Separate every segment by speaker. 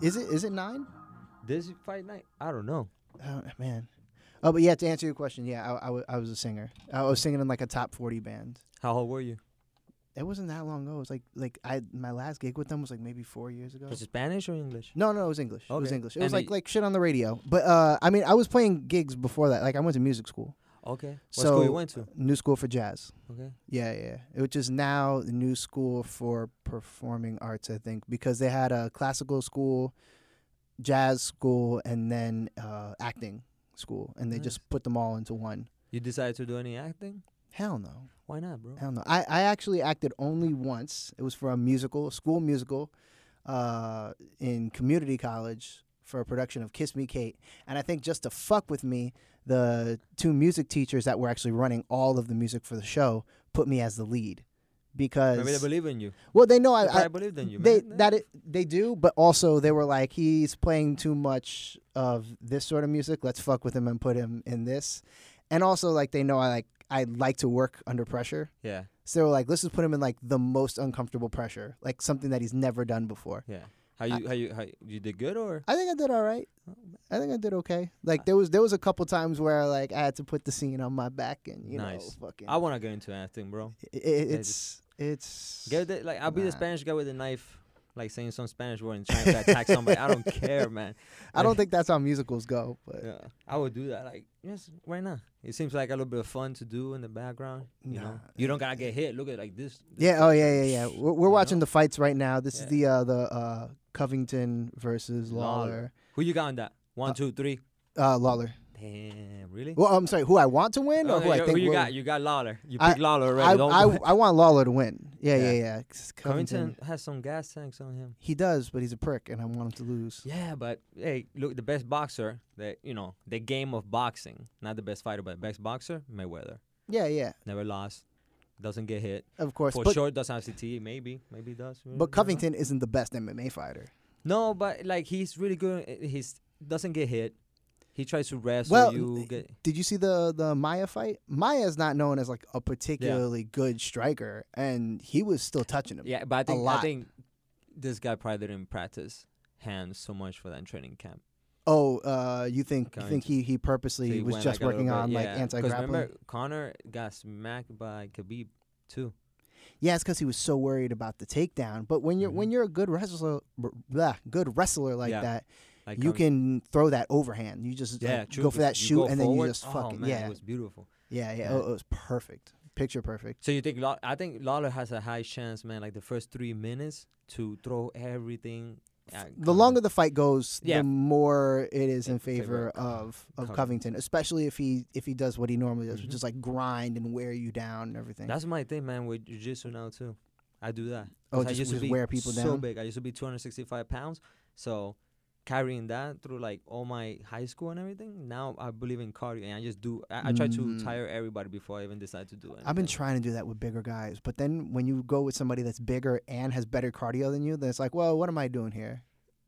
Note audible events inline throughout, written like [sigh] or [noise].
Speaker 1: Is it is it nine?
Speaker 2: This fight night, I don't know.
Speaker 1: Oh man. Oh, but yeah. To answer your question, yeah, I, I, wa- I was a singer. I was singing in like a top forty band.
Speaker 2: How old were you?
Speaker 1: It wasn't that long ago. It was like like I my last gig with them was like maybe four years ago.
Speaker 2: Was it Spanish or English?
Speaker 1: No, no, it was English. It was
Speaker 2: Okay.
Speaker 1: English. It was
Speaker 2: And
Speaker 1: like
Speaker 2: the-
Speaker 1: like shit on the radio. But uh, I mean, I was playing gigs before that. Like I went to music school,
Speaker 2: Okay. What
Speaker 1: So-
Speaker 2: school you went to?
Speaker 1: New School for Jazz.
Speaker 2: Okay.
Speaker 1: Yeah, yeah. yeah. Which is now the New School for Performing Arts, I think, because they had a classical school, jazz school, and then uh, acting school, and they
Speaker 2: Nice.
Speaker 1: just put them all into one.
Speaker 2: You decided to do any acting?
Speaker 1: Hell no.
Speaker 2: Why not, bro?
Speaker 1: Hell no. I, I actually acted only once. It was for a musical, a school musical, uh, in community college for a production of Kiss Me Kate. And I think just to fuck with me, the two music teachers that were actually running all of the music for the show put me as the lead. Because
Speaker 2: Maybe they believe in you.
Speaker 1: well, they know
Speaker 2: I,
Speaker 1: I, I
Speaker 2: believed in you.
Speaker 1: they
Speaker 2: man.
Speaker 1: that it, they do, but also they were like, he's playing too much of this sort of music. Let's fuck with him and put him in this. And also, like they know I like I like to work under pressure.
Speaker 2: Yeah.
Speaker 1: So they were like, let's just put him in like the most uncomfortable pressure, like something that he's never done before.
Speaker 2: Yeah. How you how you how you- you did good or?
Speaker 1: I think I did all right. I think I did okay. Like there was there was a couple times where like I had to put the scene on my back and you
Speaker 2: Nice.
Speaker 1: know fucking.
Speaker 2: I want to get into acting, bro.
Speaker 1: i- i- it's it's
Speaker 2: Get the, like I'll be
Speaker 1: Nah.
Speaker 2: the Spanish guy with the knife, like saying some Spanish word and trying to attack somebody. I don't care,
Speaker 1: [laughs]
Speaker 2: man.
Speaker 1: I don't think that's how musicals go, but
Speaker 2: Yeah, I would do that. Like yes, right now. It seems like a little bit of fun to do in the background. You know,
Speaker 1: Nah.
Speaker 2: you don't gotta get hit. Look at like this. this
Speaker 1: yeah. Oh yeah, yeah, yeah. We're, we're
Speaker 2: You
Speaker 1: watching the
Speaker 2: know?
Speaker 1: fights right now. This is
Speaker 2: Yeah.
Speaker 1: the uh, the uh, Covington versus Lawler.
Speaker 2: Lawler. Who you got on that? One,
Speaker 1: Uh,
Speaker 2: two, three.
Speaker 1: Uh, Lawler.
Speaker 2: Damn, really?
Speaker 1: Well, I'm sorry. Who I want to win or
Speaker 2: Okay,
Speaker 1: who I
Speaker 2: yo,
Speaker 1: think
Speaker 2: you
Speaker 1: will-
Speaker 2: got? You got Lawler. You
Speaker 1: I-
Speaker 2: picked Lawler
Speaker 1: I,
Speaker 2: already. don't
Speaker 1: I, I want Lawler to win. Yeah, yeah,
Speaker 2: Yeah.
Speaker 1: yeah. 'Cause
Speaker 2: [laughs] Covington has some gas tanks on him.
Speaker 1: He does, but he's a prick, and I want him to lose.
Speaker 2: Yeah, but hey, look, the best boxer that you know, the game of boxing, not the best fighter, but best boxer, Mayweather,
Speaker 1: Yeah, yeah,
Speaker 2: never lost, doesn't get hit.
Speaker 1: of course.
Speaker 2: For
Speaker 1: but,
Speaker 2: sure, doesn't have CTE, maybe, maybe he does. we
Speaker 1: but
Speaker 2: don't know.
Speaker 1: Covington isn't the best MMA fighter.
Speaker 2: No, but like he's really good. uh, He's doesn't get hit. He tries to wrestle
Speaker 1: Well,
Speaker 2: you.
Speaker 1: n-
Speaker 2: Get,
Speaker 1: Did you see the the Maya fight? Maya's not known as like a particularly good striker, and he was still touching him.
Speaker 2: yeah, but I think I
Speaker 1: lot.
Speaker 2: think this guy probably didn't practice hands so much for that training camp.
Speaker 1: Oh, uh, you think you
Speaker 2: Covington.
Speaker 1: think he he
Speaker 2: So
Speaker 1: purposely
Speaker 2: he
Speaker 1: was
Speaker 2: went,
Speaker 1: just
Speaker 2: like, a little
Speaker 1: working
Speaker 2: bit-
Speaker 1: on like
Speaker 2: yeah, 'cause
Speaker 1: anti grappling?
Speaker 2: Remember, Connor got smacked by Khabib too.
Speaker 1: Yeah, it's because he was so worried about the takedown. But when you're when you're a good wrestler, br- blah, good wrestler like
Speaker 2: Mm-hmm. Yeah.
Speaker 1: that,
Speaker 2: Like
Speaker 1: you
Speaker 2: Covington-
Speaker 1: can throw that overhand. You just
Speaker 2: yeah,
Speaker 1: like,
Speaker 2: true,
Speaker 1: go for
Speaker 2: because
Speaker 1: that shoot,
Speaker 2: go
Speaker 1: and then you
Speaker 2: forward.
Speaker 1: just
Speaker 2: oh,
Speaker 1: fucking
Speaker 2: man,
Speaker 1: yeah,
Speaker 2: It was beautiful.
Speaker 1: yeah, yeah.
Speaker 2: Yeah.
Speaker 1: It, it was perfect, picture perfect.
Speaker 2: So you think? Law- I think Lawler has a high chance, man. Like the first three minutes to throw everything. At
Speaker 1: the longer the fight goes,
Speaker 2: Yeah.
Speaker 1: the more it is in,
Speaker 2: In
Speaker 1: favor,
Speaker 2: favor
Speaker 1: of of
Speaker 2: Covington.
Speaker 1: Covington, especially if he if he does what he normally does, which
Speaker 2: Mhm.
Speaker 1: is like grind and wear you down and everything.
Speaker 2: That's my thing, man. With jujitsu now too, I do that.
Speaker 1: oh,
Speaker 2: 'Cause
Speaker 1: just,
Speaker 2: I used
Speaker 1: just
Speaker 2: to be
Speaker 1: wear people
Speaker 2: so
Speaker 1: down.
Speaker 2: big. I used to be 265 pounds. So carrying that through like all my high school and everything. Now I believe in cardio, and I just do. I, I try
Speaker 1: Mm.
Speaker 2: to tire everybody before I even decide to do it.
Speaker 1: I've been trying to do that with bigger guys, but then when you go with somebody that's bigger and has better cardio than you, then it's like, well, what am I doing here?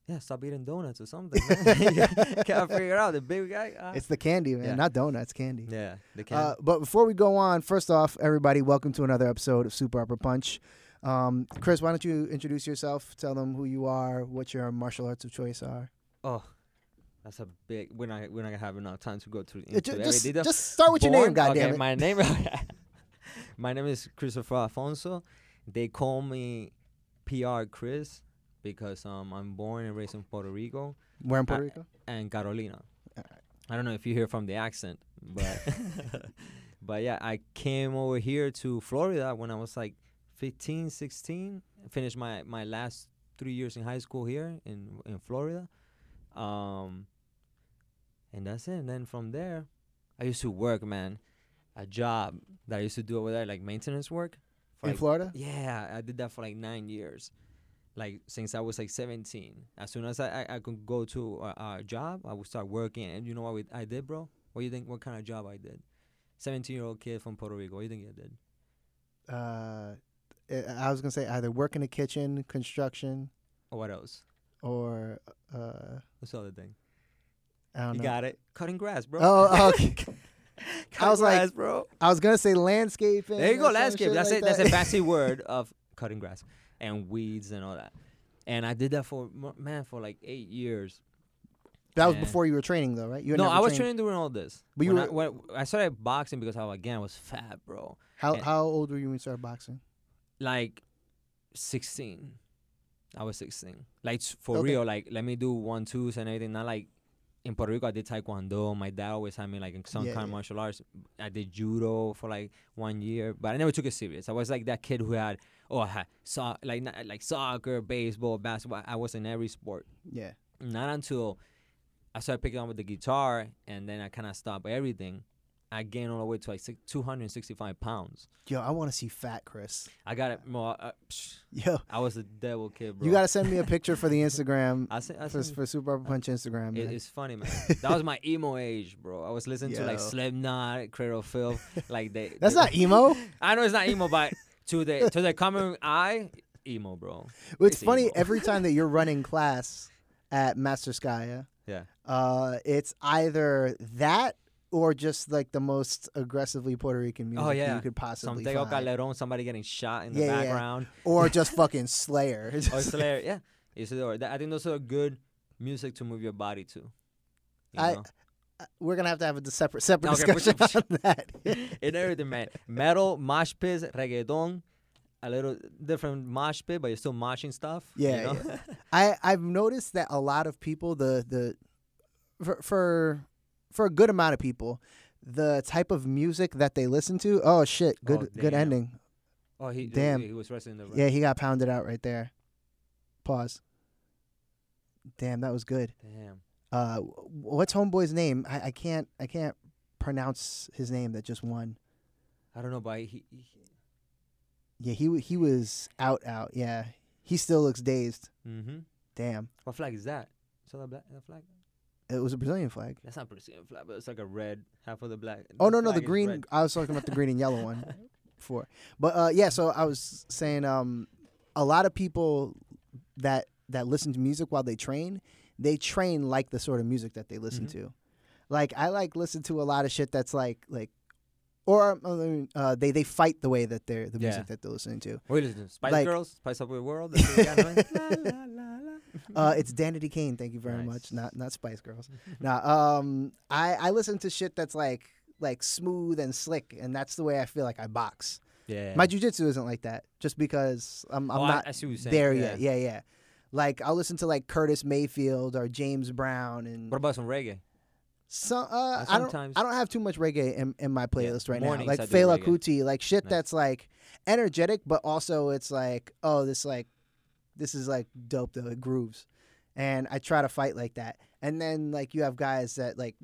Speaker 2: Yeah, stop eating donuts or something. Man. [laughs] Can't figure it out the
Speaker 1: [laughs]
Speaker 2: big guy. Uh,
Speaker 1: It's the candy, man,
Speaker 2: Yeah.
Speaker 1: not donuts, candy.
Speaker 2: yeah, they can.
Speaker 1: Uh, but before we go on, first off, everybody, welcome to another episode of Super Upper Punch. Um, Chris, why don't you introduce yourself? Tell them who you are, what your martial arts of choice are.
Speaker 2: Oh, that's a big. We're not. We're not gonna have enough time to go through.
Speaker 1: Yeah,
Speaker 2: Into
Speaker 1: ju-
Speaker 2: every
Speaker 1: just,
Speaker 2: detail.
Speaker 1: just start with your name,
Speaker 2: Born- okay,
Speaker 1: goddammit.
Speaker 2: My name. [laughs] my name is Christopher Alfonso. They call me PR Chris because um I'm born and raised in Puerto Rico
Speaker 1: We're in Puerto
Speaker 2: I-
Speaker 1: Rico.
Speaker 2: and Carolina.
Speaker 1: Alright.
Speaker 2: I don't know if you hear from the accent, but [laughs] but yeah, I came over here to Florida when I was like 15, 16. Finished my my last three years in high school here in in Florida, um, and that's it. And then from there, I used to work, man, a job that I used to do over there, like maintenance work. for,
Speaker 1: In
Speaker 2: like,
Speaker 1: Florida?
Speaker 2: yeah, I did that for like nine years, like since I was like 17. As soon as I, I, I could go to a, a job, I would start working. And you know what we, I did, bro? What do you think? What kind of job I did? 17 year old kid from Puerto Rico. What do you think I did?
Speaker 1: Uh, I- I was going to say either work in the kitchen, construction,
Speaker 2: Or what else?
Speaker 1: or uh,
Speaker 2: What's the other thing?
Speaker 1: I don't
Speaker 2: You
Speaker 1: know.
Speaker 2: got it. Cutting grass, bro. [laughs]
Speaker 1: Oh, okay.
Speaker 2: Cutting
Speaker 1: was like-
Speaker 2: grass, bro.
Speaker 1: I was going to say landscaping.
Speaker 2: There you
Speaker 1: or
Speaker 2: go,
Speaker 1: some
Speaker 2: landscape.
Speaker 1: shit
Speaker 2: That's
Speaker 1: like
Speaker 2: it. That's
Speaker 1: that.
Speaker 2: a fancy word of cutting grass and weeds and all that. and I did that for mo- man for like eight years.
Speaker 1: [laughs] That was
Speaker 2: Yeah.
Speaker 1: before you were training, though, right? You had
Speaker 2: no,
Speaker 1: never
Speaker 2: I was
Speaker 1: trained-
Speaker 2: training during all this.
Speaker 1: But you
Speaker 2: When
Speaker 1: were-
Speaker 2: I, when I started boxing because I was, again I was fat, bro.
Speaker 1: How
Speaker 2: and-
Speaker 1: how old were you when you started boxing?
Speaker 2: Like sixteen, I was sixteen. Like s- for
Speaker 1: Okay.
Speaker 2: real, like let me do one twos and everything. Not like in Puerto Rico, I did taekwondo. My dad always had me like in some
Speaker 1: Yeah,
Speaker 2: kind of
Speaker 1: yeah.
Speaker 2: martial arts. I did judo for like one year, but I never took it serious. I was like that kid who had oh I had so- like not, like soccer, baseball, basketball. I was in every sport.
Speaker 1: Yeah.
Speaker 2: not until I started picking up with the guitar and then I kind of stopped everything. I gained all the way to like six, 265 pounds.
Speaker 1: Yo, I want to see fat
Speaker 2: [laughs]
Speaker 1: Chris.
Speaker 2: I got it more. Uh, psh,
Speaker 1: Yo,
Speaker 2: I was the devil kid, bro.
Speaker 1: you got to send me a picture for the Instagram
Speaker 2: [laughs] I said, I
Speaker 1: for,
Speaker 2: said
Speaker 1: for Super Upper Punch Instagram.
Speaker 2: it,
Speaker 1: man.
Speaker 2: it's
Speaker 1: [laughs]
Speaker 2: funny, man. that was my emo age, bro. I was listening to like
Speaker 1: Yo.
Speaker 2: Slipknot, Cradle of
Speaker 1: [laughs]
Speaker 2: Filth, like they.
Speaker 1: That's
Speaker 2: they-
Speaker 1: not e-,
Speaker 2: [laughs]
Speaker 1: emo.
Speaker 2: I know it's not
Speaker 1: [laughs]
Speaker 2: emo, but to the to the common eye, emo, bro.
Speaker 1: It's,
Speaker 2: It's
Speaker 1: funny
Speaker 2: emo.
Speaker 1: every time that you're
Speaker 2: [laughs]
Speaker 1: running class at Masterskaya.
Speaker 2: Yeah.
Speaker 1: Uh, it's either that or just like the most aggressively Puerto Rican music
Speaker 2: Oh,
Speaker 1: that
Speaker 2: yeah.
Speaker 1: you could possibly
Speaker 2: Some Tego
Speaker 1: find,
Speaker 2: Calderon, somebody getting shot in the
Speaker 1: Yeah, yeah, yeah.
Speaker 2: background.
Speaker 1: or
Speaker 2: [laughs]
Speaker 1: just fucking Slayer. [laughs] It's
Speaker 2: or
Speaker 1: just-
Speaker 2: Oh, Slayer. Yeah, Isidore. That, I think those are good music to move your body to. you
Speaker 1: I-
Speaker 2: know? [laughs]
Speaker 1: We're gonna have to have a separate separate
Speaker 2: Okay,
Speaker 1: discussion [laughs] on that.
Speaker 2: and everything, man. Metal, mosh pits, reggaeton, a little different mosh pit, but you're still moshing stuff. you
Speaker 1: Yeah,
Speaker 2: know?
Speaker 1: I I've noticed that a lot of people the the for for, for a good amount of people the type of music that they listen to. Oh shit, good
Speaker 2: Oh,
Speaker 1: good
Speaker 2: damn.
Speaker 1: ending.
Speaker 2: [laughs] oh, he,
Speaker 1: Damn.
Speaker 2: He, he was wrestling the.
Speaker 1: Yeah, he got pounded out right there. Pause. Damn, that was good.
Speaker 2: Damn.
Speaker 1: Uh, wh- what's homeboy's name? I, I can't I can't pronounce his name that just won.
Speaker 2: I don't know, but he. he
Speaker 1: Yeah, he wa- he was out out. Yeah, he still looks dazed.
Speaker 2: mm-hmm.
Speaker 1: Damn,
Speaker 2: What flag is that? Is that a black a flag?
Speaker 1: it was a Brazilian flag.
Speaker 2: That's not Brazilian flag, but it's like a red half of the black.
Speaker 1: Oh no no
Speaker 2: flag
Speaker 1: the
Speaker 2: is
Speaker 1: green.
Speaker 2: red.
Speaker 1: I was talking about the green and yellow
Speaker 2: [laughs]
Speaker 1: one before. But uh, yeah, so I was saying um, a lot of people that that listen to music while they train, they train like the sort of music that they listen
Speaker 2: Mhm.
Speaker 1: to. Like I like listen to a lot of shit that's like like. Or I mean, uh, they they fight the way that they're the
Speaker 2: Yeah.
Speaker 1: music that they're listening to.
Speaker 2: What are you listening to? Spice
Speaker 1: like-
Speaker 2: Girls, Spice Up
Speaker 1: [laughs]
Speaker 2: Your World. That's what we got, man. La, la, la, la.
Speaker 1: Uh, it's Danity Kane. Thank you very
Speaker 2: Mm-hmm.
Speaker 1: much.
Speaker 2: Nice.
Speaker 1: Not not Spice Girls.
Speaker 2: [laughs]
Speaker 1: nah, um, I I listen to shit that's like like smooth and slick, and that's the way I feel like I box.
Speaker 2: Yeah.
Speaker 1: My jujitsu isn't like that, just because I'm I'm
Speaker 2: Oh, I-
Speaker 1: not
Speaker 2: I see what you're saying,
Speaker 1: there
Speaker 2: yeah.
Speaker 1: yet. Yeah, yeah. Like I'll listen to like Curtis Mayfield or James Brown and
Speaker 2: What about some reggae?
Speaker 1: some. Uh,
Speaker 2: Uh,
Speaker 1: I don't
Speaker 2: sometimes-
Speaker 1: I don't have too much reggae in, in my playlist right now.
Speaker 2: mornings
Speaker 1: Like
Speaker 2: I do
Speaker 1: Fela
Speaker 2: reggae.
Speaker 1: Kuti, like shit
Speaker 2: Nice.
Speaker 1: that's like energetic, but also it's like oh this like this is like dope though it grooves, and I try to fight like that. And then like you have guys that like.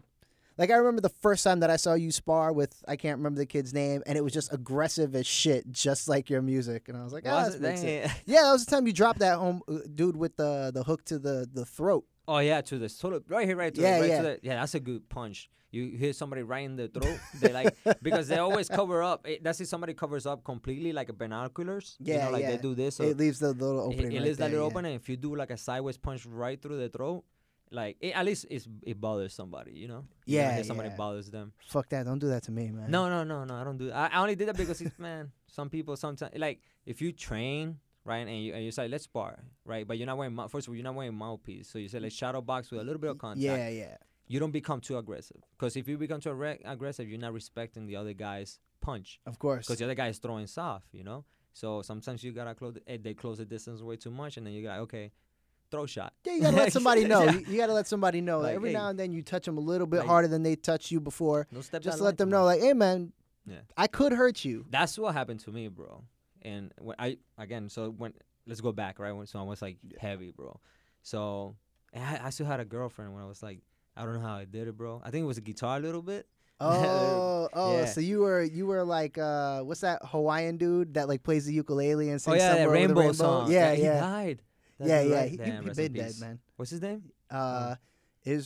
Speaker 1: Like I remember the first time that I saw you spar with I can't remember the kid's name and it was just aggressive as shit just like your music and I was like ah,
Speaker 2: Was
Speaker 1: this
Speaker 2: it?
Speaker 1: makes sense."
Speaker 2: Dang. [laughs]
Speaker 1: yeah that was the time you dropped that home uh, dude with the the hook to the the throat
Speaker 2: Oh yeah, to the solo right here, right to
Speaker 1: Yeah,
Speaker 2: the, right
Speaker 1: yeah.
Speaker 2: to the, yeah. That's a good punch. You hear somebody right in the throat. They like
Speaker 1: [laughs]
Speaker 2: because they always cover up. It, that's if somebody covers up completely, like a binoculars. you know,
Speaker 1: Yeah,
Speaker 2: like
Speaker 1: yeah.
Speaker 2: they do this. So
Speaker 1: it
Speaker 2: it,
Speaker 1: leaves the little
Speaker 2: it
Speaker 1: opening right
Speaker 2: leaves that
Speaker 1: there,
Speaker 2: little
Speaker 1: yeah.
Speaker 2: opening. If you do like a sideways punch right through the throat, like it, at least it's, it bothers somebody. You know. You don't
Speaker 1: Yeah,
Speaker 2: hear somebody
Speaker 1: yeah.
Speaker 2: bothers them.
Speaker 1: Fuck that! Don't do that to me, man.
Speaker 2: No, no, no, no. I don't do. I, I only did that because it's man. Some people sometimes like if you train right and you and you say let's spar right, but you're not wearing mou- first of all you're not wearing mouthpiece, so you say let's shadow box with a little bit of contact.
Speaker 1: Yeah, yeah.
Speaker 2: you don't become too aggressive. Because if you become too aggra- aggressive, you're not respecting the other guy's punch.
Speaker 1: Of course.
Speaker 2: Because the other guy is throwing soft, you know. So sometimes you gotta close. The, eh, they close the distance way too much, and then you got okay, throw shot.
Speaker 1: Yeah, you
Speaker 2: [laughs]
Speaker 1: gotta let somebody know.
Speaker 2: Yeah.
Speaker 1: You, you gotta let somebody know.
Speaker 2: Like,
Speaker 1: Every
Speaker 2: hey.
Speaker 1: now and then, you touch them a little bit
Speaker 2: Like-
Speaker 1: harder than they touched you before.
Speaker 2: No step.
Speaker 1: Just
Speaker 2: that
Speaker 1: to let
Speaker 2: line
Speaker 1: them
Speaker 2: too
Speaker 1: know,
Speaker 2: much.
Speaker 1: like, hey, man,
Speaker 2: Yeah.
Speaker 1: I could hurt
Speaker 2: [laughs]
Speaker 1: you.
Speaker 2: That's what happened to me, bro. And when I again, so when let's go back, right? When, so I was like heavy, bro. So and I, I still had a girlfriend when I was like, I don't know how I did it, bro. I think it was a guitar a little bit.
Speaker 1: Oh, oh.
Speaker 2: Yeah.
Speaker 1: So you were you were like, uh, what's that Hawaiian dude that like plays the ukulele and
Speaker 2: Oh
Speaker 1: sings
Speaker 2: yeah, that
Speaker 1: somewhere over the
Speaker 2: rainbow, song.
Speaker 1: Yeah,
Speaker 2: he
Speaker 1: yeah,
Speaker 2: died. That
Speaker 1: yeah,
Speaker 2: dude,
Speaker 1: yeah.
Speaker 2: right?
Speaker 1: He,
Speaker 2: Damn,
Speaker 1: he
Speaker 2: rest in
Speaker 1: been dead,
Speaker 2: peace.
Speaker 1: man.
Speaker 2: What's his name? Mm-hmm.
Speaker 1: Uh,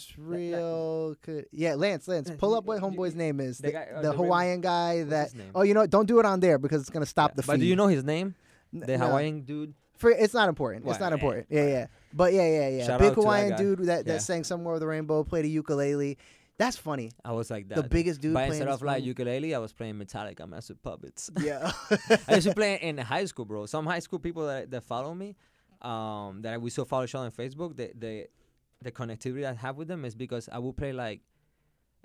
Speaker 1: Israel could yeah Lance Lance pull up what
Speaker 2: Uh, You-
Speaker 1: homeboy's name is
Speaker 2: the
Speaker 1: the,
Speaker 2: guy-
Speaker 1: the
Speaker 2: uh, the rainbow-
Speaker 1: Hawaian guy
Speaker 2: What's
Speaker 1: that
Speaker 2: his name?
Speaker 1: oh you know what? don't do it on there because it's gonna stop the
Speaker 2: But do you
Speaker 1: feed.
Speaker 2: know his name?
Speaker 1: N-
Speaker 2: The
Speaker 1: no.
Speaker 2: Hawaiian dude.
Speaker 1: For it's not important. It's
Speaker 2: Why,
Speaker 1: not
Speaker 2: eh,
Speaker 1: important. Yeah, yeah. But yeah, yeah, yeah.
Speaker 2: Shout out
Speaker 1: Big
Speaker 2: to that
Speaker 1: Hawaiian
Speaker 2: guy.
Speaker 1: dude that, that
Speaker 2: Yeah.
Speaker 1: sang somewhere with the rainbow, played a ukulele. That's funny.
Speaker 2: I was like that.
Speaker 1: the biggest dude.
Speaker 2: But
Speaker 1: playing
Speaker 2: instead
Speaker 1: this
Speaker 2: of like
Speaker 1: one-
Speaker 2: ukulele, I was playing Metallica, massive puppets.
Speaker 1: [laughs]
Speaker 2: [laughs]
Speaker 1: yeah.
Speaker 2: I used to play in high school, bro. Some high school people that, that follow me, um, that we still follow each other on Facebook, the the the connectivity I have with them is because I will play like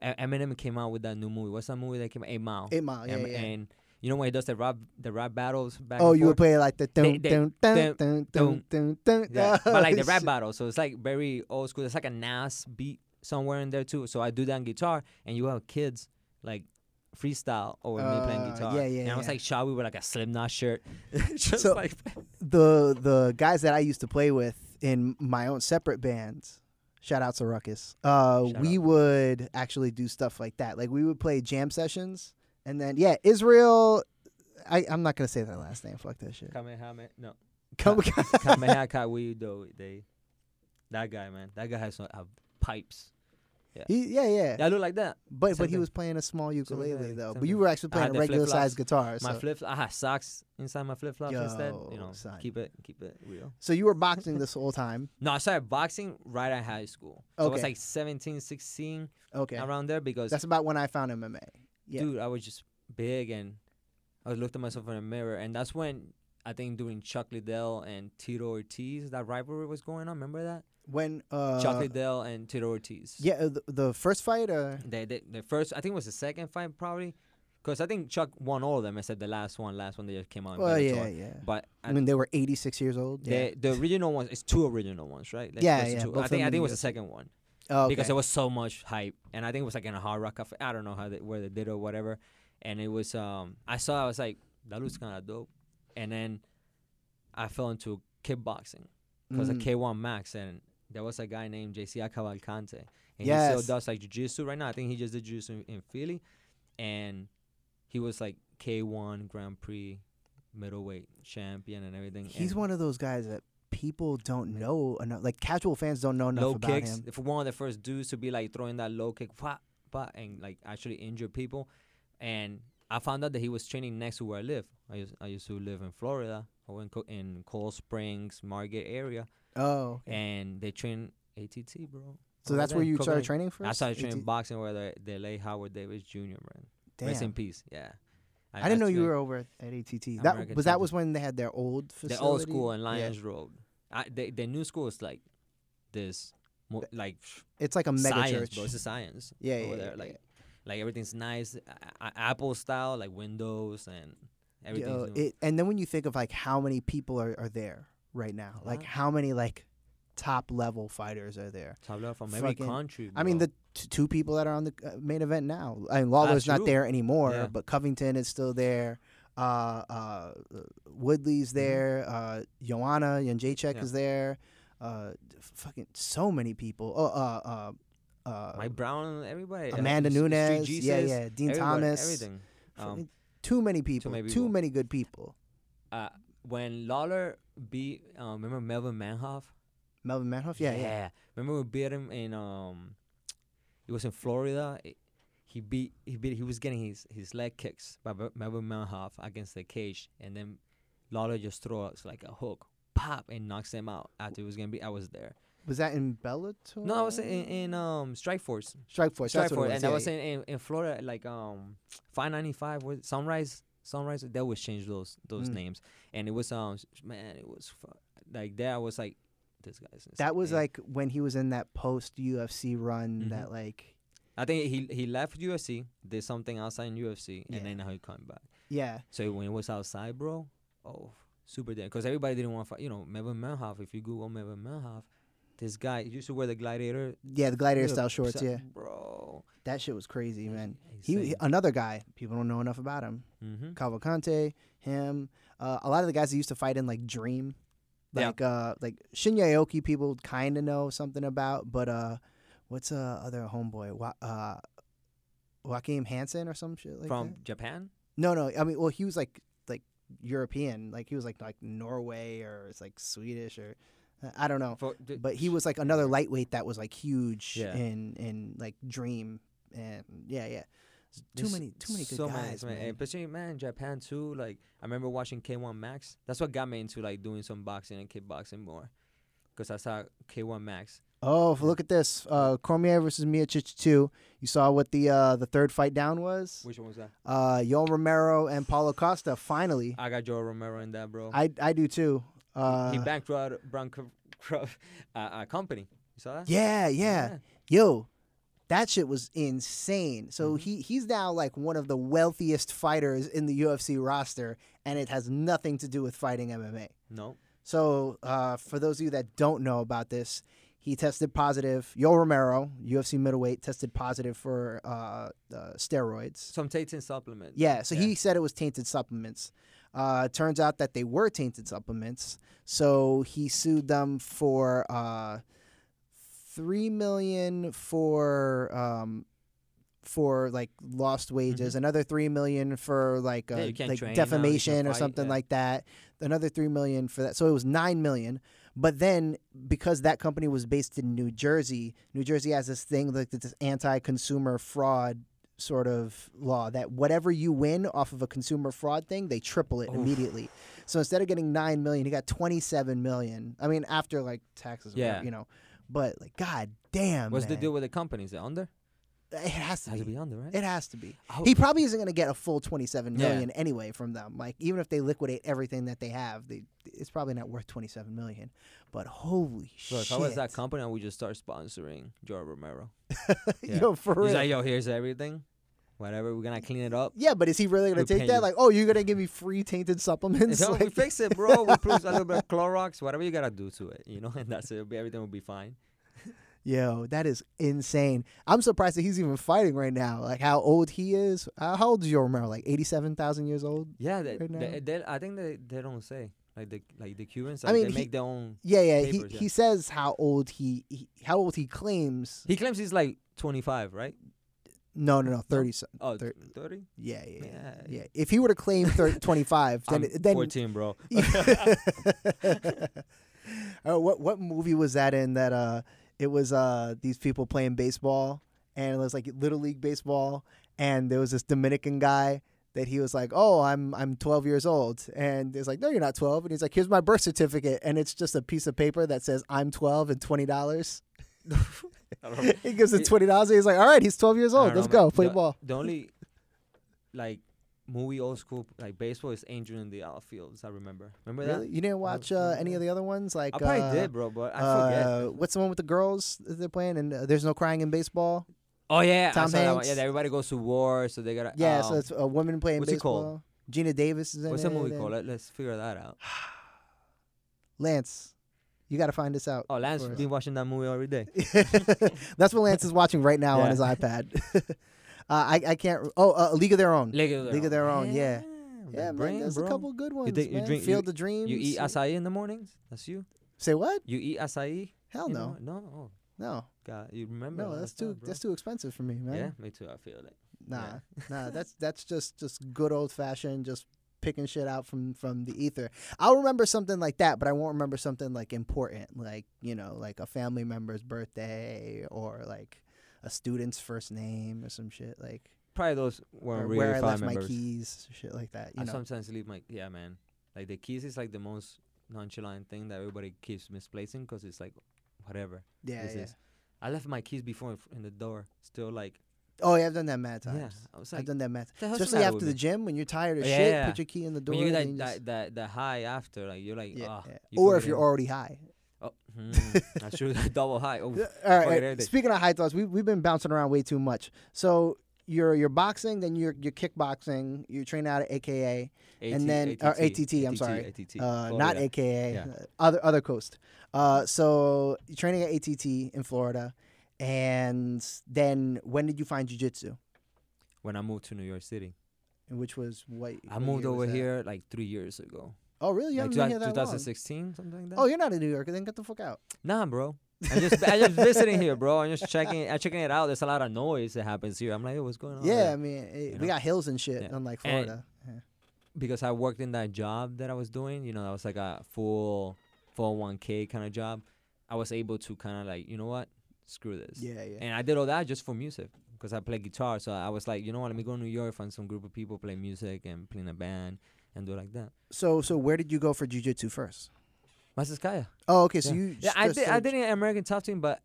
Speaker 2: E- Eminem came out with that new movie. What's that movie that came out? Eight Mile.
Speaker 1: [laughs] Eight Mile, yeah,
Speaker 2: Em-
Speaker 1: yeah.
Speaker 2: And you know when he does the rap the rap battles back
Speaker 1: oh,
Speaker 2: and
Speaker 1: you would
Speaker 2: forth?
Speaker 1: play like the dun,
Speaker 2: They- they-
Speaker 1: dun, dun, dun, dun, dun, dun. [laughs]
Speaker 2: Yeah, but like the rap
Speaker 1: Shit.
Speaker 2: battle, so it's like very old school. It's like a Nas beat somewhere in there too. So I do that on guitar, and you have kids like freestyle over me
Speaker 1: Uh,
Speaker 2: playing guitar.
Speaker 1: yeah, yeah,
Speaker 2: And I was
Speaker 1: yeah.
Speaker 2: like Shawi with like a Slipknot shirt, [laughs] just
Speaker 1: So-
Speaker 2: like
Speaker 1: the the guys that I used to play with in my own separate bands. Shout out to Ruckus. Uh,
Speaker 2: Shout
Speaker 1: we would actually do stuff like that. Like we would play jam sessions, and then yeah, Israel. I, I'm not gonna say that last name. Fuck that shit.
Speaker 2: Kamehameha. No,
Speaker 1: Come,
Speaker 2: [laughs] Kamehameha Kaiwi though. They, that guy man, that guy has uh, pipes.
Speaker 1: [laughs] he, yeah, yeah,
Speaker 2: Yeah, I look like that.
Speaker 1: But but he
Speaker 2: something.
Speaker 1: was playing a small ukulele
Speaker 2: Something,
Speaker 1: though. But
Speaker 2: something.
Speaker 1: you were actually
Speaker 2: I had
Speaker 1: playing a
Speaker 2: the
Speaker 1: regular sized
Speaker 2: flip-flops.
Speaker 1: guitar.
Speaker 2: My
Speaker 1: so.
Speaker 2: flip, I had socks inside my flip flops instead.
Speaker 1: Yo,
Speaker 2: You know,
Speaker 1: son.
Speaker 2: keep it keep it real.
Speaker 1: so you were boxing this whole time.
Speaker 2: No, I started boxing right at high school. So I was
Speaker 1: Okay.
Speaker 2: like 17, 16,
Speaker 1: Okay,
Speaker 2: around there because
Speaker 1: that's about when I found MMA. yeah.
Speaker 2: dude, I was just big and I was looked at myself in the mirror, and that's when I think during Chuck Liddell and Tito Ortiz, that rivalry was going on. Remember that?
Speaker 1: When uh,
Speaker 2: Chuck Liddell and Tito Ortiz.
Speaker 1: yeah, uh, the, the first fight. Uh,
Speaker 2: They, they, the first, I think it was the second fight probably, because I think Chuck won all of them except the last one. Last one they just came out. in
Speaker 1: well, yeah,
Speaker 2: Bellator.
Speaker 1: yeah.
Speaker 2: But I
Speaker 1: I mean, they were 86 years old. Yeah.
Speaker 2: The, the original ones, it's two original ones, right? Like,
Speaker 1: Yeah,
Speaker 2: there's
Speaker 1: yeah,
Speaker 2: two.
Speaker 1: both
Speaker 2: I
Speaker 1: of
Speaker 2: think
Speaker 1: them
Speaker 2: I
Speaker 1: in
Speaker 2: think it was
Speaker 1: the
Speaker 2: the second one
Speaker 1: Oh,
Speaker 2: because
Speaker 1: okay.
Speaker 2: there was so much hype, and I think it was like in a hard rock cafe. I don't know how they, where they did it or whatever. And it was um, I saw I was like that looks kind of dope, and then I fell into kickboxing because
Speaker 1: Mm.
Speaker 2: of K1 Max, and there was a guy named JC Cavalcante, and he
Speaker 1: Yes.
Speaker 2: still does like jujitsu right now. I think he just did jujitsu in, in Philly, and he was like K1 Grand Prix middleweight champion and everything.
Speaker 1: He's
Speaker 2: and-
Speaker 1: one of those guys that people don't know enough. Like casual fans don't know enough
Speaker 2: low
Speaker 1: about
Speaker 2: kicks.
Speaker 1: him.
Speaker 2: If one of the first dudes to be like throwing that low kick, pop, pop, and like actually injure people. And I found out that he was training next to where I live. I used, I used to live in Florida or in, Co- in Cold Springs, Margate area,
Speaker 1: Oh, okay.
Speaker 2: and they train ATT, bro.
Speaker 1: so
Speaker 2: over
Speaker 1: that's
Speaker 2: there
Speaker 1: where
Speaker 2: in
Speaker 1: you started
Speaker 2: Coconino.
Speaker 1: training first.
Speaker 2: I started training
Speaker 1: AT
Speaker 2: boxing where the, the late Howard Davis Jr. ran. Rest in
Speaker 1: Damn.
Speaker 2: peace. Yeah.
Speaker 1: I, didn't know
Speaker 2: that's
Speaker 1: you
Speaker 2: when-
Speaker 1: were over at, at ATT. That
Speaker 2: American
Speaker 1: was that
Speaker 2: Champion.
Speaker 1: was when they had their old facility.
Speaker 2: the old school in
Speaker 1: Yeah.
Speaker 2: Lions Road. I, the, the new school is like this, mo- like
Speaker 1: It's like a mega
Speaker 2: science,
Speaker 1: church.
Speaker 2: bro. It's a science.
Speaker 1: Yeah, yeah,
Speaker 2: over
Speaker 1: yeah,
Speaker 2: there.
Speaker 1: yeah,
Speaker 2: like, like everything's nice, a- a- Apple style, like windows and everything.
Speaker 1: Yo, it, and then when you think of like how many people are, are there right now,
Speaker 2: A
Speaker 1: like
Speaker 2: lot.
Speaker 1: how many like top level fighters are there?
Speaker 2: from every
Speaker 1: fucking-
Speaker 2: country.
Speaker 1: I mean,
Speaker 2: bro.
Speaker 1: the t- two people that are on the uh, main event now. I mean, Lawler's
Speaker 2: That's
Speaker 1: not
Speaker 2: true.
Speaker 1: there anymore,
Speaker 2: Yeah.
Speaker 1: but Covington is still there. Uh, uh, Woodley's there. Uh, Joanna Janjacek
Speaker 2: Mm-hmm. Yeah.
Speaker 1: is there. Uh, f- fucking so many people. Oh, uh, uh, uh,
Speaker 2: Mike Brown, everybody, uh,
Speaker 1: Amanda
Speaker 2: S- Street
Speaker 1: Nunes. yeah,
Speaker 2: Jesus,
Speaker 1: yeah. Dean
Speaker 2: everybody-
Speaker 1: Thomas.
Speaker 2: everything. Um,
Speaker 1: Fucking too many people. Too
Speaker 2: many
Speaker 1: many,
Speaker 2: people.
Speaker 1: good people.
Speaker 2: uh, when Lawler beat, um, remember Melvin Manhoff?
Speaker 1: Melvin Manhoff. Yeah, yeah.
Speaker 2: Remember we beat him in um, it was in Florida. It- he beat he beat he was getting his his leg kicks by Be- Melvin Manhoff against the cage, and then Lawler just throws like a hook, pop, and knocks him out. After it was gonna be, I was there.
Speaker 1: Was that in Bellator?
Speaker 2: No, I was in, in um Strike Force.
Speaker 1: Strike Force.
Speaker 2: Strike
Speaker 1: That's what
Speaker 2: Force,
Speaker 1: it
Speaker 2: and I
Speaker 1: yeah,
Speaker 2: was
Speaker 1: yeah.
Speaker 2: in, in in Florida, like um 595 was Sunrise. Sunrise. They always change those those
Speaker 1: Mm.
Speaker 2: names, and it was um man, it was fu- like there. I was like, this guy's
Speaker 1: That was
Speaker 2: insane.
Speaker 1: like when he was in that post UFC run.
Speaker 2: Mhm.
Speaker 1: That like.
Speaker 2: I think he he left UFC, did something outside in UFC,
Speaker 1: Yeah.
Speaker 2: and then now he come back.
Speaker 1: Yeah.
Speaker 2: So when it was outside, bro, oh, super dead. Because everybody didn't want to fight. You know, Melvin Melhoff, if you Google Melvin Melhoff, this guy he used to wear the gladiator.
Speaker 1: Yeah, the gladiator
Speaker 2: look,
Speaker 1: style shorts.
Speaker 2: so-
Speaker 1: Yeah,
Speaker 2: Bro.
Speaker 1: that shit was crazy, man. He, he- another guy. People don't know enough about him.
Speaker 2: mm-hmm.
Speaker 1: Cavalcante, him. Uh, a lot of the guys that used to fight in like Dream,
Speaker 2: Yeah.
Speaker 1: like uh, like Shinya Aoki, people kind of know something about. But uh, what's uh other homeboy? Wa- uh, Joaquin Hansen or some shit like
Speaker 2: From
Speaker 1: that.
Speaker 2: Japan?
Speaker 1: No, no. I mean, well, he was like like European. Like he was like like Norway or it's like Swedish or uh, I don't know.
Speaker 2: For, the-
Speaker 1: but he was like another lightweight that was like huge
Speaker 2: Yeah.
Speaker 1: in in like Dream and yeah, yeah. S- Too
Speaker 2: there's
Speaker 1: many, too many good
Speaker 2: so
Speaker 1: guys,
Speaker 2: so many-
Speaker 1: man.
Speaker 2: Especially man, Japan too. Like I remember watching K1 Max. That's what got me into like doing some boxing and kickboxing more, because I saw K1 Max.
Speaker 1: Oh, if- look at this, uh, Cormier versus Miocic two. You saw what the uh, the third fight down was.
Speaker 2: Which one was that?
Speaker 1: Uh, Yoel Romero and Paulo Costa. Finally,
Speaker 2: I got Joe Romero in that, bro.
Speaker 1: I I do too. Uh,
Speaker 2: he bankrupt, bankrupt [laughs] uh, a company. You saw that?
Speaker 1: yeah, yeah, Yo, that shit was insane. So
Speaker 2: Mhm.
Speaker 1: he he's now like one of the wealthiest fighters in the UFC roster, and it has nothing to do with fighting MMA.
Speaker 2: No.
Speaker 1: So, uh, for those of you that don't know about this, he tested positive. Yo Romero, UFC middleweight, tested positive for uh, uh, steroids.
Speaker 2: Some taking supplements.
Speaker 1: Yeah, so
Speaker 2: Yeah.
Speaker 1: he said it was tainted supplements. Uh, it turns out that they were tainted supplements. So he sued them for uh, three million for um, for like lost wages, another three million for like, uh,
Speaker 2: Yeah, Mm-hmm. you can't
Speaker 1: like
Speaker 2: train now, you can't
Speaker 1: defamation or
Speaker 2: fight,
Speaker 1: something
Speaker 2: yeah.
Speaker 1: like that, another three million for that. So it was nine million. But then, because that company was based in New Jersey, New Jersey has this thing like this anti-consumer fraud sort of law that whatever you win off of a consumer fraud thing, they triple it
Speaker 2: Oof.
Speaker 1: immediately. So instead of getting nine million, he got twenty-seven million. I mean, after like taxes, or whatever,
Speaker 2: Yeah.
Speaker 1: you know. But like, god damn,
Speaker 2: What's
Speaker 1: man.
Speaker 2: the deal with the company? Is it under?
Speaker 1: It has to
Speaker 2: It has to
Speaker 1: be.
Speaker 2: be under, right?
Speaker 1: It has to be.
Speaker 2: I w-
Speaker 1: He probably isn't going to get a full twenty-seven
Speaker 2: Yeah.
Speaker 1: million anyway from them. Like, even if they liquidate everything that they have, they, it's probably not worth twenty-seven million. But holy
Speaker 2: Bro,
Speaker 1: shit!
Speaker 2: if I was that company, I would just start sponsoring Joe Romero.
Speaker 1: [laughs]
Speaker 2: yeah.
Speaker 1: Yo, for
Speaker 2: He's
Speaker 1: real.
Speaker 2: like, yo, here's everything. Whatever, we're gonna clean it up.
Speaker 1: yeah, but is he really going
Speaker 2: We'll
Speaker 1: to take
Speaker 2: pay
Speaker 1: that?
Speaker 2: you.
Speaker 1: Like, oh, you're going to give me free tainted supplements?
Speaker 2: No,
Speaker 1: [laughs]
Speaker 2: we
Speaker 1: Like-
Speaker 2: fix it, bro. We put a little bit of Clorox, whatever you gotta do to it, you know, [laughs] and that's it. It'll be- Everything will be fine.
Speaker 1: Yo, that is insane. I'm surprised that he's even fighting right now. Like how old he is. Uh, how old is Joe Romero? Like 87,000 years old?
Speaker 2: Yeah, they,
Speaker 1: Right
Speaker 2: they,
Speaker 1: now.
Speaker 2: they, I think they, they don't say like the like the Cubans.
Speaker 1: I
Speaker 2: Like,
Speaker 1: mean,
Speaker 2: they
Speaker 1: he-
Speaker 2: make their own.
Speaker 1: Yeah, yeah.
Speaker 2: Papers,
Speaker 1: he
Speaker 2: yeah.
Speaker 1: he says how old he, he how old he claims.
Speaker 2: He claims he's like 25, right?
Speaker 1: No, no, no, 30. some
Speaker 2: Oh,
Speaker 1: Thir-
Speaker 2: 30?
Speaker 1: yeah, yeah, yeah,
Speaker 2: Yeah.
Speaker 1: yeah. If he were to claim thir- 25, then
Speaker 2: [laughs] I'm
Speaker 1: it- then
Speaker 2: 14,
Speaker 1: [laughs]
Speaker 2: bro.
Speaker 1: Uh, what what movie was that in that uh it was uh these people playing baseball and it was like little league baseball and there was this Dominican guy that he was like, "Oh, I'm I'm 12 years old." And it's like, "No, you're not 12." And he's like, "Here's my birth certificate." And it's just a piece of paper that says I'm 12 and $20.
Speaker 2: I
Speaker 1: [laughs]
Speaker 2: don't know.
Speaker 1: He gives him
Speaker 2: It-
Speaker 1: $20. and He's like, "All right, he's 12 years
Speaker 2: I
Speaker 1: old.
Speaker 2: don't
Speaker 1: Let's
Speaker 2: know, man.
Speaker 1: go play
Speaker 2: the,
Speaker 1: ball."
Speaker 2: The only like movie old school like baseball is Angel in the Outfields. I remember. Remember
Speaker 1: Really? You didn't watch uh, any of the other ones like
Speaker 2: that? I probably
Speaker 1: uh,
Speaker 2: did, bro, but I
Speaker 1: uh,
Speaker 2: forget.
Speaker 1: what's the one with the girls that they're playing and uh, there's no crying in baseball?
Speaker 2: Oh yeah, I
Speaker 1: Tom
Speaker 2: saw that one.
Speaker 1: Hanks?
Speaker 2: Yeah, that everybody goes to war, so they gotta.
Speaker 1: Yeah,
Speaker 2: um,
Speaker 1: so it's a woman playing
Speaker 2: what's it
Speaker 1: baseball.
Speaker 2: called?
Speaker 1: Gina Davis is in
Speaker 2: what's
Speaker 1: it.
Speaker 2: that movie
Speaker 1: and-
Speaker 2: called? Let, us figure that out.
Speaker 1: Lance. You got to find this out.
Speaker 2: Oh, Lance,
Speaker 1: course.
Speaker 2: been watching that movie every day.
Speaker 1: [laughs] That's what Lance is watching right now on
Speaker 2: Yeah.
Speaker 1: his iPad. [laughs] uh, I I can't. Oh, uh, League of Their Own.
Speaker 2: League of Their,
Speaker 1: League of Their Own, yeah.
Speaker 2: the
Speaker 1: yeah, man,
Speaker 2: brain,
Speaker 1: there's
Speaker 2: bro.
Speaker 1: a couple good ones.
Speaker 2: think- you
Speaker 1: man.
Speaker 2: drink-
Speaker 1: Field of Dreams.
Speaker 2: You eat acai in the mornings? That's you.
Speaker 1: Say what?
Speaker 2: You eat acai?
Speaker 1: Hell
Speaker 2: in the
Speaker 1: no,
Speaker 2: mor- No. Oh,
Speaker 1: no,
Speaker 2: God, you remember?
Speaker 1: no.
Speaker 2: all
Speaker 1: That's
Speaker 2: that stuff,
Speaker 1: too
Speaker 2: bro.
Speaker 1: that's too expensive for me, man.
Speaker 2: Yeah, me too. I feel like.
Speaker 1: Nah,
Speaker 2: Yeah.
Speaker 1: [laughs] nah. That's that's just just good old fashioned, just picking shit out from from the ether. I'll remember something like that, but I won't remember something like important, like you know, like a family member's birthday or like a student's first name or some shit like
Speaker 2: Probably those weren't
Speaker 1: or
Speaker 2: really
Speaker 1: where I
Speaker 2: family
Speaker 1: left my
Speaker 2: members.
Speaker 1: keys, shit like that. You
Speaker 2: I
Speaker 1: know,
Speaker 2: sometimes leave my yeah, man. Like the keys is like the most nonchalant thing that everybody keeps misplacing because it's like whatever
Speaker 1: yeah,
Speaker 2: this
Speaker 1: yeah.
Speaker 2: is. I left my keys before in, fr- in the door. Still like
Speaker 1: Oh yeah, I've done that mad times.
Speaker 2: yeah, I was
Speaker 1: I've
Speaker 2: like
Speaker 1: done that mad.
Speaker 2: the hell's the
Speaker 1: Especially
Speaker 2: matter
Speaker 1: after
Speaker 2: with
Speaker 1: the
Speaker 2: me?
Speaker 1: gym when you're tired as
Speaker 2: Yeah,
Speaker 1: shit,
Speaker 2: yeah.
Speaker 1: put your key in the door.
Speaker 2: When you
Speaker 1: and then
Speaker 2: get that,
Speaker 1: you just-
Speaker 2: that, that that high after, like you're like
Speaker 1: yeah,
Speaker 2: ah.
Speaker 1: yeah.
Speaker 2: you
Speaker 1: Or
Speaker 2: forget
Speaker 1: if you're
Speaker 2: everything.
Speaker 1: already high.
Speaker 2: oh, mm, I [laughs] should double high. Oh,
Speaker 1: Yeah, All right.
Speaker 2: Fucking
Speaker 1: uh,
Speaker 2: everything.
Speaker 1: Speaking of high thoughts, we we've been bouncing around way too much. So you're you're boxing, then you're you're kickboxing. You train out at AKA, and then or ATT. I'm sorry,
Speaker 2: ATT,
Speaker 1: uh, not
Speaker 2: Florida.
Speaker 1: AKA,
Speaker 2: Yeah.
Speaker 1: uh, other other coast. Uh, so you're training at ATT in Florida, and then when did you find jujitsu?
Speaker 2: When I moved to New York City,
Speaker 1: And Which was what
Speaker 2: I
Speaker 1: what
Speaker 2: moved
Speaker 1: year was
Speaker 2: over
Speaker 1: that?
Speaker 2: here like three years ago.
Speaker 1: Oh really? You
Speaker 2: like
Speaker 1: haven't been here that
Speaker 2: 2016, something like that.
Speaker 1: long. Oh, you're not a New Yorker. Then get the fuck out.
Speaker 2: Nah, bro. I'm just I'm just visiting here, bro. I'm just checking I'm checking it out. There's a lot of noise that happens here. I'm like, "Yo, what's going on?
Speaker 1: yeah, I
Speaker 2: there?"
Speaker 1: mean, eh,
Speaker 2: Oh, you
Speaker 1: we
Speaker 2: know?
Speaker 1: got hills and shit,
Speaker 2: Yeah.
Speaker 1: unlike
Speaker 2: And-
Speaker 1: Florida. Yeah.
Speaker 2: Because I worked in that job that I was doing, you know, that was like a full 401k kind of job. I was able to kind of like, you know what? Screw this.
Speaker 1: Yeah, yeah.
Speaker 2: And I did all that just for music because I play guitar. So I was like, you know what? Let me go to New York, find some group of people, play music and play in a band and do it like that.
Speaker 1: So so where did you go for jujitsu first?
Speaker 2: Masaskaya.
Speaker 1: Oh, okay. So
Speaker 2: Yeah.
Speaker 1: you
Speaker 2: Yeah, I
Speaker 1: just
Speaker 2: did. I
Speaker 1: started-
Speaker 2: did an American Top Team, but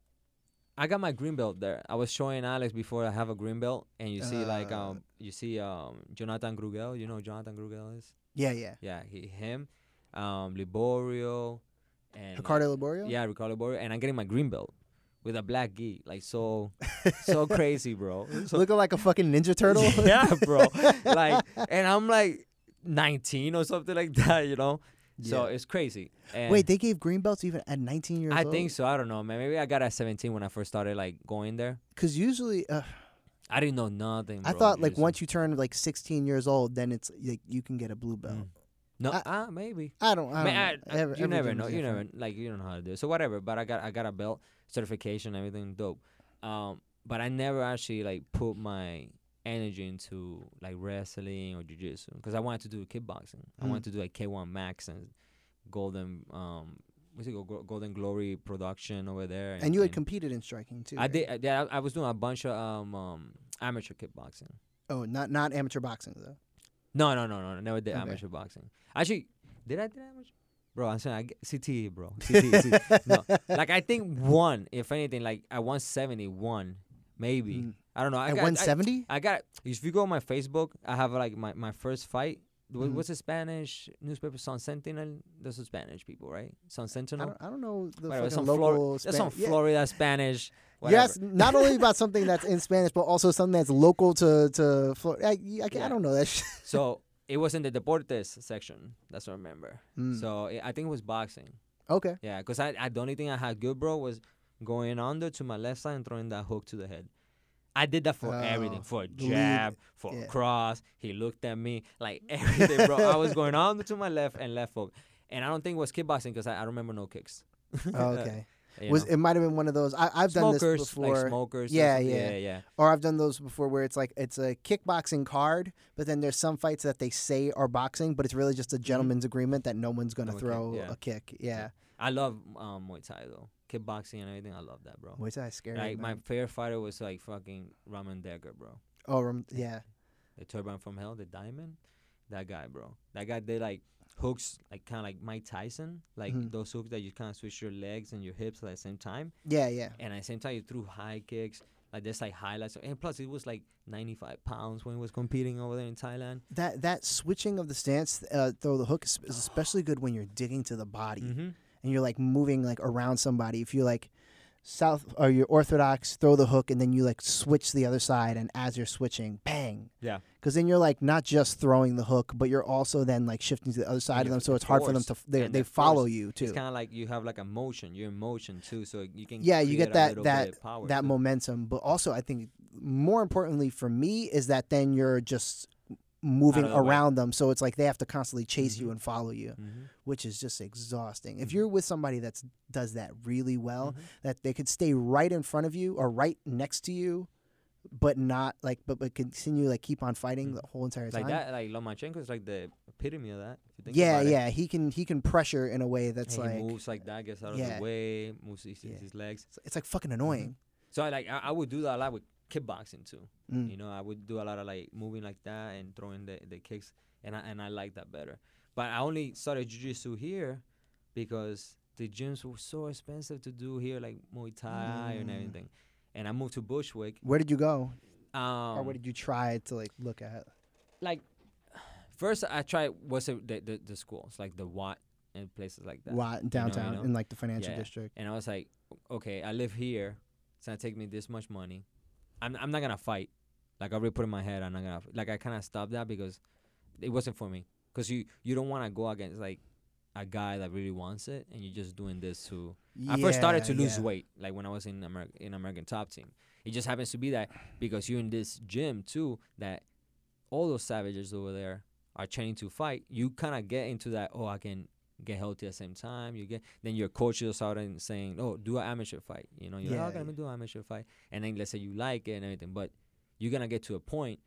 Speaker 2: I got my green belt there. I was showing Alex before I have a green belt, and you see like
Speaker 1: Uh,
Speaker 2: um, you see um, Jonathan Grugel. You know who Jonathan Grugel is?
Speaker 1: Yeah, yeah.
Speaker 2: Yeah, he him. um, Liborio, and
Speaker 1: Ricardo Liborio? [laughs]
Speaker 2: Yeah, Ricardo Liborio, and I'm getting my green belt with a black gi, like so,
Speaker 1: [laughs]
Speaker 2: so crazy, bro. So
Speaker 1: Looking like a fucking
Speaker 2: [laughs]
Speaker 1: Ninja Turtle?
Speaker 2: yeah,
Speaker 1: [laughs]
Speaker 2: bro. Like, and I'm like 19 or something like [laughs] that, you know. So
Speaker 1: Yeah.
Speaker 2: it's crazy. And
Speaker 1: Wait, they gave green belts even at 19 years
Speaker 2: I
Speaker 1: old?
Speaker 2: think so. I don't know, man. Maybe I got at 17 when I first started like going there.
Speaker 1: Because usually, uh,
Speaker 2: I didn't know nothing.
Speaker 1: I
Speaker 2: bro,
Speaker 1: thought like
Speaker 2: seriously.
Speaker 1: once you turn like 16 years old, then it's like you can get a blue belt.
Speaker 2: Mm. No,
Speaker 1: I-
Speaker 2: ah, maybe.
Speaker 1: I don't. I don't
Speaker 2: I mean, I,
Speaker 1: know.
Speaker 2: I-
Speaker 1: Every-
Speaker 2: you never
Speaker 1: everything's
Speaker 2: know. You never
Speaker 1: different.
Speaker 2: like you don't know how to do it. So whatever. But I got I got a belt certification, everything dope. Um, but I never actually like put my energy into like wrestling or jujitsu because I wanted to do kickboxing. I
Speaker 1: Mm.
Speaker 2: wanted to do like K1 Max and Golden um what's it called Gol- Golden Glory production over there.
Speaker 1: And you had competed in striking too.
Speaker 2: I
Speaker 1: right?
Speaker 2: did. I- Yeah, I, I was doing a bunch of um, um amateur kickboxing.
Speaker 1: Oh, not not amateur boxing though.
Speaker 2: No, no, no, no, no. Never did
Speaker 1: Okay.
Speaker 2: amateur boxing. Actually, did I do amateur? Bro, I'm saying I get CTE, E, bro. CTE,
Speaker 1: [laughs]
Speaker 2: CTE. No, like I think one, if anything, like at 171, [laughs] maybe.
Speaker 1: Mm.
Speaker 2: I don't know. I
Speaker 1: At
Speaker 2: got,
Speaker 1: 170?
Speaker 2: I, I got. If you go on my Facebook, I have like my my first fight. Wha-
Speaker 1: Mhm.
Speaker 2: What's the Spanish newspaper? San Sentinel. Those are Spanish people, right? San
Speaker 1: I
Speaker 2: Sentinel.
Speaker 1: don't, I don't know the
Speaker 2: Whatever.
Speaker 1: fucking
Speaker 2: That's on,
Speaker 1: local.
Speaker 2: Flor-
Speaker 1: Span-
Speaker 2: that's on
Speaker 1: Yeah. [laughs]
Speaker 2: Florida Spanish.
Speaker 1: You're
Speaker 2: Whatever.
Speaker 1: asking not only
Speaker 2: [laughs]
Speaker 1: about something that's in Spanish, but also something that's local to to Florida. I, I, can't- I
Speaker 2: Yeah.
Speaker 1: don't know that shit.
Speaker 2: So it was in the deportes section. That's what I remember.
Speaker 1: Mm.
Speaker 2: So it, I think it was boxing. [laughs]
Speaker 1: okay,
Speaker 2: Yeah, because I, I the only thing I had good, bro, was going under to my left side and throwing that hook to the head. I did that for
Speaker 1: Oh,
Speaker 2: everything, for a
Speaker 1: the lead,
Speaker 2: jab, for
Speaker 1: yeah.
Speaker 2: a cross. He looked at me like [laughs] everything, bro. I was going under to my left and left hook, and I don't think it was kickboxing because I, I don't remember no kicks. [laughs]
Speaker 1: Oh, okay.
Speaker 2: uh, You
Speaker 1: Was
Speaker 2: know?
Speaker 1: it might have been one of those? I, I've done
Speaker 2: smokers,
Speaker 1: this before.
Speaker 2: Like smokers. or
Speaker 1: Yeah,
Speaker 2: something.
Speaker 1: yeah.
Speaker 2: yeah, yeah.
Speaker 1: or I've done those before where it's like it's a kickboxing card, but then there's some fights that they say are boxing, but it's really just a gentleman's agreement that no one's gonna
Speaker 2: Mm-hmm. No one can-
Speaker 1: throw
Speaker 2: yeah.
Speaker 1: a kick. Yeah,
Speaker 2: I love um, Muay Thai though, kickboxing and everything. I love that, bro.
Speaker 1: Muay Thai is scary.
Speaker 2: like my
Speaker 1: man.
Speaker 2: favorite fighter was like fucking Raman Decker, bro.
Speaker 1: oh rem- yeah,
Speaker 2: the turbine from hell, the diamond, that guy, bro. That guy did like hooks, like kind of like Mike Tyson, like
Speaker 1: Mhm.
Speaker 2: those hooks that you kind of switch your legs and your hips at the same time,
Speaker 1: yeah, yeah.
Speaker 2: and at the same time you threw high kicks. Like there's like highlights, and plus it was like 95 pounds when he was competing over there in Thailand.
Speaker 1: That that switching of the stance, uh, throw the hook is is especially good when you're digging to the body
Speaker 2: Mm-hmm.
Speaker 1: and you're like moving like around somebody. If you like south or you're orthodox, throw the hook and then you like switch the other side, and as you're switching, bang,
Speaker 2: Yeah,
Speaker 1: because then you're like not just throwing the hook, but you're also then like shifting to the other side of
Speaker 2: you're
Speaker 1: them, so
Speaker 2: f-
Speaker 1: it's hard for them
Speaker 2: forced,
Speaker 1: to f- they,
Speaker 2: and
Speaker 1: they
Speaker 2: they're
Speaker 1: follow
Speaker 2: forced.
Speaker 1: you
Speaker 2: it's
Speaker 1: too.
Speaker 2: kind of like you have like a motion. You're in motion too, so you can
Speaker 1: Yeah, you
Speaker 2: create
Speaker 1: get
Speaker 2: a
Speaker 1: that
Speaker 2: little bit
Speaker 1: that
Speaker 2: of power
Speaker 1: that
Speaker 2: too.
Speaker 1: momentum, but also I think more importantly for me is that then you're just moving
Speaker 2: the way.
Speaker 1: around them, so it's like they have to constantly chase you
Speaker 2: Mhm.
Speaker 1: and follow you,
Speaker 2: Mhm,
Speaker 1: which is just exhausting. If
Speaker 2: Mhm.
Speaker 1: you're with somebody that's does that really well,
Speaker 2: mhm.
Speaker 1: that they could stay right in front of you or right next to you, but not like but but continue like keep on fighting
Speaker 2: Mhm.
Speaker 1: the whole entire
Speaker 2: Like
Speaker 1: time.
Speaker 2: that, like Lomachenko is like the epitome of that. If you think
Speaker 1: yeah,
Speaker 2: about it.
Speaker 1: yeah, he can he can pressure in a way that's
Speaker 2: And
Speaker 1: like
Speaker 2: he moves like that, gets out of
Speaker 1: yeah.
Speaker 2: the way, moves his,
Speaker 1: Yeah.
Speaker 2: his legs.
Speaker 1: it's- it's like fucking
Speaker 2: Mm-hmm.
Speaker 1: annoying.
Speaker 2: So I like I, I would do that a lot with kickboxing too.
Speaker 1: Mm.
Speaker 2: You know, I would do a lot of like moving like that and throwing the, the kicks, and I and I like that better. But I only started jujitsu here because the gyms were so expensive to do here, like Muay Thai and
Speaker 1: Mm.
Speaker 2: everything. And I moved to Bushwick.
Speaker 1: Where did you go,
Speaker 2: Um,
Speaker 1: or what did you try to like look at?
Speaker 2: like first I tried was it the, the the schools like the Watt and places like that.
Speaker 1: Why downtown
Speaker 2: know.
Speaker 1: in like the financial
Speaker 2: Yeah.
Speaker 1: district?
Speaker 2: And I was like, okay, I live here. It's gonna take me this much money. I'm I'm not gonna fight. Like I already put in my head, I'm not gonna like I kind of stopped that because it wasn't for me. Cause you you don't want to go against like a guy that really wants it, and you're just doing this to. I first started to
Speaker 1: Yeah,
Speaker 2: lose
Speaker 1: yeah.
Speaker 2: weight, like when I was in America in American Top Team. It just happens to be that because you're in this gym too, that all those savages over there are training to fight. You kind of get into that. Oh, I can get healthy at the same time. You get then your coach is out and saying, "Oh, do an amateur fight." You know, you're
Speaker 1: Yeah,
Speaker 2: like, "Oh, I'm
Speaker 1: yeah.
Speaker 2: gonna do an amateur fight," and then let's say you like it and everything, but you're gonna get to a point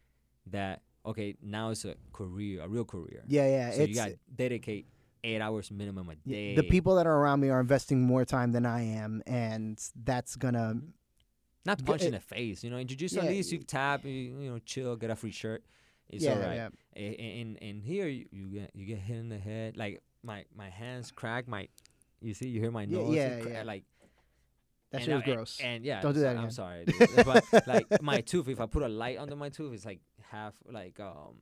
Speaker 2: that okay, now it's a career, a real career.
Speaker 1: Yeah, yeah.
Speaker 2: so you
Speaker 1: it's
Speaker 2: got to dedicate eight hours minimum a day.
Speaker 1: y- the people that are around me are investing more time than I am, and that's gonna
Speaker 2: not
Speaker 1: G-
Speaker 2: punch
Speaker 1: it-
Speaker 2: in the face. You know, in jiu-jitsu
Speaker 1: eh, Yeah,
Speaker 2: at least you
Speaker 1: y-
Speaker 2: tap, you, you know, chill, get a free shirt. It's Eh,
Speaker 1: yeah,
Speaker 2: all right.
Speaker 1: yeah.
Speaker 2: A- a- And, and here you, you get you get hit in the head. Like my my hands crack. My you see you hear my
Speaker 1: Yeah,
Speaker 2: nose. it
Speaker 1: yeah,
Speaker 2: cra-
Speaker 1: yeah.
Speaker 2: Like
Speaker 1: That
Speaker 2: and
Speaker 1: shit was
Speaker 2: I- and-
Speaker 1: gross.
Speaker 2: And, yeah,
Speaker 1: Don't do
Speaker 2: so-
Speaker 1: that again.
Speaker 2: I'm
Speaker 1: [laughs]
Speaker 2: sorry. dude. but like my tooth, if I put a light under my tooth, it's like half like um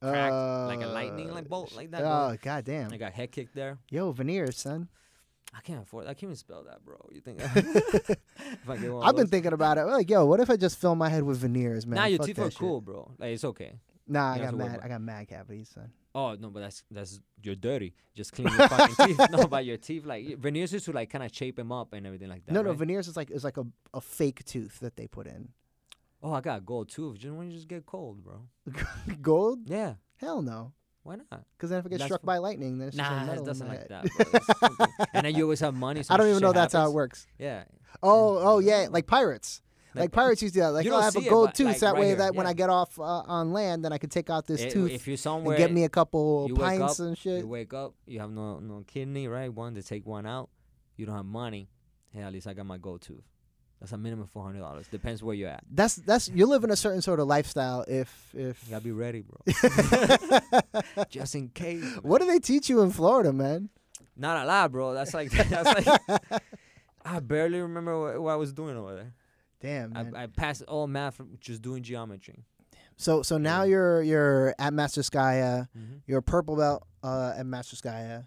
Speaker 2: cracked like a lightning
Speaker 1: Uh,
Speaker 2: like bolt like that.
Speaker 1: Oh
Speaker 2: bro.
Speaker 1: goddamn!
Speaker 2: I got head kicked there.
Speaker 1: Yo, veneers,
Speaker 2: [laughs]
Speaker 1: son.
Speaker 2: I can't afford. I can't even spell that, bro. You think? [laughs] if I get one
Speaker 1: [laughs]
Speaker 2: of
Speaker 1: I've been
Speaker 2: those-
Speaker 1: thinking about it. I'm Like, yo, what if I just fill my head with veneers, man?
Speaker 2: Nah, your
Speaker 1: Fuck
Speaker 2: teeth
Speaker 1: that
Speaker 2: are
Speaker 1: shit.
Speaker 2: cool, bro. Like it's okay.
Speaker 1: Nah, I
Speaker 2: You don't
Speaker 1: got
Speaker 2: have to worry
Speaker 1: mad.
Speaker 2: about
Speaker 1: I got mad cavities, son.
Speaker 2: Oh no, but that's that's you're dirty. Just clean your
Speaker 1: [laughs]
Speaker 2: fucking teeth. No, but your teeth like y- veneers used to like kind of shape them up and everything like that.
Speaker 1: no, no,
Speaker 2: right?
Speaker 1: veneers is like is like a, a fake tooth that they put in. [laughs]
Speaker 2: oh, I got a gold tooth. Just when you just get cold, bro.
Speaker 1: Gold?
Speaker 2: Yeah,
Speaker 1: Hell no.
Speaker 2: why not?
Speaker 1: Because then if I get
Speaker 2: That's
Speaker 1: struck
Speaker 2: fu-
Speaker 1: by lightning, then it's just like
Speaker 2: Nah,
Speaker 1: metal
Speaker 2: it
Speaker 1: in
Speaker 2: doesn't
Speaker 1: my
Speaker 2: like
Speaker 1: head. [laughs]
Speaker 2: that. Bro. It's something- and then you always have money. So
Speaker 1: I don't even
Speaker 2: shit
Speaker 1: know that's how it
Speaker 2: happens.
Speaker 1: works.
Speaker 2: Yeah,
Speaker 1: Oh, oh yeah, like pirates. Like, pirates used to do that. Like,
Speaker 2: You
Speaker 1: oh, I
Speaker 2: don't
Speaker 1: have a
Speaker 2: see it,
Speaker 1: gold
Speaker 2: but,
Speaker 1: tooth.
Speaker 2: like,
Speaker 1: that
Speaker 2: right
Speaker 1: way,
Speaker 2: here,
Speaker 1: that when
Speaker 2: yeah.
Speaker 1: I get off uh, on land, then I can take out this
Speaker 2: i-
Speaker 1: tooth
Speaker 2: If you're
Speaker 1: and
Speaker 2: somewhere,
Speaker 1: get me a couple
Speaker 2: you wake
Speaker 1: pints
Speaker 2: up,
Speaker 1: and shit.
Speaker 2: you wake up, you have no no kidney, right? One to take one out. You don't have money. Hey, at least I got my gold tooth. That's a minimum four hundred dollars. Depends where you're at.
Speaker 1: That's that's you live in a certain sort of lifestyle. If if
Speaker 2: You gotta be
Speaker 1: [laughs]
Speaker 2: ready, bro. just in case. man.
Speaker 1: what do they teach you in Florida, man?
Speaker 2: Not a lot, bro. That's like [laughs] that's
Speaker 1: [laughs]
Speaker 2: like I barely remember what, what I was doing over there.
Speaker 1: Damn, man.
Speaker 2: I, I passed all math from just doing geometry.
Speaker 1: so so now
Speaker 2: Yeah.
Speaker 1: you're you're at Master Skaya.
Speaker 2: Mm-hmm.
Speaker 1: You're a purple belt uh, at Master Skaya,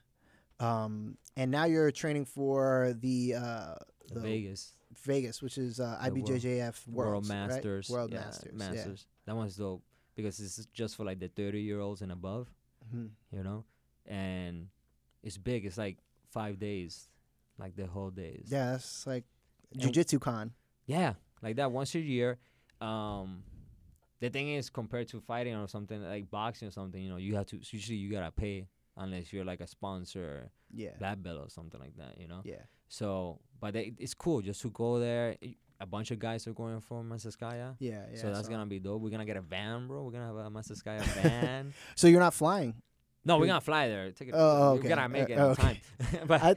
Speaker 1: um, and now you're training for the uh, the
Speaker 2: Vegas
Speaker 1: Vegas, which is uh,
Speaker 2: The world-
Speaker 1: IBJJF
Speaker 2: World
Speaker 1: Worlds, right?
Speaker 2: Masters,
Speaker 1: World
Speaker 2: yeah,
Speaker 1: Masters, yeah.
Speaker 2: Masters. That one's dope because this is just for like the thirty year olds and above,
Speaker 1: Mhm.
Speaker 2: you know. And it's big. It's like five days, like the whole days.
Speaker 1: Yeah, that's like
Speaker 2: And-
Speaker 1: jujitsu con.
Speaker 2: Yeah, like that once a year. Um, the thing is, compared to fighting or something like boxing or something, you know, you have to usually you gotta pay unless you're like a sponsor,
Speaker 1: Yeah.
Speaker 2: black belt or something like that, you know.
Speaker 1: Yeah.
Speaker 2: So, but they, it's cool just to go there. I- A bunch of guys are going for Masaskaya.
Speaker 1: Yeah. Yeah.
Speaker 2: so that's gonna be dope. We're gonna get a van, bro. We're gonna have a
Speaker 1: [laughs]
Speaker 2: Masaskaya van.
Speaker 1: So you're not
Speaker 2: [laughs]
Speaker 1: flying.
Speaker 2: No, we're
Speaker 1: Dude.
Speaker 2: gonna fly there. Take it.
Speaker 1: Oh, okay.
Speaker 2: We gotta make
Speaker 1: Uh,
Speaker 2: it on
Speaker 1: okay.
Speaker 2: time. [laughs] but
Speaker 1: I,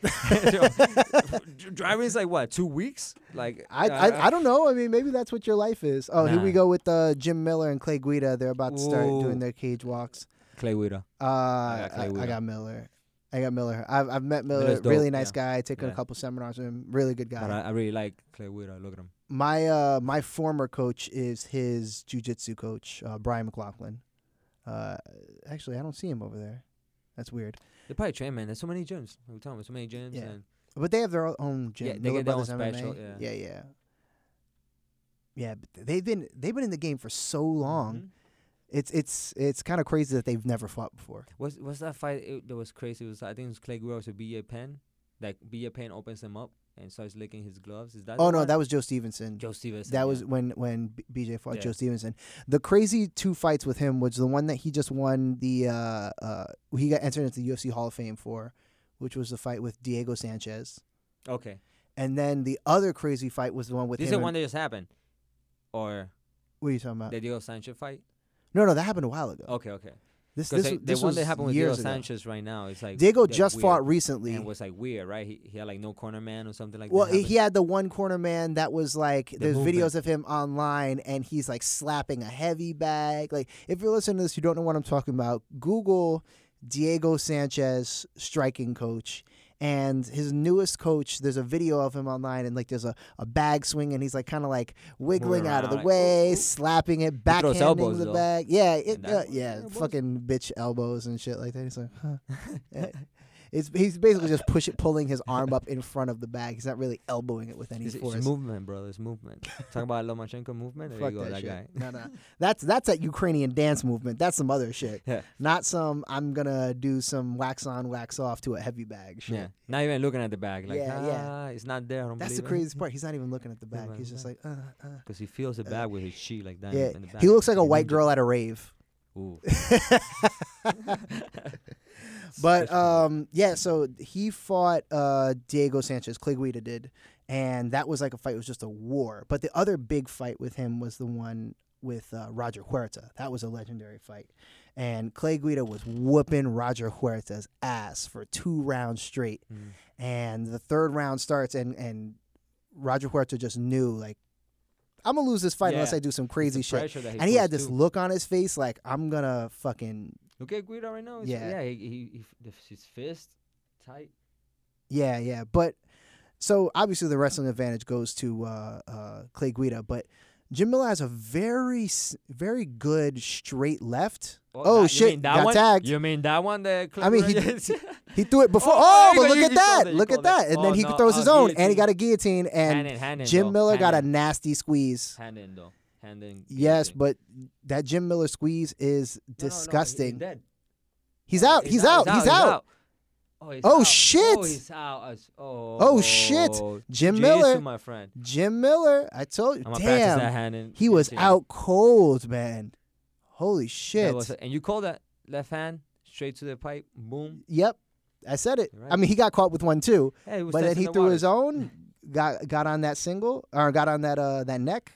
Speaker 1: [laughs]
Speaker 2: dr- driving is like what? Two weeks? Like uh,
Speaker 1: I, I I don't know. I mean, maybe that's what your life is. Oh, here we
Speaker 2: Nah.
Speaker 1: go with uh, Jim Miller and Clay Guida. They're about to start
Speaker 2: Ooh.
Speaker 1: doing their cage walks.
Speaker 2: Clay Wida.
Speaker 1: Uh, I,
Speaker 2: got Clay
Speaker 1: I
Speaker 2: Guida.
Speaker 1: got Miller. I got Miller. I've, I've met Miller.
Speaker 2: Miller's
Speaker 1: really
Speaker 2: dope,
Speaker 1: nice
Speaker 2: yeah.
Speaker 1: guy. Taken a
Speaker 2: Yeah.
Speaker 1: couple seminars with him. Really good guy.
Speaker 2: But I, I really like Clay Widow. Look at him.
Speaker 1: my uh my former coach is his jujitsu coach, uh, Brian McLaughlin. Uh, actually, I don't see him over there. That's weird.
Speaker 2: They probably train, man. There's so many gyms. We're talking about so many gyms.
Speaker 1: Yeah.
Speaker 2: And
Speaker 1: But they have their own gym.
Speaker 2: Yeah, they
Speaker 1: Miller
Speaker 2: get their own
Speaker 1: Brothers MMA.
Speaker 2: special, yeah.
Speaker 1: yeah, yeah. Yeah, but they've been they've been in the game for so long.
Speaker 2: Mhm.
Speaker 1: It's it's it's kind of crazy that they've never fought before.
Speaker 2: What's what's that fight it, that was crazy? It was I think it was Clay Guerrero to B.A. Penn. Like B.A. Penn opens him up and starts licking his gloves. Is that?
Speaker 1: oh
Speaker 2: the
Speaker 1: no,
Speaker 2: one?
Speaker 1: that was Joe Stevenson.
Speaker 2: Joe Stevenson.
Speaker 1: that
Speaker 2: yeah.
Speaker 1: was when when B- BJ fought
Speaker 2: Yeah.
Speaker 1: Joe Stevenson. The crazy two fights with him was the one that he just won the uh, uh he got entered into the UFC Hall of Fame for, which was the fight with Diego Sanchez.
Speaker 2: okay.
Speaker 1: And then the other crazy fight was the one with
Speaker 2: This is
Speaker 1: him.
Speaker 2: the
Speaker 1: and- Uh,
Speaker 2: one that just happened, or
Speaker 1: what are you talking about?
Speaker 2: the Diego Sanchez fight.
Speaker 1: no, no, that happened a while ago.
Speaker 2: Okay, okay.
Speaker 1: this
Speaker 2: Because
Speaker 1: this,
Speaker 2: the
Speaker 1: was- this
Speaker 2: one
Speaker 1: was
Speaker 2: that happened with Diego
Speaker 1: years ago.
Speaker 2: Sanchez right now is like
Speaker 1: Diego
Speaker 2: they're
Speaker 1: just
Speaker 2: weird
Speaker 1: fought recently.
Speaker 2: and was like weird, right? He, he had like no corner man or something like
Speaker 1: well,
Speaker 2: that.
Speaker 1: he he had the one corner man that was like there's videos
Speaker 2: movement.
Speaker 1: of him online, and he's like slapping a heavy bag. Like if you're listening to this, you don't know what I'm talking about. Google Diego Sanchez striking coach. And his newest coach, there's a video of him online, and like there's a, a bag swing, and he's like kind of like wiggling out of
Speaker 2: around,
Speaker 1: the
Speaker 2: like, ooh,
Speaker 1: way,
Speaker 2: ooh.
Speaker 1: slapping it, backhanding
Speaker 2: elbows,
Speaker 1: the
Speaker 2: though.
Speaker 1: bag. Yeah, it,
Speaker 2: And that-
Speaker 1: uh, yeah,
Speaker 2: elbows.
Speaker 1: fucking bitch elbows and shit like that. He's like, huh. Eh. It's he's basically just push pulling his arm up in front of the bag. He's not really elbowing it with any
Speaker 2: It's, it's
Speaker 1: force.
Speaker 2: movement, bro. It's movement.
Speaker 1: [laughs]
Speaker 2: Talking about Lomachenko movement. There
Speaker 1: Fuck
Speaker 2: you go,
Speaker 1: that,
Speaker 2: that,
Speaker 1: shit.
Speaker 2: guy.
Speaker 1: No, no, that's that's that Ukrainian dance movement. That's some other shit.
Speaker 2: Yeah.
Speaker 1: Not some. I'm gonna do some wax on, wax off to a heavy bag. Shit.
Speaker 2: Yeah. Not even looking at the bag. Like,
Speaker 1: Yeah, yeah.
Speaker 2: ah, it's not there. I don't
Speaker 1: That's the craziest part. He's not even looking at the bag.
Speaker 2: man,
Speaker 1: He's just
Speaker 2: yeah.
Speaker 1: like, uh, uh.
Speaker 2: Because he feels the bag with his cheek like that. in-
Speaker 1: Yeah.
Speaker 2: in the back.
Speaker 1: He looks like a
Speaker 2: He's
Speaker 1: white
Speaker 2: ninja.
Speaker 1: girl at a
Speaker 2: [laughs]
Speaker 1: rave. [laughs]
Speaker 2: Ooh.
Speaker 1: But um, yeah, so he fought uh, Diego Sanchez, Cligüita did, and that was like a fight. It was just a war. But the other big fight with him was the one with uh, Roger Huerta. That was a legendary fight, and Cligüita was whooping Roger Huerta's ass for two rounds straight.
Speaker 2: Mm.
Speaker 1: And the third round starts, and and Roger Huerta just knew like, I'm gonna lose this fight unless
Speaker 2: Yeah.
Speaker 1: I do some
Speaker 2: It's
Speaker 1: crazy
Speaker 2: the
Speaker 1: shit.
Speaker 2: pressure that
Speaker 1: And he had
Speaker 2: puts,
Speaker 1: this
Speaker 2: too.
Speaker 1: look on his face like, I'm gonna fucking
Speaker 2: Look at Guido right now. He's-
Speaker 1: Yeah.
Speaker 2: Yeah. He, he, he, the- his fist tight.
Speaker 1: Yeah, yeah. But so obviously the wrestling advantage goes to uh, uh, Clay Guida, but Jim Miller has a very, s- very good straight left.
Speaker 2: Oh,
Speaker 1: Oh,
Speaker 2: that- you
Speaker 1: shit,
Speaker 2: mean that
Speaker 1: got
Speaker 2: one?
Speaker 1: tagged.
Speaker 2: You mean that one? The
Speaker 1: I mean, he-
Speaker 2: Clippers-
Speaker 1: He threw it before.
Speaker 2: Oh,
Speaker 1: Oh,
Speaker 2: there you
Speaker 1: but
Speaker 2: go.
Speaker 1: look
Speaker 2: You-
Speaker 1: at
Speaker 2: you
Speaker 1: that!
Speaker 2: called it, you
Speaker 1: Look at
Speaker 2: called it.
Speaker 1: that! And then
Speaker 2: Oh,
Speaker 1: he
Speaker 2: no,
Speaker 1: throws
Speaker 2: uh,
Speaker 1: his own, and he
Speaker 2: guillotine.
Speaker 1: got a guillotine.
Speaker 2: hand
Speaker 1: And
Speaker 2: in, hand in,
Speaker 1: Jim
Speaker 2: though.
Speaker 1: Miller
Speaker 2: hand
Speaker 1: got a
Speaker 2: in.
Speaker 1: nasty squeeze.
Speaker 2: hand in though. Hand in.
Speaker 1: Yes,
Speaker 2: guillotine.
Speaker 1: but that Jim Miller squeeze is
Speaker 2: No, no, no, he- he's
Speaker 1: disgusting.
Speaker 2: dead.
Speaker 1: He's out. He's out. He's out.
Speaker 2: Oh, he's
Speaker 1: Oh,
Speaker 2: out.
Speaker 1: shit.
Speaker 2: Oh, he's out. I s- Oh,
Speaker 1: shit. Jim
Speaker 2: Jason,
Speaker 1: Miller.
Speaker 2: my friend.
Speaker 1: Jim Miller. I told you.
Speaker 2: I'm gonna practice that
Speaker 1: Damn.
Speaker 2: hand in.
Speaker 1: He was
Speaker 2: guillotine.
Speaker 1: out cold, man. Holy
Speaker 2: That
Speaker 1: shit.
Speaker 2: was- and you call that left hand straight to the pipe. Boom.
Speaker 1: Yep. I said it. I
Speaker 2: Right.
Speaker 1: mean, he got caught with one too,
Speaker 2: Hey, it was
Speaker 1: but then
Speaker 2: testing
Speaker 1: he
Speaker 2: the
Speaker 1: threw
Speaker 2: waters.
Speaker 1: his own, got got on that single or got on that uh that neck.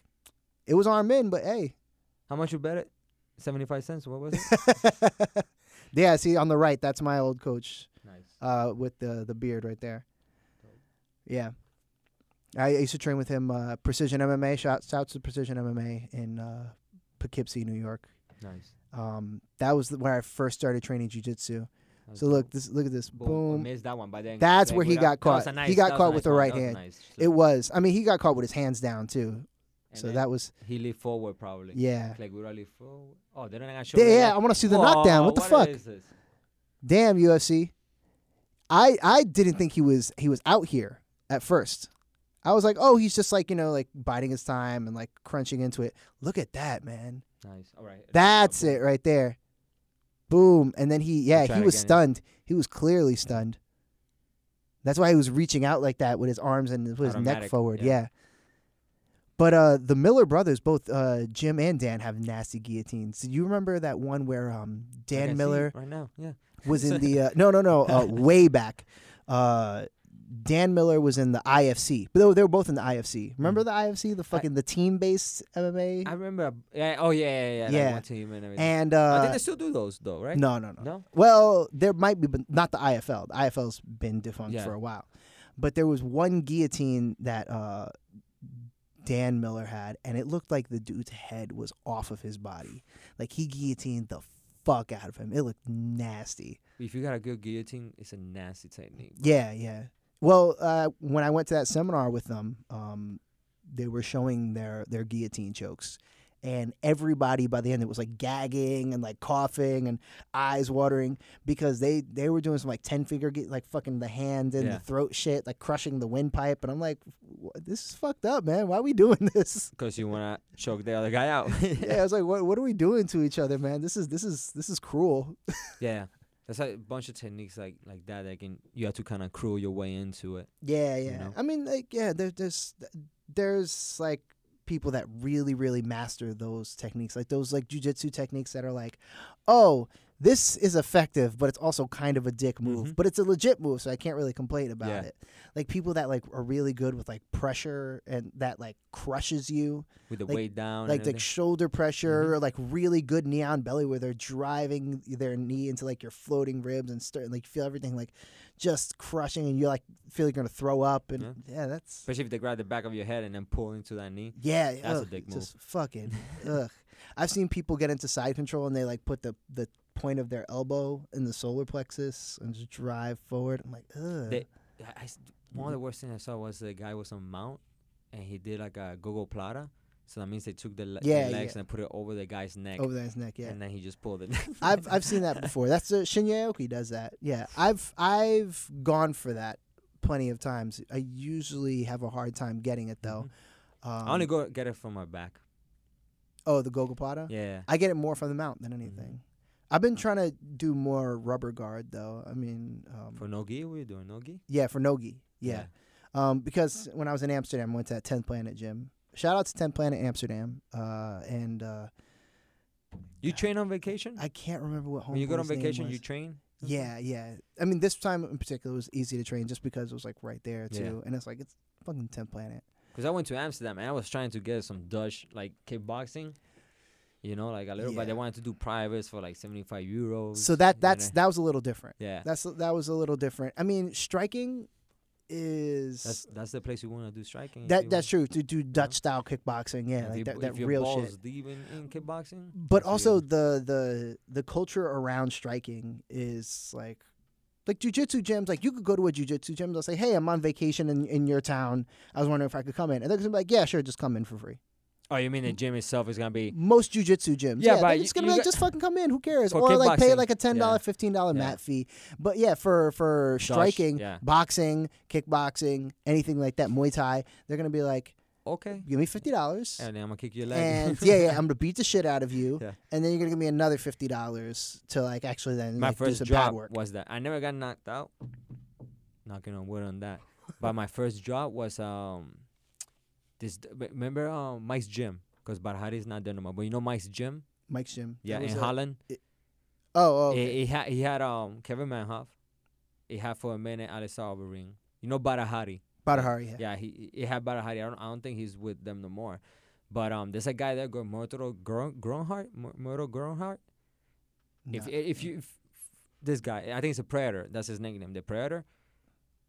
Speaker 1: It was arm in, but hey, [laughs]
Speaker 2: How much you bet it? Seventy-five cents. What was it?
Speaker 1: yeah. See on the right, that's my old coach
Speaker 2: nice.
Speaker 1: uh, with the the beard right there. Yeah, I used to train with him. Uh, Precision MMA. Shout shouts to Precision MMA in uh, Poughkeepsie, New York.
Speaker 2: Nice.
Speaker 1: Um, that was where I first started training jujitsu.
Speaker 2: That was
Speaker 1: So
Speaker 2: cool.
Speaker 1: look this, look at this.
Speaker 2: Boom. I
Speaker 1: Boom.
Speaker 2: Missed that one, but then
Speaker 1: That's
Speaker 2: like,
Speaker 1: where he
Speaker 2: we
Speaker 1: got
Speaker 2: that was
Speaker 1: caught.
Speaker 2: a
Speaker 1: He
Speaker 2: nice-
Speaker 1: got
Speaker 2: that was
Speaker 1: caught
Speaker 2: a
Speaker 1: with
Speaker 2: nice
Speaker 1: the
Speaker 2: one.
Speaker 1: right
Speaker 2: That was a
Speaker 1: hand.
Speaker 2: nice
Speaker 1: It
Speaker 2: slip.
Speaker 1: was. I mean, he got caught with his hands down too.
Speaker 2: And
Speaker 1: So
Speaker 2: then
Speaker 1: that was
Speaker 2: he leaped forward probably.
Speaker 1: yeah.
Speaker 2: Like we really forward. Oh, they don't actually.
Speaker 1: Yeah, yeah, I want to see the
Speaker 2: Oh,
Speaker 1: knockdown. What the fuck? Damn UFC. I I didn't think he was he was out here at first. I was like, oh, he's just like you know like biding his time and like crunching into it. Look at that man.
Speaker 2: Nice. All right.
Speaker 1: That's
Speaker 2: Okay.
Speaker 1: it right there. Boom. And then he yeah
Speaker 2: try
Speaker 1: he
Speaker 2: it
Speaker 1: was
Speaker 2: again, yeah.
Speaker 1: stunned. He was clearly stunned. That's why he was reaching out like that with his arms and with his neck
Speaker 2: Automatic,
Speaker 1: forward. Yeah.
Speaker 2: yeah.
Speaker 1: But uh, the Miller brothers, both uh, Jim and Dan, have nasty guillotines. Do you remember that one where um,
Speaker 2: I
Speaker 1: Dan
Speaker 2: can see
Speaker 1: Miller
Speaker 2: [laughs] it right now. Yeah.
Speaker 1: was in
Speaker 2: [laughs]
Speaker 1: the uh, no no no uh, way back. Uh, Dan Miller was in the IFC, but they were, they were both in the IFC. Remember the IFC, the fucking the team based MMA,
Speaker 2: Hmm. I remember. a- Yeah. Oh yeah, yeah, yeah.
Speaker 1: Yeah.
Speaker 2: Like one team and everything.
Speaker 1: and
Speaker 2: I think
Speaker 1: uh,
Speaker 2: they still do those though, right?
Speaker 1: no no no.
Speaker 2: No.
Speaker 1: Well, there might be, but not the IFL. The IFL's been defunct
Speaker 2: Yeah.
Speaker 1: for a while, but there was one guillotine that uh, Dan Miller had, and it looked like the dude's head was off of his body. Like he guillotined the fuck out of him. It looked nasty.
Speaker 2: If you got a good guillotine, it's a nasty technique.
Speaker 1: Yeah, yeah. Well, uh, when I went to that seminar with them, um, they were showing their their guillotine chokes, and everybody by the end it was like gagging and like coughing and eyes watering because they they were doing some like ten finger gu- like fucking the hand and
Speaker 2: Yeah.
Speaker 1: the throat shit like crushing the windpipe, and I'm like, "Wha- this is fucked up, man. Why are we doing [laughs] this?
Speaker 2: Because you wanna choke the other
Speaker 1: [laughs]
Speaker 2: guy out.
Speaker 1: yeah, I was like, what what are we doing to each other, man? This is this is this is cruel.
Speaker 2: [laughs] Yeah. That's like a bunch of techniques like like that that can you have to kind of crawl your way into it.
Speaker 1: Yeah, yeah.
Speaker 2: you know?
Speaker 1: I mean, like, yeah, there, there's there's like people that really, really master those techniques, like those like jujitsu techniques that are like, oh, this is effective, but it's also kind of a dick move,
Speaker 2: Mhm.
Speaker 1: but it's a legit move, so I can't really complain about
Speaker 2: Yeah.
Speaker 1: it. Like people that like are really good with like pressure and that like crushes you,
Speaker 2: with the
Speaker 1: Like-
Speaker 2: weight down.
Speaker 1: like
Speaker 2: and Mm-hmm.
Speaker 1: like shoulder pressure, or like really good neon belly where they're driving their knee into like your floating ribs and start like feel everything like just crushing and you like feel like you're gonna throw up and yeah,
Speaker 2: Yeah.
Speaker 1: that's
Speaker 2: Especially if they grab the back of your head and then pull into that knee.
Speaker 1: yeah,
Speaker 2: That's a
Speaker 1: ugh,
Speaker 2: dick
Speaker 1: just
Speaker 2: [laughs]
Speaker 1: fucking ugh. I've seen people get into side control and they like put the the point of their elbow in the solar plexus and just drive forward. I'm like, ugh.
Speaker 2: They- I- I s- one of the worst things I saw was the guy was on mount and he did like a gogo plata. So that means they took the, le- the
Speaker 1: Yeah,
Speaker 2: legs
Speaker 1: yeah.
Speaker 2: and put it over the guy's neck.
Speaker 1: over there his neck, yeah.
Speaker 2: And then he just pulled it. [laughs]
Speaker 1: I've I've seen that before. That's a, Shinya Aoki does that. Yeah, I've I've gone for that plenty of times. I usually have a hard time getting it though. Um,
Speaker 2: Mm-hmm. I only go get it from my back.
Speaker 1: oh, the Gogo Plata.
Speaker 2: Yeah. Mm-hmm. Oh.
Speaker 1: I get it more from the mount than anything. I've been trying to do more rubber guard though. I mean, um,
Speaker 2: For no gi, what are you doing? No gi?
Speaker 1: yeah, for nogi. Yeah. Um, because when I was in Amsterdam, I went to that 10th Planet gym. Shout out to 10th Planet Amsterdam. Uh, and uh,
Speaker 2: You train on vacation?
Speaker 1: I can't remember what home.
Speaker 2: Hmm. when you go on vacation, you train?
Speaker 1: Yeah, yeah. I mean, this time in particular was easy to train just because it was like right there
Speaker 2: Yeah.
Speaker 1: too, and it's like it's fucking ten planet.
Speaker 2: Because I went to Amsterdam and I was trying to get some Dutch, like kickboxing. You know, like a little, but they
Speaker 1: Yeah.
Speaker 2: wanted to do privates for like 75 euros.
Speaker 1: So that
Speaker 2: you
Speaker 1: that's
Speaker 2: know?
Speaker 1: that was a little different.
Speaker 2: Yeah.
Speaker 1: That's that was a little different. I mean, striking is
Speaker 2: That's that's the place you want to do striking. if you
Speaker 1: that
Speaker 2: want-
Speaker 1: that's true to do Dutch style kickboxing. Yeah,
Speaker 2: if
Speaker 1: like
Speaker 2: you-
Speaker 1: that,
Speaker 2: if
Speaker 1: that
Speaker 2: your
Speaker 1: real
Speaker 2: balls
Speaker 1: shit.
Speaker 2: deep in, in kickboxing.
Speaker 1: But
Speaker 2: that's what
Speaker 1: also
Speaker 2: you-
Speaker 1: the the the culture around striking is like. Like jujitsu gyms, like you could go to a jujitsu gym. They'll say, "Hey, I'm on vacation in, in your town. I was wondering if I could come in," and they're gonna be like, "Yeah, sure, just come in for free."
Speaker 2: Oh, you mean the gym itself is gonna be?
Speaker 1: Most jujitsu gyms,
Speaker 2: Yeah,
Speaker 1: yeah,
Speaker 2: but
Speaker 1: they're
Speaker 2: you-
Speaker 1: just gonna
Speaker 2: you
Speaker 1: be like,
Speaker 2: got-
Speaker 1: just fucking come in. Who cares?
Speaker 2: For
Speaker 1: Or like pay
Speaker 2: kickboxing,
Speaker 1: like a ten dollar,
Speaker 2: yeah.
Speaker 1: fifteen dollar
Speaker 2: Yeah.
Speaker 1: mat fee. But yeah, for for striking,
Speaker 2: yeah.
Speaker 1: boxing, kickboxing, anything like that, Muay Thai, they're gonna be like,
Speaker 2: Okay.
Speaker 1: give me fifty dollars,
Speaker 2: And then I'm gonna kick your leg. [laughs]
Speaker 1: and [laughs] yeah, yeah, I'm gonna beat the shit out of you,
Speaker 2: Yeah.
Speaker 1: and then you're gonna give me another fifty dollars to like actually then
Speaker 2: my
Speaker 1: like, do
Speaker 2: first
Speaker 1: some
Speaker 2: job
Speaker 1: pad work.
Speaker 2: was that I never got knocked out. Knocking on wood on that. but my first job was um this d- b- remember um Mike's gym because Barhari is not there no more. But you know Mike's gym,
Speaker 1: Mike's gym.
Speaker 2: yeah,
Speaker 1: That was
Speaker 2: in
Speaker 1: a-
Speaker 2: Holland.
Speaker 1: Oh, oh,
Speaker 2: He
Speaker 1: okay.
Speaker 2: he had he had um Kevin Manhoff. He had for a minute Alex Alvarin. You know Barahari.
Speaker 1: Badahari, yeah.
Speaker 2: Yeah, he he had Barahari. I don't I don't think he's with them no more. But um, there's a guy there, Gro- Myrtle Gron- Gronhart, Myr- Myrtle Gronhart.
Speaker 1: No.
Speaker 2: If eh, if you if this guy, I think it's a predator. That's his nickname, the predator.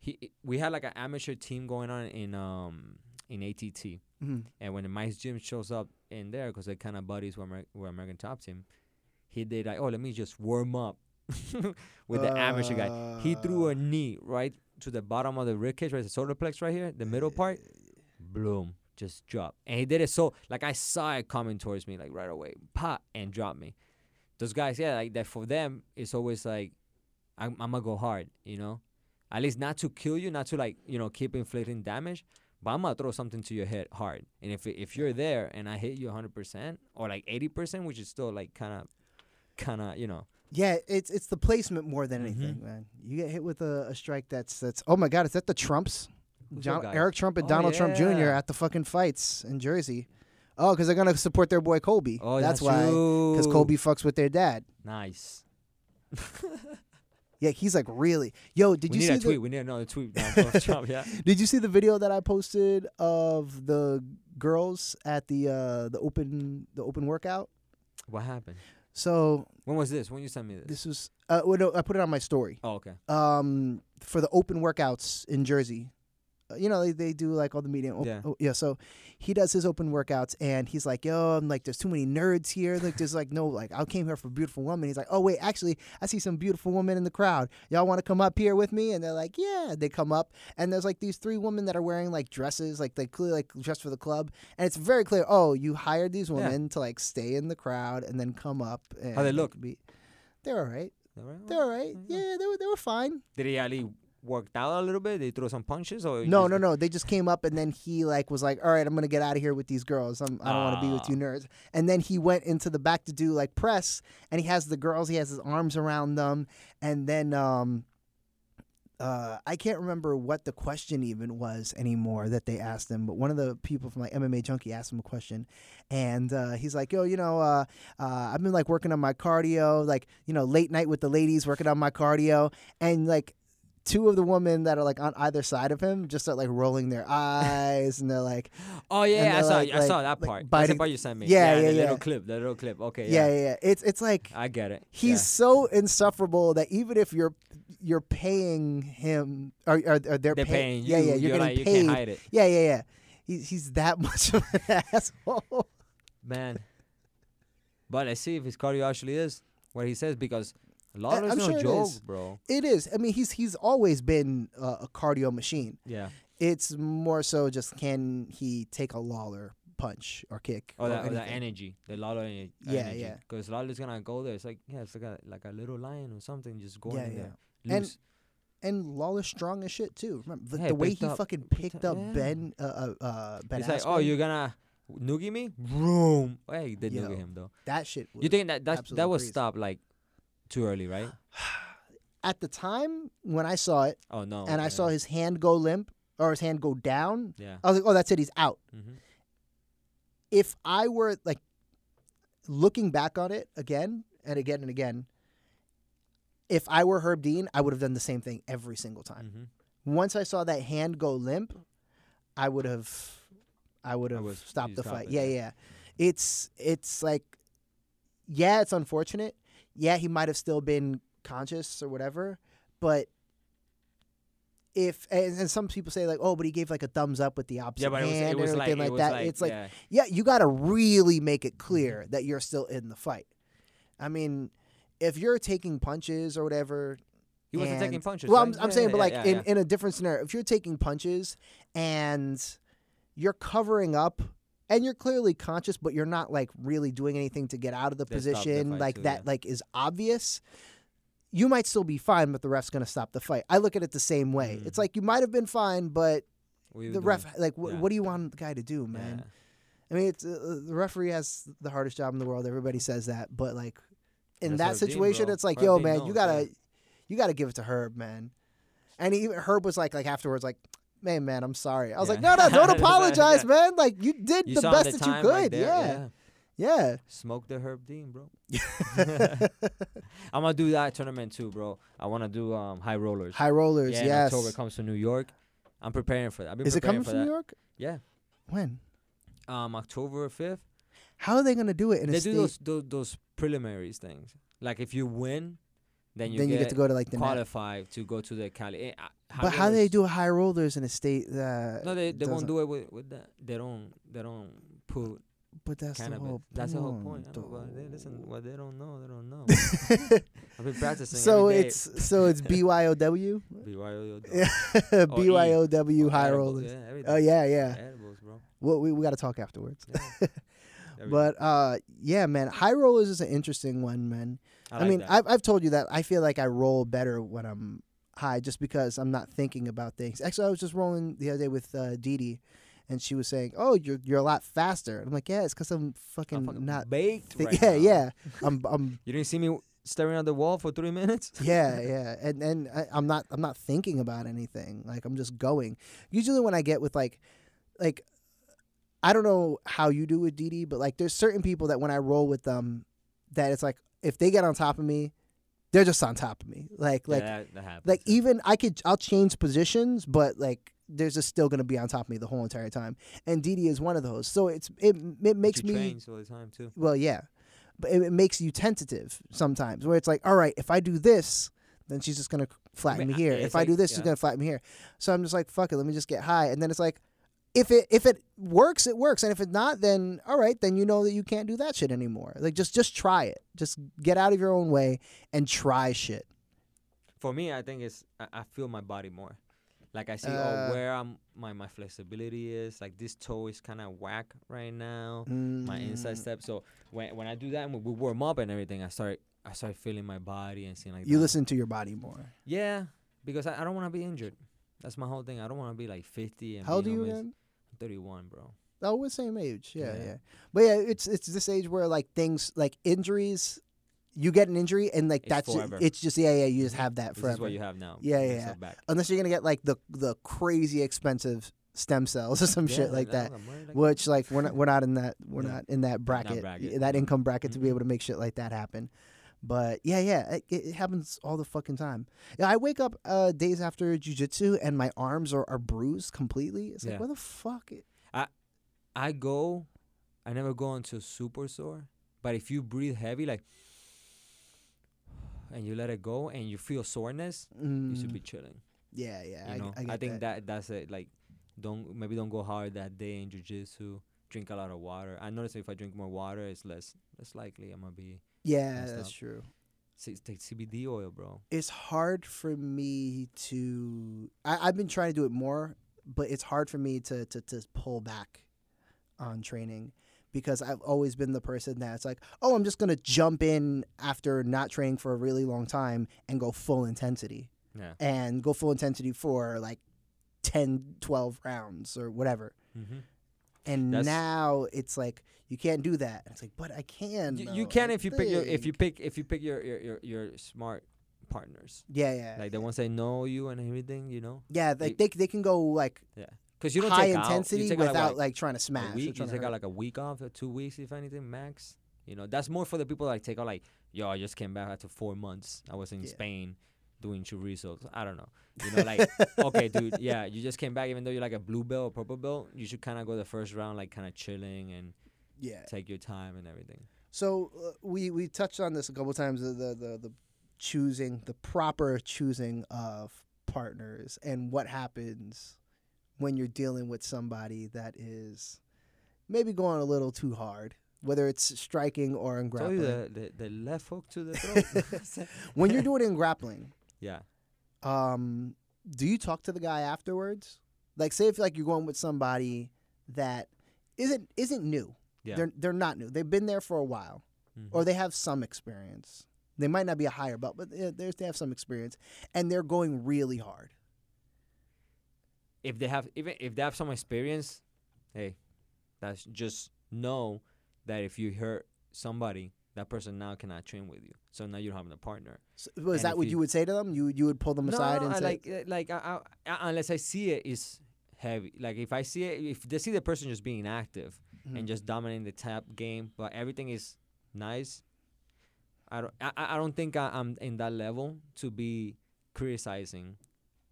Speaker 2: He eh, we had like an amateur team going on in um in ATT,
Speaker 1: Mhm.
Speaker 2: and when Mike's gym shows up in there, because they're kind of buddies were, Amer- were American Top Team, he did like, oh, let me just warm up [laughs] with the amateur guy. He threw
Speaker 1: Uh,
Speaker 2: a knee right to the bottom of the rib cage, right, the solar plex right here, the middle part. Bloom just dropped, and he did it so like I saw it coming towards me like right away, pop and dropped me. Those guys, yeah, like that for them, it's always like I'm, I'm gonna go hard, you know. At least not to kill you, not to like you know keep inflicting damage, but I'm gonna throw something to your head hard. And if if you're there and I hit you 100 percent or like 80 percent, which is still like kind of, kind of you know,
Speaker 1: Yeah, it's it's the placement more than
Speaker 2: Mm-hmm.
Speaker 1: anything, man. You get hit with a, a strike that's that's. Oh my God, is that the Trumps?
Speaker 2: Who's that
Speaker 1: John,
Speaker 2: guy?
Speaker 1: Eric Trump and
Speaker 2: Oh,
Speaker 1: Donald Trump Jr.
Speaker 2: yeah.
Speaker 1: at the fucking fights in Jersey. Oh, because they're gonna support their boy Kobe.
Speaker 2: Oh,
Speaker 1: that's,
Speaker 2: that's,
Speaker 1: why. Because
Speaker 2: Because
Speaker 1: Kobe fucks with their dad.
Speaker 2: [laughs] Nice.
Speaker 1: Yeah, he's like really. Yo, did
Speaker 2: we
Speaker 1: you
Speaker 2: need
Speaker 1: see
Speaker 2: a
Speaker 1: the,
Speaker 2: tweet. We need another
Speaker 1: [laughs]
Speaker 2: tweet. now from Trump, yeah.
Speaker 1: Did you see the video that I posted of the girls at the uh, the open the open workout?
Speaker 2: What happened?
Speaker 1: So
Speaker 2: When was this? When you sent me this?
Speaker 1: this was uh, well, no, I put it on my story
Speaker 2: Oh, okay.
Speaker 1: um, for the open workouts in Jersey. Uh, You know they, they do like all the media.
Speaker 2: Yeah.
Speaker 1: Oh, yeah. So he does his open workouts and he's like, yo, I'm like, there's too many nerds here. Like there's like no like I came here for beautiful women. He's like, oh wait, actually I see some beautiful women in the crowd. Y'all want to come up here with me? And they're like, yeah. They come up and there's like these three women that are wearing like dresses, like they clearly like dressed for the club. And it's very clear. Oh, you hired these women to like stay in the crowd and then come up. And
Speaker 2: they look? Mm, mm-hmm.
Speaker 1: Be, they're all right.
Speaker 2: All right,
Speaker 1: They're all right. Yeah, they were they were fine.
Speaker 2: Did he at least worked out a little bit? Did he throw some punches or?
Speaker 1: No, no, no. They just came up and then he like was like, "All right, I'm gonna get out of here with these girls. I'm, I don't want to be with
Speaker 2: Ah.
Speaker 1: you nerds." And then he went into the back to do like press, and he has the girls. He has his arms around them, and then um, uh, I can't remember what the question even was anymore that they asked him. But one of the people from like MMA Junkie asked him a question, and uh, he's like, "Yo, you know, uh, uh, I've been like working on my cardio, like you know, late night with the ladies, working on my cardio, and like." two of the women that are like on either side of him just start like rolling their eyes and they're like
Speaker 2: Oh
Speaker 1: And
Speaker 2: yeah,
Speaker 1: they're
Speaker 2: I saw.
Speaker 1: like-
Speaker 2: I saw
Speaker 1: like-
Speaker 2: that
Speaker 1: like
Speaker 2: part. That's the
Speaker 1: biting-
Speaker 2: part you sent me.
Speaker 1: Yeah, yeah,
Speaker 2: The
Speaker 1: yeah.
Speaker 2: little clip. The little clip. Okay.
Speaker 1: yeah
Speaker 2: Yeah.
Speaker 1: yeah, yeah. it's it's like
Speaker 2: I get it.
Speaker 1: he's
Speaker 2: Yeah.
Speaker 1: so insufferable that even if you're you're paying him or, or, or they're,
Speaker 2: They're
Speaker 1: pay-
Speaker 2: paying you.
Speaker 1: yeah yeah you're,
Speaker 2: you're
Speaker 1: getting
Speaker 2: like,
Speaker 1: paid
Speaker 2: You can't hide it,
Speaker 1: yeah yeah yeah he's, he's that [laughs] much of an asshole
Speaker 2: man. But let's see if his cardio actually is what he says because a lot of
Speaker 1: I'm
Speaker 2: it's no
Speaker 1: sure it
Speaker 2: joke,
Speaker 1: is.
Speaker 2: bro.
Speaker 1: it is i mean he's he's always been uh, a cardio machine
Speaker 2: Yeah.
Speaker 1: it's more so just can he take a lawler punch or kick
Speaker 2: Oh,
Speaker 1: or
Speaker 2: that, oh, that
Speaker 1: anything.
Speaker 2: energy, the Lalo energy.
Speaker 1: Yeah, yeah.
Speaker 2: Because Lalo's gonna go there. It's like yeah, it's like a like a little lion or something just going
Speaker 1: Yeah,
Speaker 2: in
Speaker 1: yeah.
Speaker 2: there.
Speaker 1: And
Speaker 2: Loose.
Speaker 1: and Lawler's strong as shit too. Remember the,
Speaker 2: Yeah,
Speaker 1: the way
Speaker 2: picked
Speaker 1: he
Speaker 2: up-
Speaker 1: fucking
Speaker 2: picked
Speaker 1: picked
Speaker 2: up-
Speaker 1: up
Speaker 2: yeah.
Speaker 1: Ben. Uh, uh, uh, Ben.
Speaker 2: It's like oh,
Speaker 1: Askren?
Speaker 2: you're gonna noogie me? Vroom. Hey, he did noogie
Speaker 1: Yo.
Speaker 2: him though.
Speaker 1: that shit. Was,
Speaker 2: You think that that's,
Speaker 1: absolute
Speaker 2: that was
Speaker 1: breeze.
Speaker 2: stopped like too early, right?
Speaker 1: at the time when I saw it
Speaker 2: Oh no.
Speaker 1: and I
Speaker 2: yeah.
Speaker 1: saw his hand go limp or his hand go down,
Speaker 2: Yeah.
Speaker 1: I was like, oh, that's it. He's out.
Speaker 2: Mhm.
Speaker 1: If I were like looking back on it again and again and again, if I were Herb Dean, I would have done the same thing every single time.
Speaker 2: Mhm.
Speaker 1: Once I saw that hand go limp, I would have, I would
Speaker 2: I
Speaker 1: have
Speaker 2: was-
Speaker 1: stopped
Speaker 2: you
Speaker 1: the
Speaker 2: stopped
Speaker 1: fight.
Speaker 2: it,
Speaker 1: Yeah,
Speaker 2: yeah.
Speaker 1: yeah. It's it's like, yeah, it's unfortunate. Yeah, he might have still been conscious or whatever, but if and, and some people say like, oh, but he gave like a thumbs up with the opposite
Speaker 2: Yeah, but it was,
Speaker 1: hand
Speaker 2: it was
Speaker 1: or
Speaker 2: like,
Speaker 1: anything
Speaker 2: it
Speaker 1: like,
Speaker 2: was
Speaker 1: that.
Speaker 2: like
Speaker 1: it's like,
Speaker 2: yeah. Mm-hmm.
Speaker 1: yeah, you got to really make it clear that you're still in the fight. I mean, if you're taking punches or whatever,
Speaker 2: he wasn't taking
Speaker 1: and-
Speaker 2: punches.
Speaker 1: well,
Speaker 2: right?
Speaker 1: I'm, I'm
Speaker 2: Yeah,
Speaker 1: saying,
Speaker 2: yeah,
Speaker 1: but like
Speaker 2: yeah,
Speaker 1: in,
Speaker 2: yeah.
Speaker 1: in a different scenario, if you're taking punches and you're covering up, and you're clearly conscious, but you're not like really doing anything to get out of the
Speaker 2: They stopped the
Speaker 1: position
Speaker 2: fight
Speaker 1: like
Speaker 2: too,
Speaker 1: that
Speaker 2: yeah.
Speaker 1: like is obvious. You might still be fine, but the ref's gonna stop the fight. I look at it the same way.
Speaker 2: Mhm.
Speaker 1: It's like you might have been fine, but
Speaker 2: What are you
Speaker 1: the
Speaker 2: doing?
Speaker 1: ref, like, wh-
Speaker 2: Yeah.
Speaker 1: what do you want the guy to do, man?
Speaker 2: Yeah.
Speaker 1: I mean, it's uh, the referee has the hardest job in the world. Everybody says that, but like in
Speaker 2: That's
Speaker 1: that
Speaker 2: Herb Dean,
Speaker 1: situation,
Speaker 2: bro.
Speaker 1: it's like,
Speaker 2: Herb
Speaker 1: yo,
Speaker 2: Dean
Speaker 1: man, you
Speaker 2: knows,
Speaker 1: gotta,
Speaker 2: yeah.
Speaker 1: you gotta give it to Herb, man. And he, even Herb was like, like afterwards, like, man, man, I'm sorry. I was like, no,
Speaker 2: Yeah.
Speaker 1: no,
Speaker 2: [laughs]
Speaker 1: don't
Speaker 2: Yeah.
Speaker 1: apologize, man. Like you did
Speaker 2: You
Speaker 1: the
Speaker 2: saw
Speaker 1: best
Speaker 2: the
Speaker 1: that you
Speaker 2: time right
Speaker 1: could.
Speaker 2: there,
Speaker 1: yeah. yeah,
Speaker 2: Smoke the Herb
Speaker 1: [laughs]
Speaker 2: Dean, bro. [laughs] I'm gonna do that tournament too, bro. I wanna do um high rollers.
Speaker 1: High rollers,
Speaker 2: yeah, in
Speaker 1: yes.
Speaker 2: October comes to New York. I'm preparing for that. I've been
Speaker 1: Is it coming
Speaker 2: preparing for
Speaker 1: from
Speaker 2: that.
Speaker 1: New York?
Speaker 2: Yeah.
Speaker 1: When?
Speaker 2: Um, October fifth.
Speaker 1: How are they gonna do it in
Speaker 2: They
Speaker 1: a
Speaker 2: do
Speaker 1: state?
Speaker 2: those, those those preliminaries things. Like if you win, then you
Speaker 1: then
Speaker 2: get,
Speaker 1: you get to go to like the. net.
Speaker 2: qualify to go to the Cali. Eh, uh,
Speaker 1: But how do they
Speaker 2: rollers-
Speaker 1: do high rollers in a state that?
Speaker 2: No, they they won't
Speaker 1: doesn't-
Speaker 2: do it with with that. They don't they don't put
Speaker 1: But that's the
Speaker 2: cannabis.
Speaker 1: whole.
Speaker 2: That's the whole point. I know, but they,
Speaker 1: though.
Speaker 2: listen,
Speaker 1: [laughs]
Speaker 2: what they don't know, they don't know. I've been practicing.
Speaker 1: So
Speaker 2: every day.
Speaker 1: it's so
Speaker 2: [laughs]
Speaker 1: it's BYOW, [laughs]
Speaker 2: BYO.
Speaker 1: BYOW
Speaker 2: Oh,
Speaker 1: high
Speaker 2: edibles,
Speaker 1: rollers.
Speaker 2: E. Yeah, everything.
Speaker 1: Oh yeah, yeah.
Speaker 2: Edibles, bro.
Speaker 1: Well, we we got to talk afterwards. [laughs]
Speaker 2: Yeah. Everything.
Speaker 1: But uh, yeah, man, high rollers is an interesting one, man. I,
Speaker 2: like
Speaker 1: mean,
Speaker 2: that.
Speaker 1: I've I've told you that I feel like I roll better when I'm high, just because I'm not thinking about things. Actually, I was just rolling the other day with uh, Dee Dee, and she was saying, "Oh, you're you're a lot faster." And I'm like, "Yeah, it's because I'm fucking,
Speaker 2: I'm fucking
Speaker 1: not."
Speaker 2: baked.
Speaker 1: Think-
Speaker 2: right
Speaker 1: [laughs] yeah,
Speaker 2: now.
Speaker 1: yeah. I'm I'm
Speaker 2: You didn't see me staring at the wall for three [laughs] minutes.
Speaker 1: yeah yeah and and I, i'm not i'm not thinking about anything like i'm just going usually when i get with like like i don't know how you do with dd but like there's certain people that when i roll with them that it's like if they get on top of me they're just on top of me like like
Speaker 2: yeah, that, that happens.
Speaker 1: like
Speaker 2: yeah.
Speaker 1: even i could i'll change positions but like there's just still gonna be on top of me the whole entire time and dd is one of those so it's it, it
Speaker 2: But
Speaker 1: makes me
Speaker 2: you trains all the time too.
Speaker 1: well, yeah, but it, it makes you tentative sometimes. Where it's like, all right, if I do this, then she's just gonna flatten
Speaker 2: mean,
Speaker 1: me
Speaker 2: I-
Speaker 1: here.
Speaker 2: it's
Speaker 1: If I
Speaker 2: like-
Speaker 1: do this, she's
Speaker 2: yeah.
Speaker 1: gonna flatten me here. So I'm just like, fuck it, let me just get high. And then it's like, if it if it works, it works, and if it not, then all right, then you know that you can't do that shit anymore. Like just just try it. Just get out of your own way and try shit.
Speaker 2: For me, I think it's I, I feel my body more. Like I see
Speaker 1: Uh,
Speaker 2: oh, where I'm my my flexibility is. Like this toe is kind of whack right now. My
Speaker 1: Mm.
Speaker 2: inside step. So when when I do that and we, we warm up and everything, I start I start feeling my body and seeing like
Speaker 1: You
Speaker 2: damn,
Speaker 1: listen to your body more.
Speaker 2: Yeah, because I, I don't want to be injured. That's my whole thing. I don't want to be like 50 and
Speaker 1: How old are
Speaker 2: being
Speaker 1: you
Speaker 2: almost
Speaker 1: again?
Speaker 2: 31, bro.
Speaker 1: Oh, we're same age. Yeah, yeah,
Speaker 2: Yeah.
Speaker 1: But yeah, it's it's this age where like things like injuries, you get an injury and like
Speaker 2: It's
Speaker 1: that's ju-
Speaker 2: forever. Mm-hmm.
Speaker 1: it's just yeah, yeah. You just have that
Speaker 2: This is
Speaker 1: forever.
Speaker 2: what you have now.
Speaker 1: Yeah,
Speaker 2: Put
Speaker 1: yeah,
Speaker 2: yourself Back.
Speaker 1: Unless you're gonna get like the the crazy expensive stem cells or [laughs] some
Speaker 2: Yeah,
Speaker 1: shit like that.
Speaker 2: I don't got money like
Speaker 1: Which like we're not we're not in that we're
Speaker 2: No.
Speaker 1: not in that bracket,
Speaker 2: bracket, Mm-hmm.
Speaker 1: that
Speaker 2: no.
Speaker 1: income bracket to be
Speaker 2: Mm-mm.
Speaker 1: able to make shit like that happen. But yeah, yeah, it, it happens all the fucking time. Yeah, I wake up uh, days after jujitsu and my arms are, are bruised completely. It's like
Speaker 2: Yeah.
Speaker 1: where the fuck? It,
Speaker 2: I go, I never go into super sore, but if you breathe heavy, like, [sighs] and you let it go and you feel soreness, you should
Speaker 1: Mm,
Speaker 2: be chilling.
Speaker 1: yeah, yeah.
Speaker 2: You
Speaker 1: I,
Speaker 2: know,
Speaker 1: I, get
Speaker 2: think that. that's it. Like, don't maybe don't go hard that day in jujitsu. Drink a lot of water. I notice if I drink more water, it's less less likely I'm gonna be.
Speaker 1: Yeah,
Speaker 2: and
Speaker 1: that's
Speaker 2: stuff.
Speaker 1: true.
Speaker 2: C- take CBD oil, bro.
Speaker 1: It's hard for me to. I, I've been trying to do it more, but it's hard for me to to, to pull back on training because I've always been the person that's like, oh, I'm just gonna jump in after not training for a really long time and go full intensity
Speaker 2: Yeah.
Speaker 1: and go full intensity for like 10, 12 rounds or whatever.
Speaker 2: Mm-hmm.
Speaker 1: And
Speaker 2: That's-
Speaker 1: now it's like you can't do that. It's like, but I can.
Speaker 2: you,
Speaker 1: though,
Speaker 2: you can
Speaker 1: I
Speaker 2: if you pick your if you
Speaker 1: think."
Speaker 2: pick if you pick your your, your, your smart partners
Speaker 1: Yeah, yeah.
Speaker 2: like the ones that know you and everything you know
Speaker 1: Yeah,
Speaker 2: You-
Speaker 1: like they they can go like
Speaker 2: because you don't
Speaker 1: high
Speaker 2: take out- you
Speaker 1: intensity
Speaker 2: take out,
Speaker 1: without like,
Speaker 2: like,
Speaker 1: trying to
Speaker 2: what,
Speaker 1: smash.
Speaker 2: a
Speaker 1: or
Speaker 2: week you
Speaker 1: trying to
Speaker 2: take out
Speaker 1: hurt.
Speaker 2: like a week off or two weeks if anything max you know that's more for the people that like, take out like yo I just came back after four months I was in
Speaker 1: Yeah.
Speaker 2: Spain doing chorizo I don't know you
Speaker 1: [laughs]
Speaker 2: know like okay dude yeah you just came back even though you're like a blue belt or purple belt you should kind of go the first round like kind of chilling and
Speaker 1: yeah.
Speaker 2: take your time and everything
Speaker 1: So uh, we we touched on this a couple times the the the, the choosing the proper choosing of partners and what happens when you're dealing with somebody that is maybe going a little too hard, whether it's striking or in
Speaker 2: Told you
Speaker 1: grappling.
Speaker 2: the, the the left hook to the throat
Speaker 1: [laughs] When
Speaker 2: [laughs]
Speaker 1: you're doing it in grappling,
Speaker 2: yeah
Speaker 1: um do you talk to the guy afterwards like say if like you're going with somebody that isn't isn't new.
Speaker 2: Yeah.
Speaker 1: They're they're not new. They've been there for a while.
Speaker 2: Mhm.
Speaker 1: or they have some experience. They might not be a higher belt, but they they they have some experience, and they're going really hard.
Speaker 2: if they have even if they have some experience, hey, that's just know that if you hurt somebody, that person now cannot train with you. So now you're having a partner.
Speaker 1: So, was
Speaker 2: And
Speaker 1: that
Speaker 2: if
Speaker 1: what
Speaker 2: you-
Speaker 1: you would say to them? You you would pull them aside
Speaker 2: no,
Speaker 1: and
Speaker 2: I
Speaker 1: say,
Speaker 2: like uh, like I, I, I- unless I see it is heavy. Like if I see it, if they see the person just being active
Speaker 1: Mhm.
Speaker 2: and just dominating the tap game, but everything is nice. I don't I, I I don't think I, I'm in that level to be criticizing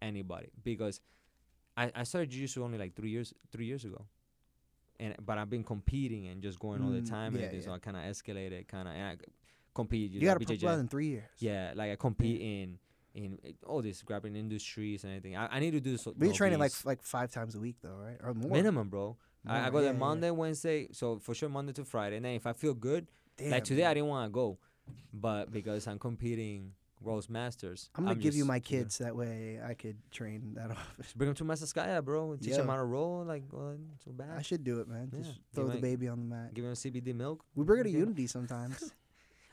Speaker 2: anybody because I, I started jiu-jitsu only like three years three years ago. And but I've been competing and just going all the
Speaker 1: Mm,
Speaker 2: time
Speaker 1: yeah,
Speaker 2: and everything,
Speaker 1: yeah.
Speaker 2: so I kind of escalated, kind of and I compete.
Speaker 1: you
Speaker 2: know,
Speaker 1: got to
Speaker 2: BJJ.
Speaker 1: prepare in three years.
Speaker 2: Yeah, like I compete in in uh, all these grappling industries and everything. I, I need to do this.
Speaker 1: but you're
Speaker 2: no,
Speaker 1: training like
Speaker 2: these-
Speaker 1: like five times a week though, right? Or more.
Speaker 2: minimum, bro. I, I
Speaker 1: More,
Speaker 2: go
Speaker 1: yeah,
Speaker 2: there
Speaker 1: yeah, yeah.
Speaker 2: Monday, Wednesday, so for sure Monday to Friday. And then if I feel good,
Speaker 1: Damn,
Speaker 2: like today I
Speaker 1: man.
Speaker 2: didn't want to go, but because I'm competing world's masters,
Speaker 1: I'm gonna give you
Speaker 2: just,
Speaker 1: my
Speaker 2: know,
Speaker 1: kids that way I could train that [laughs] office.
Speaker 2: Bring them to Masaskaya, bro. Teach them
Speaker 1: Yeah.
Speaker 2: how to roll, like well, so bad.
Speaker 1: I should do it, man.
Speaker 2: Yeah.
Speaker 1: Just
Speaker 2: You
Speaker 1: throw the
Speaker 2: might-
Speaker 1: baby on the mat.
Speaker 2: Give them CBD milk.
Speaker 1: We bring it to
Speaker 2: Okay.
Speaker 1: Unity
Speaker 2: [laughs]
Speaker 1: sometimes.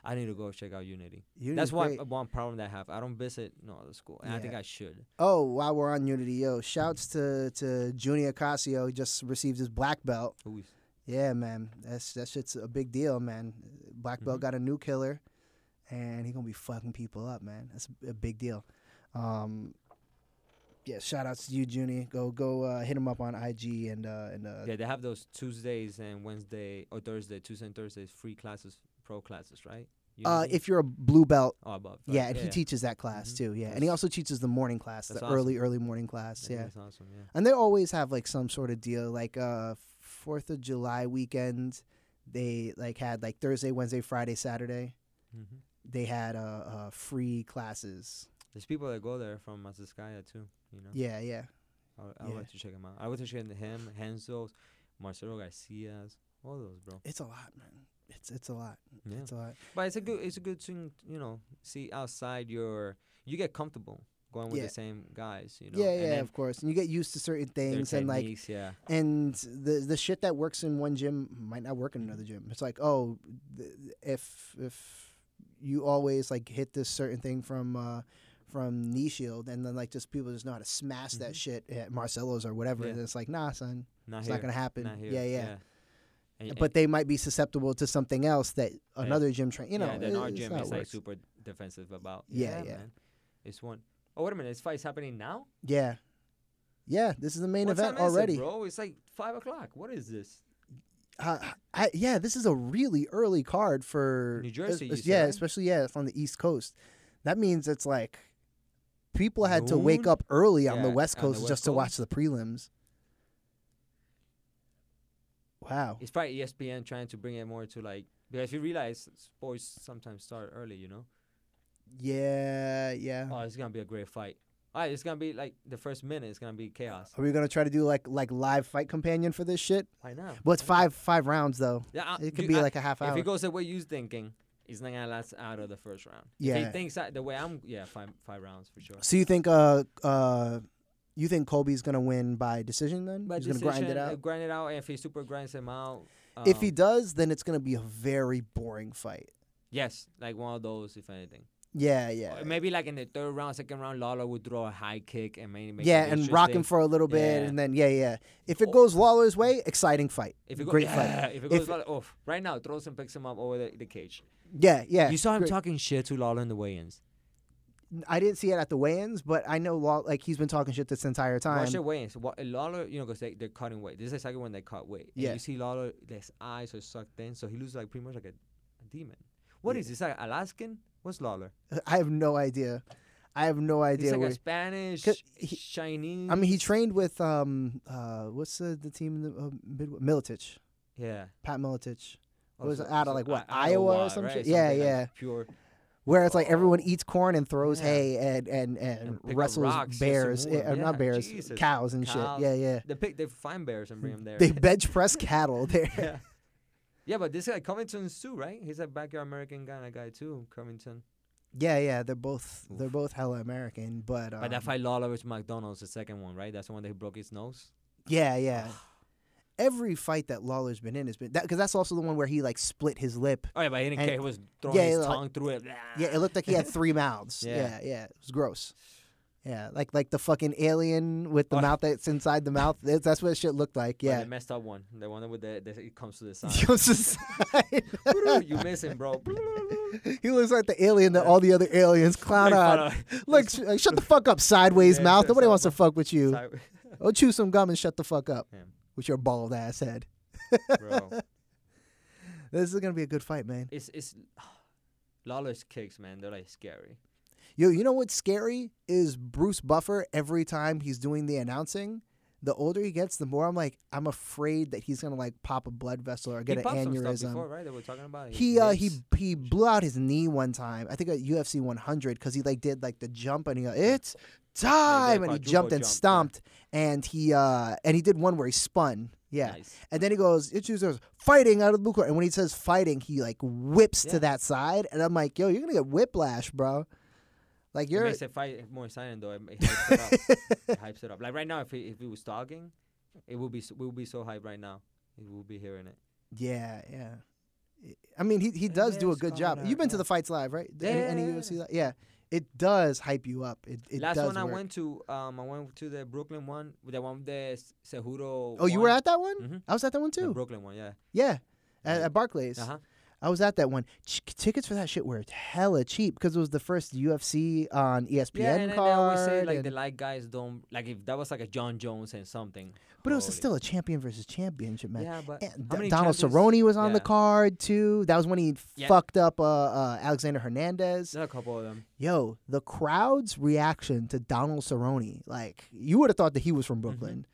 Speaker 2: I need to go check out Unity.
Speaker 1: Unity's
Speaker 2: That's one
Speaker 1: great.
Speaker 2: one problem that I have. I don't visit no other school, and I
Speaker 1: Yeah.
Speaker 2: think I should.
Speaker 1: Oh, while we're on Unity, yo, shouts to to Junior Casio. He just received his black belt.
Speaker 2: Ooh,
Speaker 1: Yeah, man, that's that shit's a big deal, man. Black belt
Speaker 2: Mhm.
Speaker 1: got a new killer, and he gonna be fucking people up, man. That's a big deal. Um, yeah, shout outs to you, Junie. Go go uh, hit him up on IG and uh, and uh,
Speaker 2: Yeah, they have those Tuesdays and Wednesday or Thursday, Tuesday and Thursdays, free classes, pro classes, right? You know what
Speaker 1: uh,
Speaker 2: I mean?
Speaker 1: if you're a blue belt,
Speaker 2: oh, above,
Speaker 1: yeah, and he
Speaker 2: yeah.
Speaker 1: teaches that class
Speaker 2: Mhm.
Speaker 1: too. Yeah, and he
Speaker 2: That's-
Speaker 1: also teaches the morning class, the
Speaker 2: that's
Speaker 1: early early morning class.
Speaker 2: Yeah,
Speaker 1: yeah,
Speaker 2: that's awesome. Yeah,
Speaker 1: and they always have like some sort of deal like uh fourth of july weekend they like had like thursday wednesday friday saturday
Speaker 2: mm-hmm.
Speaker 1: they had uh, uh free classes
Speaker 2: there's people that go there from Masaskaya too. You know,
Speaker 1: yeah yeah
Speaker 2: I, I would
Speaker 1: yeah.
Speaker 2: like to check them out. I would like to check in him, Henzo's, Marcelo Garcia's, all those, bro.
Speaker 1: it's a lot man it's it's a lot
Speaker 2: Yeah,
Speaker 1: it's a lot
Speaker 2: but it's a good, it's a good thing, you know. See outside your, you get comfortable going with
Speaker 1: Yeah.
Speaker 2: the same guys, you know.
Speaker 1: yeah
Speaker 2: and
Speaker 1: yeah
Speaker 2: then
Speaker 1: of course and you get used to certain
Speaker 2: their
Speaker 1: things and like
Speaker 2: techniques, yeah,
Speaker 1: and the the shit that works in one gym might not work in another gym. It's like, oh, th- if if you always like hit this certain thing from uh, from knee shield, and then like just people just know how to smash that
Speaker 2: Mhm.
Speaker 1: shit at Marcelo's or whatever,
Speaker 2: Yeah.
Speaker 1: and it's like, nah, son,
Speaker 2: not
Speaker 1: it's
Speaker 2: here,
Speaker 1: not gonna happen.
Speaker 2: not here,
Speaker 1: yeah, yeah,
Speaker 2: And-
Speaker 1: But they might be susceptible to something else that another gym train. You know,
Speaker 2: yeah, then
Speaker 1: it-
Speaker 2: our
Speaker 1: it's
Speaker 2: gym
Speaker 1: how it
Speaker 2: is like
Speaker 1: works.
Speaker 2: super defensive about.
Speaker 1: Yeah, yeah.
Speaker 2: Man. It's one. Oh wait a minute, this fight's happening now.
Speaker 1: yeah, yeah. This is the main
Speaker 2: what
Speaker 1: event
Speaker 2: time is it,
Speaker 1: already.
Speaker 2: bro. It's like five o'clock. What is this?
Speaker 1: uh, I, yeah, this is a really early card for
Speaker 2: New Jersey, you
Speaker 1: es-
Speaker 2: said,
Speaker 1: yeah,
Speaker 2: right?
Speaker 1: especially yeah, it's on the East Coast. That means it's like people had to wake
Speaker 2: Noon?
Speaker 1: up early on the
Speaker 2: Yeah,
Speaker 1: West
Speaker 2: on the
Speaker 1: Coast
Speaker 2: West
Speaker 1: just to watch the prelims. Wow.
Speaker 2: It's probably E ESPN trying to bring it more to like because you realize sports sometimes start early. You know.
Speaker 1: Yeah, yeah.
Speaker 2: Oh, it's gonna be a great fight. All right, it's gonna be like the first minute. It's gonna be chaos.
Speaker 1: Are we gonna try to do like like live fight companion for this shit?
Speaker 2: Why not?
Speaker 1: Well, it's five five rounds though.
Speaker 2: Yeah, I-
Speaker 1: It could
Speaker 2: Uh, you-
Speaker 1: be
Speaker 2: I-
Speaker 1: like a half
Speaker 2: if
Speaker 1: hour.
Speaker 2: it goes the way you're thinking, it's not gonna last out of the first round. If
Speaker 1: Yeah.
Speaker 2: he thinks that the way I'm, yeah, five five rounds for sure.
Speaker 1: so you think uh uh you think Colby's gonna win by decision then?
Speaker 2: But
Speaker 1: He's gonna grind it
Speaker 2: decision, uh,
Speaker 1: out.
Speaker 2: Grind it out. and If he super grinds him out.
Speaker 1: If he
Speaker 2: um,
Speaker 1: does, then it's gonna be a very boring fight.
Speaker 2: yes, like one of those, if anything.
Speaker 1: Yeah, yeah,
Speaker 2: Or Maybe like in the third round, second round, Lala would throw a high kick and maybe make it
Speaker 1: yeah, and rock him
Speaker 2: interesting.
Speaker 1: for a little bit,
Speaker 2: Yeah.
Speaker 1: and then yeah, yeah. If it
Speaker 2: Or-
Speaker 1: goes Lawler's way, exciting fight,
Speaker 2: If it go-
Speaker 1: great
Speaker 2: Yeah,
Speaker 1: fight.
Speaker 2: If it goes
Speaker 1: If-
Speaker 2: Lala, oh, right now, throws him, picks him up over the, the cage.
Speaker 1: Yeah, yeah.
Speaker 2: you saw him
Speaker 1: great.
Speaker 2: talking shit to Lala in the weigh-ins.
Speaker 1: I didn't see it at the weigh-ins, but I know Law like he's been talking shit this entire time.
Speaker 2: Watch the weigh-ins. Wa- Lala, you know, because they, they're cutting weight. This is exactly when they cut weight. And
Speaker 1: Yeah.
Speaker 2: you see Lala, his eyes are sucked in, so he looks like pretty much like a, a demon. What
Speaker 1: Yeah.
Speaker 2: is this? Like Alaskan? What's Lawler?
Speaker 1: I have no idea. I have no
Speaker 2: He's
Speaker 1: idea.
Speaker 2: like
Speaker 1: where
Speaker 2: a Spanish,
Speaker 1: 'Cause he-
Speaker 2: Chinese.
Speaker 1: I mean, he trained with um uh what's the the team in the uh, mid Militich,
Speaker 2: yeah.
Speaker 1: Pat Militich. What was
Speaker 2: Also-
Speaker 1: it, out of,
Speaker 2: also
Speaker 1: like, what,
Speaker 2: I-
Speaker 1: Iowa or some shit? Yeah,
Speaker 2: Something like
Speaker 1: yeah.
Speaker 2: Pure
Speaker 1: Where it's like
Speaker 2: Oh.
Speaker 1: everyone eats corn and throws
Speaker 2: Yeah.
Speaker 1: hay and and
Speaker 2: And
Speaker 1: and,
Speaker 2: pick up
Speaker 1: wrestles
Speaker 2: rocks just to
Speaker 1: bears,
Speaker 2: move 'em.
Speaker 1: eh, uh, not
Speaker 2: Yeah,
Speaker 1: bears,
Speaker 2: Jesus.
Speaker 1: cows and
Speaker 2: Cows.
Speaker 1: shit. Yeah,
Speaker 2: [laughs]
Speaker 1: yeah.
Speaker 2: They pick, they find bears and bring them there. [laughs]
Speaker 1: They bench press cattle there.
Speaker 2: yeah. yeah, but this guy Covington's too, right? He's a backyard American kind of guy too, Covington.
Speaker 1: [laughs] Yeah, yeah, they're both
Speaker 2: Oof.
Speaker 1: they're both hella American, but um,
Speaker 2: [sighs] but that fight Lawler with McDonald's, the second one, right? That's the one that he broke his nose.
Speaker 1: yeah, yeah, every fight that Lawler's been in has been that because that's also the one where he like split his lip.
Speaker 2: Oh yeah, but he didn't
Speaker 1: And-
Speaker 2: care. He was throwing
Speaker 1: yeah,
Speaker 2: his
Speaker 1: like-
Speaker 2: tongue through it.
Speaker 1: Yeah, it looked like
Speaker 2: [laughs]
Speaker 1: he had three mouths.
Speaker 2: Yeah.
Speaker 1: yeah, yeah, it was gross. Yeah, like like the fucking alien with the
Speaker 2: [laughs] Oh.
Speaker 1: mouth that's inside the mouth. That's, that's what it shit looked like.
Speaker 2: But
Speaker 1: Yeah, [laughs]
Speaker 2: the messed up one, the one with the, the it comes to the
Speaker 1: He
Speaker 2: side.
Speaker 1: goes
Speaker 2: [laughs]
Speaker 1: inside.
Speaker 2: you missing, bro.
Speaker 1: [laughs] he looks like the alien that all the other aliens clown
Speaker 2: [laughs] Make fun
Speaker 1: on.
Speaker 2: of-
Speaker 1: Like, sh- like, shut the fuck up, sideways
Speaker 2: Yeah,
Speaker 1: mouth.
Speaker 2: sure,
Speaker 1: Nobody wants to
Speaker 2: sideways.
Speaker 1: fuck with [laughs] you.
Speaker 2: Sorry,
Speaker 1: Oh, chew some gum and shut the fuck up
Speaker 2: Yeah.
Speaker 1: with your bald ass head. [laughs]
Speaker 2: bro.
Speaker 1: This is gonna be a good fight, man.
Speaker 2: It's it's [sighs] Lawler's kicks, man. They're like scary.
Speaker 1: Yo, you know what's scary is Bruce Buffer. Every time he's doing the announcing, the older he gets, the more I'm like, I'm afraid that he's gonna like pop a blood vessel or get
Speaker 2: he
Speaker 1: an
Speaker 2: popped some
Speaker 1: aneurysm.
Speaker 2: stuff before, right? That we're talking about.
Speaker 1: He uh, he
Speaker 2: hits.
Speaker 1: he blew out his knee one time. I think at UFC 100 because he like did like the jump and he go, it's time and he
Speaker 2: quadruple
Speaker 1: jumped and
Speaker 2: jump, yeah.
Speaker 1: stomped and he uh and he did one where he spun. Yeah.
Speaker 2: Nice.
Speaker 1: And then he goes, it's just fighting out of the blue corner. And when he says fighting, he like whips
Speaker 2: Yeah.
Speaker 1: to that side. And I'm like, yo, you're going to get whiplash, bro. Like,
Speaker 2: It
Speaker 1: you're.
Speaker 2: makes the fight more exciting though. It, it
Speaker 1: [laughs]
Speaker 2: hypes it up. It hypes it up. Like right now, if he, if he was talking, it would be s- we would be so hyped right now. We would be hearing it.
Speaker 1: yeah, yeah. I mean, he, he
Speaker 2: It
Speaker 1: does do a
Speaker 2: is
Speaker 1: good job.
Speaker 2: going
Speaker 1: You've been to
Speaker 2: up.
Speaker 1: the fights live, right?
Speaker 2: Yeah,
Speaker 1: Any,
Speaker 2: yeah,
Speaker 1: any
Speaker 2: yeah, yeah.
Speaker 1: UFC li- Yeah. It does hype you up. It, it
Speaker 2: Last
Speaker 1: does
Speaker 2: one I
Speaker 1: work.
Speaker 2: went to, um, I went to the Brooklyn one, the one with the S- Seguro.
Speaker 1: Oh, you were at that one?
Speaker 2: Mhm.
Speaker 1: I was at that one
Speaker 2: the
Speaker 1: too.
Speaker 2: Brooklyn one, yeah.
Speaker 1: Yeah. At,
Speaker 2: Yeah.
Speaker 1: at Barclays.
Speaker 2: Uh huh.
Speaker 1: I was at that one. Ch- tickets for that shit were hella cheap because it was the first UFC on E ESPN
Speaker 2: Yeah, and, then they
Speaker 1: card.
Speaker 2: always say like the
Speaker 1: and-
Speaker 2: light guys don't like if that was like a John Jones and something.
Speaker 1: but it was
Speaker 2: holy-
Speaker 1: still a champion versus championship match.
Speaker 2: Oh, Yeah, but
Speaker 1: And
Speaker 2: how
Speaker 1: D-
Speaker 2: many
Speaker 1: Donald
Speaker 2: champions-
Speaker 1: Cerrone was on the
Speaker 2: Yeah.
Speaker 1: card too. That was when he
Speaker 2: Yeah.
Speaker 1: fucked up uh, uh, Alexander Hernandez.
Speaker 2: There's a couple of them.
Speaker 1: Yo, the crowd's reaction to Donald Cerrone, like you would have thought that he was
Speaker 2: Mm-hmm.
Speaker 1: from Brooklyn.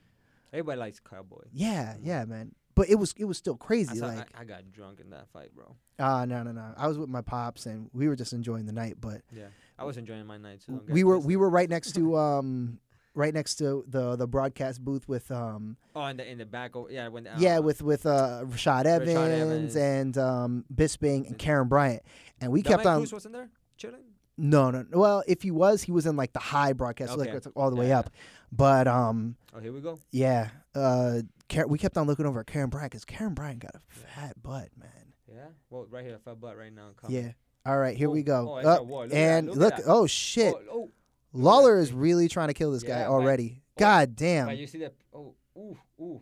Speaker 2: Everybody likes Cowboy.
Speaker 1: Yeah, yeah, man. But it was it was still
Speaker 2: I,
Speaker 1: crazy.
Speaker 2: saw- I-
Speaker 1: like,
Speaker 2: I got drunk in that fight, bro.
Speaker 1: ah, no, no, no. I was with my pops and we were just enjoying the night. But
Speaker 2: Yeah, I was enjoying my night too. don't get
Speaker 1: we
Speaker 2: it
Speaker 1: were
Speaker 2: twisted.
Speaker 1: we were right next
Speaker 2: [laughs]
Speaker 1: to um right next to the the broadcast booth with um
Speaker 2: Oh, in the in the back. Oh, yeah, when
Speaker 1: yeah
Speaker 2: uh,
Speaker 1: with with uh Rashad Evans,
Speaker 2: Evans.
Speaker 1: and um Bisping and Karen Bryant, and we
Speaker 2: Dominic
Speaker 1: kept um, on.
Speaker 2: Cruz wasn't there chilling.
Speaker 1: No, no. no. Well, if he was, he was in like the high broadcast, so, like
Speaker 2: Okay.
Speaker 1: it's all the way
Speaker 2: Yeah,
Speaker 1: up. But um,
Speaker 2: Oh, here we go.
Speaker 1: yeah. Uh, Karen, we kept on looking over at Karen Bryant because Karen Bryant got a fat butt, man.
Speaker 2: Yeah. Well, right here, fat butt right now. Come.
Speaker 1: Yeah. All right, here we
Speaker 2: Oh,
Speaker 1: go.
Speaker 2: oh,
Speaker 1: Up,
Speaker 2: extra wall. Look at that,
Speaker 1: and
Speaker 2: look
Speaker 1: look,
Speaker 2: at that.
Speaker 1: oh shit,
Speaker 2: Oh, oh,
Speaker 1: Lawler
Speaker 2: that
Speaker 1: is really trying to kill this guy
Speaker 2: Yeah, but-
Speaker 1: already. God damn.
Speaker 2: but you see that? Oh, ooh, ooh.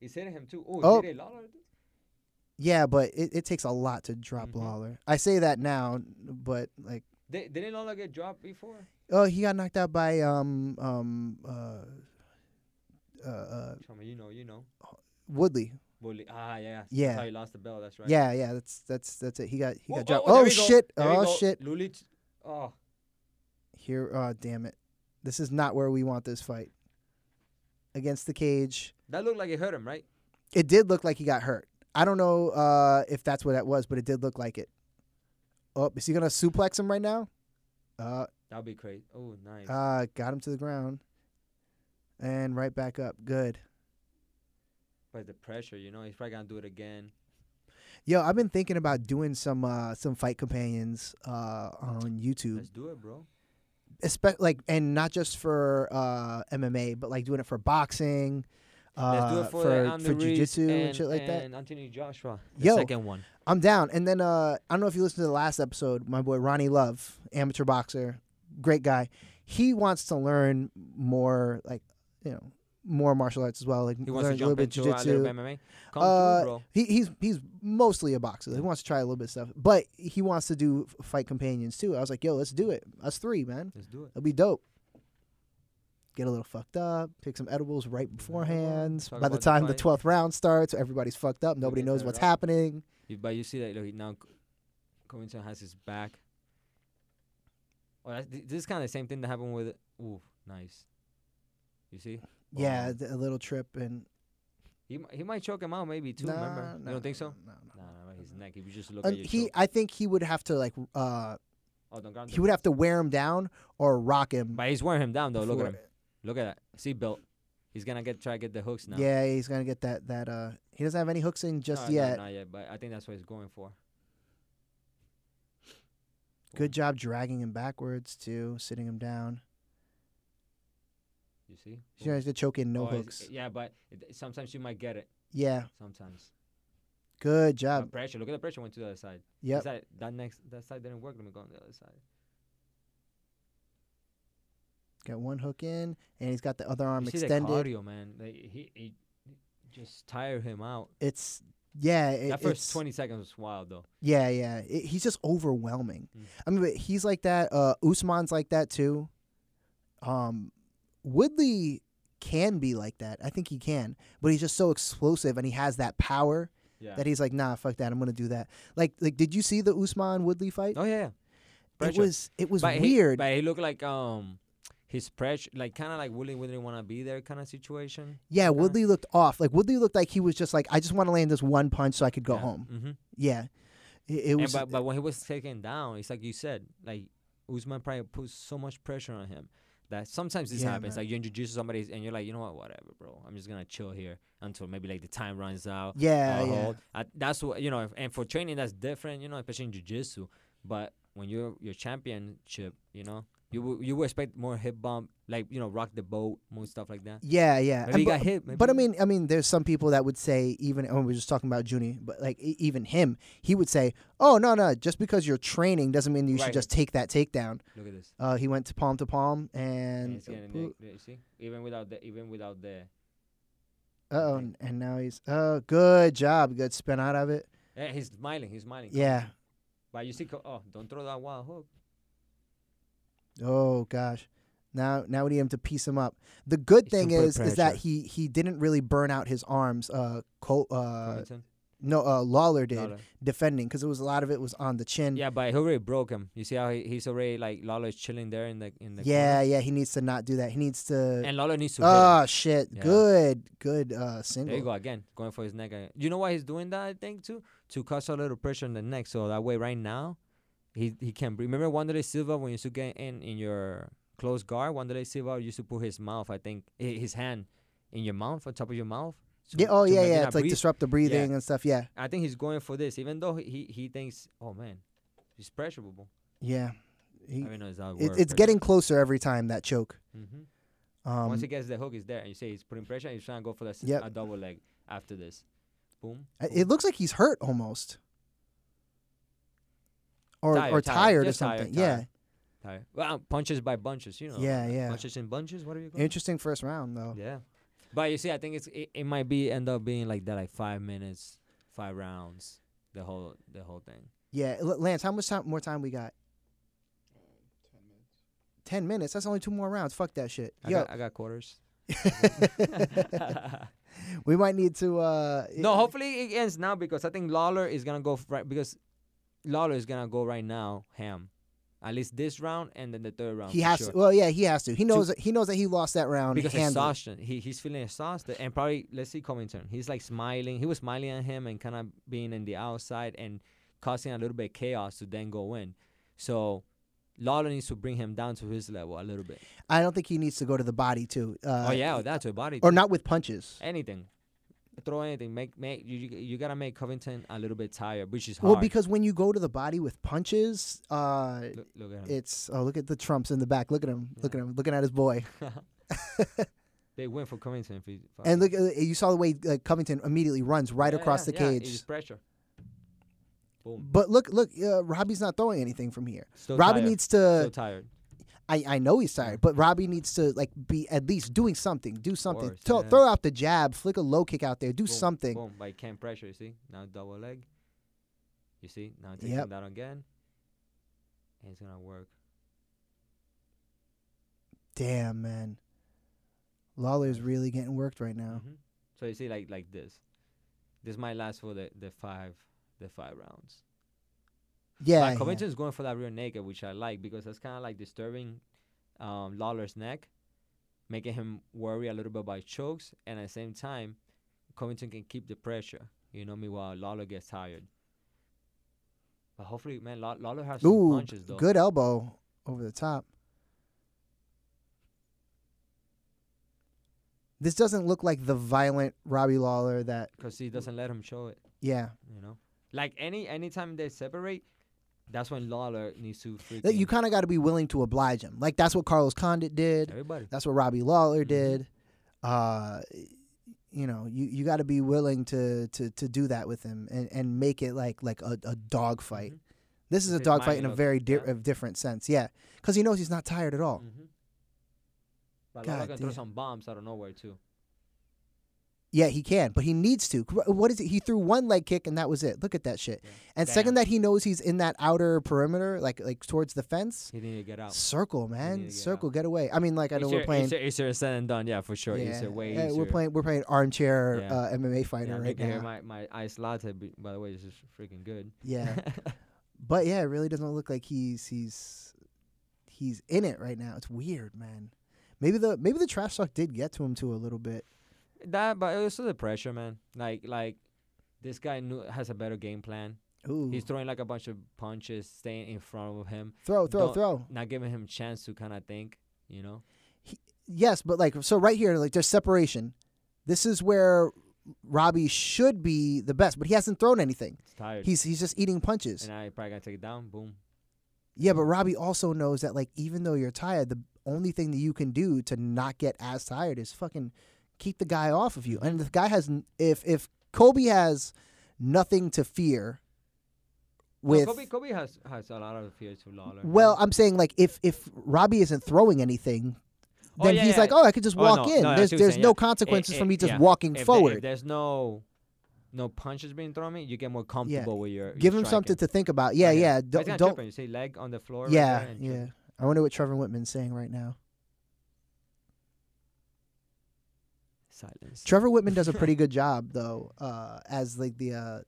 Speaker 2: He's hitting him too. Ooh,
Speaker 1: Oh.
Speaker 2: he did it. Lawler.
Speaker 1: yeah, but it, it takes a lot to drop
Speaker 2: Mhm.
Speaker 1: Lawler. I say that now, but like,
Speaker 2: They, didn't Lawler get dropped before?
Speaker 1: oh, he got knocked out by um um uh uh, uh
Speaker 2: Tell me, you know, you know.
Speaker 1: Woodley.
Speaker 2: Bully. Ah, yeah.
Speaker 1: Yeah.
Speaker 2: That's how he lost the belt. That's right.
Speaker 1: Yeah, yeah, that's that's that's it. He got he
Speaker 2: Oh,
Speaker 1: got dropped.
Speaker 2: there
Speaker 1: Oh,
Speaker 2: we go.
Speaker 1: shit!
Speaker 2: There we
Speaker 1: Oh
Speaker 2: go.
Speaker 1: shit!
Speaker 2: Lulich. Oh,
Speaker 1: Here, oh damn it! This is not where we want this fight. Against the cage,
Speaker 2: that looked like it hurt him, right?
Speaker 1: it did look like he got hurt. I don't know uh, if that's what that was, but it did look like it. Oh, is he gonna suplex him right now? Uh,
Speaker 2: That would be crazy. Oh, nice.
Speaker 1: uh, got him to the ground, and right back up. Good.
Speaker 2: but the pressure, you know, he's probably gonna do it again.
Speaker 1: Yo, I've been thinking about doing some uh, some fight companions uh, on YouTube.
Speaker 2: Let's do it, bro.
Speaker 1: espe- like and not just for uh MMA, but like doing it for boxing, uh,
Speaker 2: Let's do it for
Speaker 1: for,
Speaker 2: Andy
Speaker 1: for
Speaker 2: Ruiz
Speaker 1: jujitsu and,
Speaker 2: and
Speaker 1: shit like that.
Speaker 2: And Anthony Joshua, the
Speaker 1: Yo.
Speaker 2: second one.
Speaker 1: I'm down. And then uh, I don't know if you listened to the last episode. My boy Ronnie Love, amateur boxer, great guy. He wants to learn more, like you know, more martial arts as well. Like
Speaker 2: He wants
Speaker 1: learn
Speaker 2: to
Speaker 1: a little
Speaker 2: jump
Speaker 1: bit
Speaker 2: into a
Speaker 1: jujitsu.
Speaker 2: little bit MMA. Come
Speaker 1: Uh,
Speaker 2: through, bro.
Speaker 1: He, he's he's mostly a boxer. He wants to try a little bit of stuff, but he wants to do f- fight companions too. I was like, yo, let's do it. Us three, man.
Speaker 2: Let's do it.
Speaker 1: It'll be dope. Get a little fucked up, take some edibles right beforehand.
Speaker 2: Talk
Speaker 1: By the
Speaker 2: about the
Speaker 1: time the,
Speaker 2: fight.
Speaker 1: 12th round starts, everybody's fucked up. Nobody
Speaker 2: get
Speaker 1: knows
Speaker 2: that
Speaker 1: what's
Speaker 2: out.
Speaker 1: happening.
Speaker 2: You- But you see that look, he now c- Covington has his back. Oh, that's, th- this is kind of the same thing that happened with. Ooh, nice. You see?
Speaker 1: Yeah,
Speaker 2: Wow.
Speaker 1: th- a little trip and
Speaker 2: He mi- he might choke him out maybe too.
Speaker 1: nah,
Speaker 2: remember?
Speaker 1: nah,
Speaker 2: you don't think
Speaker 1: nah,
Speaker 2: so?
Speaker 1: nah, nah.
Speaker 2: Nah, nah, his neck. If you just look
Speaker 1: Uh,
Speaker 2: at your
Speaker 1: he,
Speaker 2: choke.
Speaker 1: I think he would have to like, uh,
Speaker 2: Oh, don't ground
Speaker 1: he
Speaker 2: him.
Speaker 1: would have to wear him down or rock him.
Speaker 2: But he's wearing him down though. Look at
Speaker 1: before-
Speaker 2: him. Look at that. See belt. He's gonna get try to get the hooks now.
Speaker 1: Yeah, he's gonna get that that. Uh, he doesn't have any hooks in just
Speaker 2: No, no,
Speaker 1: yet.
Speaker 2: not yet. But I think that's what he's going for.
Speaker 1: Good job dragging him backwards too, sitting him down.
Speaker 2: You see?
Speaker 1: He's gonna have to choke in no
Speaker 2: Oh, it's-
Speaker 1: hooks.
Speaker 2: Yeah, but it, sometimes you might get it.
Speaker 1: Yeah.
Speaker 2: sometimes.
Speaker 1: Good
Speaker 2: My
Speaker 1: job.
Speaker 2: pressure. Look at the pressure went to the other side.
Speaker 1: Yep.
Speaker 2: This side- that next that side didn't work. Let me go on the other side.
Speaker 1: Got one hook in, and he's got the other arm
Speaker 2: you see
Speaker 1: extended.
Speaker 2: the cardio, man. Like, he, he just tired him out.
Speaker 1: It's yeah. It,
Speaker 2: that first
Speaker 1: it's-
Speaker 2: 20 seconds was wild, though.
Speaker 1: Yeah, yeah. It, he's just overwhelming.
Speaker 2: Mm.
Speaker 1: I mean, but he's like that. Uh, Usman's like that too. Um, Woodley can be like that. I think he can, but he's just so explosive and he has that power
Speaker 2: Yeah.
Speaker 1: that he's like, nah, fuck that. I'm gonna do that. Like, like, did you see the Usman Woodley fight?
Speaker 2: oh yeah. yeah.
Speaker 1: it
Speaker 2: Pressure.
Speaker 1: was, it was
Speaker 2: but He,
Speaker 1: weird.
Speaker 2: but he looked like um his pressure, like kind of like Willie wouldn't want to be there kind of situation.
Speaker 1: yeah,
Speaker 2: kinda-
Speaker 1: Woodley looked off. Like Woodley looked like he was just like, I just want to land this one punch so I could go home.
Speaker 2: Mm-hmm.
Speaker 1: Yeah, it, it
Speaker 2: And
Speaker 1: was.
Speaker 2: but, but when he was taken down, it's like you said, like Usman probably put so much pressure on him that sometimes this
Speaker 1: Yeah,
Speaker 2: happens.
Speaker 1: man.
Speaker 2: Like you introduce somebody and you're like, you know what, whatever, bro. I'm just gonna chill here until maybe like the time runs out.
Speaker 1: yeah,
Speaker 2: I'll
Speaker 1: yeah,
Speaker 2: hold. I, Uh, that's what you know. if- And for training, that's different, you know, especially in jujitsu. But when you're your championship, you know, you w- you would expect more hip bump, like you know, rock the boat, more stuff like that.
Speaker 1: yeah, yeah.
Speaker 2: Maybe
Speaker 1: And
Speaker 2: he
Speaker 1: bu-
Speaker 2: got hit. Maybe
Speaker 1: But I mean, I mean, there's some people that would say even when we were just talking about Junie, but like e- even him, he would say, "Oh no, no, just because you're training doesn't mean you should
Speaker 2: Right.
Speaker 1: just take that takedown."
Speaker 2: look at this.
Speaker 1: Uh, he went to palm to palm
Speaker 2: And
Speaker 1: and
Speaker 2: it's getting
Speaker 1: uh
Speaker 2: the- the- see, even without the even without the,
Speaker 1: oh, and, and now he's oh, good job, good spin out of it.
Speaker 2: eh, he's smiling, he's smiling.
Speaker 1: Yeah.
Speaker 2: But you see, co- oh, don't throw that wild hook.
Speaker 1: Oh gosh. Now, now we need him to piece him up. The good
Speaker 2: He's
Speaker 1: thing
Speaker 2: super
Speaker 1: is, is that
Speaker 2: pressure.
Speaker 1: he he didn't really burn out his arms. Uh, Col- uh
Speaker 2: Covington.
Speaker 1: no, uh, Lawler did
Speaker 2: Lawler.
Speaker 1: defending because it was a lot of it was on the chin.
Speaker 2: Yeah, but he already broke him. You see how he, he's already like Lawler is chilling there in the in the
Speaker 1: yeah, yeah. He needs to not do that. He needs to.
Speaker 2: corner. and Lawler needs to. hit him.
Speaker 1: Oh shit!
Speaker 2: Yeah.
Speaker 1: Good, good uh,
Speaker 2: There you
Speaker 1: single.
Speaker 2: go again, going for his neck. again. You know why he's doing that? I think too to cause a little pressure on the neck, so that way right now he he can breathe. Remember Wanderlei Silva when you used to get in in your close guard, Wanderlei Silva used to put his mouth, I think, hi- his hand in your mouth, on top of your mouth. to-
Speaker 1: Yeah. Oh
Speaker 2: to
Speaker 1: yeah,
Speaker 2: make you
Speaker 1: yeah.
Speaker 2: not
Speaker 1: It's like
Speaker 2: breathe.
Speaker 1: disrupt the breathing and stuff. Yeah,
Speaker 2: I think he's going for this, even though he he, he thinks, oh man, he's pressurable.
Speaker 1: yeah. He,
Speaker 2: I mean, no, it's not. a
Speaker 1: it,
Speaker 2: word,
Speaker 1: it's getting closer every time that choke.
Speaker 2: hmm
Speaker 1: Um,
Speaker 2: Once he gets the hook, he's there, and you say he's putting pressure, and he's trying to go for that s-
Speaker 1: Yep.
Speaker 2: a double leg after this. Boom.
Speaker 1: I-
Speaker 2: boom.
Speaker 1: Uh, it looks like he's hurt almost, or
Speaker 2: Tired,
Speaker 1: or
Speaker 2: tired,
Speaker 1: tired or
Speaker 2: just tired,
Speaker 1: something.
Speaker 2: tired, Tired. Well, um, punches by bunches, you know.
Speaker 1: yeah, yeah, yeah.
Speaker 2: Bunches in bunches. What are you called?
Speaker 1: Interesting first round though.
Speaker 2: Yeah. But you see, I think it's it, it might be end up being like that, like five minutes, five rounds, the whole the whole thing.
Speaker 1: Yeah, L- Lance, how much time more time we got? Ten minutes. That's only two more rounds. Fuck that shit.
Speaker 2: I
Speaker 1: Yo,
Speaker 2: got I
Speaker 1: [laughs]
Speaker 2: got quarters. [laughs]
Speaker 1: we might need to. uh
Speaker 2: no, hopefully it ends now because I think Lawler is gonna go f- right because Lawler is gonna go right now ham, at least this round and then the third round.
Speaker 1: He
Speaker 2: for
Speaker 1: has
Speaker 2: sure.
Speaker 1: to. Well, yeah, he has to. He knows. he knows that he lost that round.
Speaker 2: because
Speaker 1: handily.
Speaker 2: exhaustion. He he's feeling exhausted and probably let's see Covington. He's like smiling. He was smiling at him and kind of being in the outside and causing a little bit chaos to then go in. So Lawler needs to bring him down to his level a little bit.
Speaker 1: I don't think he needs to go to the body too. Uh,
Speaker 2: oh yeah, oh, that's a body.
Speaker 1: or not with punches.
Speaker 2: anything. Throw anything. Make make you you you gotta make Covington a little bit tired, which is
Speaker 1: Well,
Speaker 2: hard.
Speaker 1: because when you go to the body with punches, uh,
Speaker 2: look, look at him.
Speaker 1: it's oh look at the Trumps in the back. Look at him. Look at him. Looking at his boy.
Speaker 2: they went for Covington. If he,
Speaker 1: And look, uh, you saw the way uh, Covington immediately runs right
Speaker 2: Yeah,
Speaker 1: across
Speaker 2: yeah,
Speaker 1: the
Speaker 2: yeah,
Speaker 1: cage.
Speaker 2: It's pressure. Boom.
Speaker 1: But look, look, uh, Robbie's not throwing anything from here.
Speaker 2: Still
Speaker 1: Robbie
Speaker 2: tired.
Speaker 1: needs to.
Speaker 2: Still tired.
Speaker 1: I, I know he's tired, but Robbie needs to like be at least doing something. Do something.
Speaker 2: course,
Speaker 1: Throw-
Speaker 2: yeah.
Speaker 1: Throw out the jab. Flick a low kick out there. Do
Speaker 2: Boom,
Speaker 1: something.
Speaker 2: Boom, by can pressure, you see? Now double leg. You see? Now take
Speaker 1: Yep.
Speaker 2: him down again. And it's gonna work.
Speaker 1: Damn man, Lawler's really getting worked right now.
Speaker 2: Mhm. So you see like like this. This might last for the, the five the five rounds.
Speaker 1: Yeah,
Speaker 2: but
Speaker 1: yeah.
Speaker 2: Covington's going for that rear naked, which I like because that's kinda like disturbing um Lawler's neck, making him worry a little bit by chokes, and at the same time, Covington can keep the pressure, you know me, while Lawler gets tired. But hopefully, man, Law- Lawler has some
Speaker 1: Ooh,
Speaker 2: punches though.
Speaker 1: good elbow over the top. This doesn't look like the violent Robbie Lawler that,
Speaker 2: because he doesn't let him show it.
Speaker 1: yeah.
Speaker 2: You know, like any anytime they separate, that's when Lawler needs to freaking
Speaker 1: That you kind of got to be willing to oblige him. Like that's what Carlos Condit did.
Speaker 2: everybody.
Speaker 1: That's what Robbie Lawler
Speaker 2: Mhm.
Speaker 1: did. Uh, you know, you, you got to be willing to, to to do that with him and, and make it like like a, a dog fight.
Speaker 2: Mhm.
Speaker 1: This is a
Speaker 2: If his
Speaker 1: dog
Speaker 2: mind
Speaker 1: fight in a
Speaker 2: knows it,
Speaker 1: very di-
Speaker 2: yeah.
Speaker 1: of different sense. Yeah, because he knows he's not tired at all.
Speaker 2: Mhm. But
Speaker 1: Oh. God
Speaker 2: Lola can throw
Speaker 1: damn.
Speaker 2: some bombs out of nowhere too.
Speaker 1: Yeah, he can, but he needs to. Wh- What is it? He threw one leg kick and that was it. Look at that shit.
Speaker 2: Yeah.
Speaker 1: And
Speaker 2: Damn.
Speaker 1: second, that he knows he's in that outer perimeter, like like towards the fence.
Speaker 2: He didn't get out.
Speaker 1: Circle,
Speaker 2: need
Speaker 1: man,
Speaker 2: to get
Speaker 1: circle, get away. I mean, like I know
Speaker 2: easier,
Speaker 1: we're playing.
Speaker 2: Easier, easier said and done. Yeah, for sure.
Speaker 1: yeah,
Speaker 2: Easier, way
Speaker 1: yeah,
Speaker 2: easier.
Speaker 1: we're playing. We're playing armchair
Speaker 2: Yeah.
Speaker 1: uh, MMA fighter
Speaker 2: Yeah, I'm
Speaker 1: right
Speaker 2: drinking here
Speaker 1: now.
Speaker 2: My my iced latte, b- by the way, is just freaking good.
Speaker 1: Yeah, but yeah, it really doesn't look like he's he's he's in it right now. It's weird, man. Maybe the maybe the trash talk did get to him too a little bit.
Speaker 2: [laughs] that, but also the pressure, man. Like like. This guy knew, has a better game plan.
Speaker 1: Ooh,
Speaker 2: He's throwing like a bunch of punches, staying in front of him,
Speaker 1: throw, throw,
Speaker 2: don't-
Speaker 1: throw.
Speaker 2: not giving him chance to kind of think. You know,
Speaker 1: Yes, but like so right here, like there's separation. This is where Robbie should be the best, but he hasn't thrown anything.
Speaker 2: it's tired.
Speaker 1: He's he's just eating punches.
Speaker 2: and I probably gotta take it down. Boom.
Speaker 1: Yeah, but Robbie also knows that like even though you're tired, the only thing that you can do to not get as tired is fucking keep the guy off of you. And if the guy has n- if if Kobe has nothing to fear with
Speaker 2: no, Kobe, Kobe has has a lot of fear to Lawler.
Speaker 1: well,
Speaker 2: right?
Speaker 1: I'm saying like if if Robbie isn't throwing anything,
Speaker 2: Oh,
Speaker 1: then
Speaker 2: yeah,
Speaker 1: he's
Speaker 2: yeah.
Speaker 1: like, "Oh, I could just
Speaker 2: Oh,
Speaker 1: walk
Speaker 2: no,
Speaker 1: in."
Speaker 2: no, I
Speaker 1: there's
Speaker 2: see what you're
Speaker 1: there's
Speaker 2: saying,
Speaker 1: no
Speaker 2: yeah.
Speaker 1: consequences
Speaker 2: Eh,
Speaker 1: for
Speaker 2: eh,
Speaker 1: me just
Speaker 2: yeah.
Speaker 1: walking
Speaker 2: If the- if
Speaker 1: forward.
Speaker 2: there's no no punches being thrown, at you you get more comfortable with your. your
Speaker 1: Give him something
Speaker 2: striking.
Speaker 1: to think about. Yeah,
Speaker 2: Okay.
Speaker 1: yeah.
Speaker 2: But it's
Speaker 1: Don't,
Speaker 2: not
Speaker 1: don't
Speaker 2: tripping. You see leg on the floor. right
Speaker 1: yeah,
Speaker 2: there and
Speaker 1: yeah.
Speaker 2: trip.
Speaker 1: I wonder what Trevor Whitman's saying right now.
Speaker 2: Silence.
Speaker 1: Trevor Whitman does a pretty good job though, uh, as like the uh,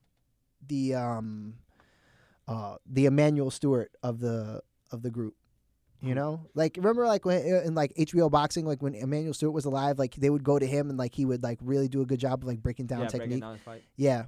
Speaker 1: the um, uh, the Emmanuel Stewart of the of the group. You
Speaker 2: Hmm.
Speaker 1: know, like remember, like when uh, in like HBO boxing, like when Emmanuel Stewart was alive, like they would go to him and like he would like really do a good job of like breaking down
Speaker 2: yeah, break it
Speaker 1: technique.
Speaker 2: down, it's fine.
Speaker 1: Yeah,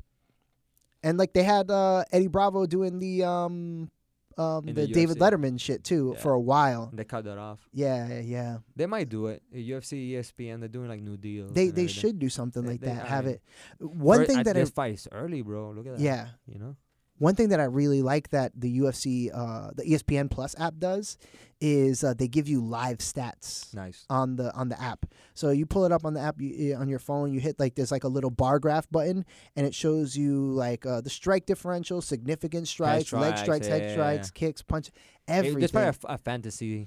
Speaker 1: and like they had uh, Eddie Bravo doing the um, um,
Speaker 2: In
Speaker 1: the,
Speaker 2: the
Speaker 1: David
Speaker 2: UFC.
Speaker 1: Letterman shit too
Speaker 2: Yeah. Hmm.
Speaker 1: for a while.
Speaker 2: They cut that off.
Speaker 1: Yeah, yeah, yeah.
Speaker 2: They might do it. The UFC, ESPN, they're doing like new deals.
Speaker 1: They
Speaker 2: and
Speaker 1: they
Speaker 2: everything.
Speaker 1: should do something
Speaker 2: They-
Speaker 1: like
Speaker 2: they-
Speaker 1: that.
Speaker 2: I
Speaker 1: Have
Speaker 2: mean,
Speaker 1: it. One
Speaker 2: Or
Speaker 1: thing
Speaker 2: at
Speaker 1: that I
Speaker 2: this uh, fight is early, bro. Look at that.
Speaker 1: yeah.
Speaker 2: You know.
Speaker 1: One thing that I really like that the UFC, uh, the ESPN Plus app does, is uh, they give you live stats
Speaker 2: Nice.
Speaker 1: on the on the app. So you pull it up on the app you, eh, on your phone. You hit like there's like a little bar graph button, and it shows you like uh, the strike differential, significant strikes, leg
Speaker 2: strikes,
Speaker 1: strikes, head
Speaker 2: yeah, yeah,
Speaker 1: strikes, kicks, punch,
Speaker 2: It-
Speaker 1: everything.
Speaker 2: There's probably a, f- a fantasy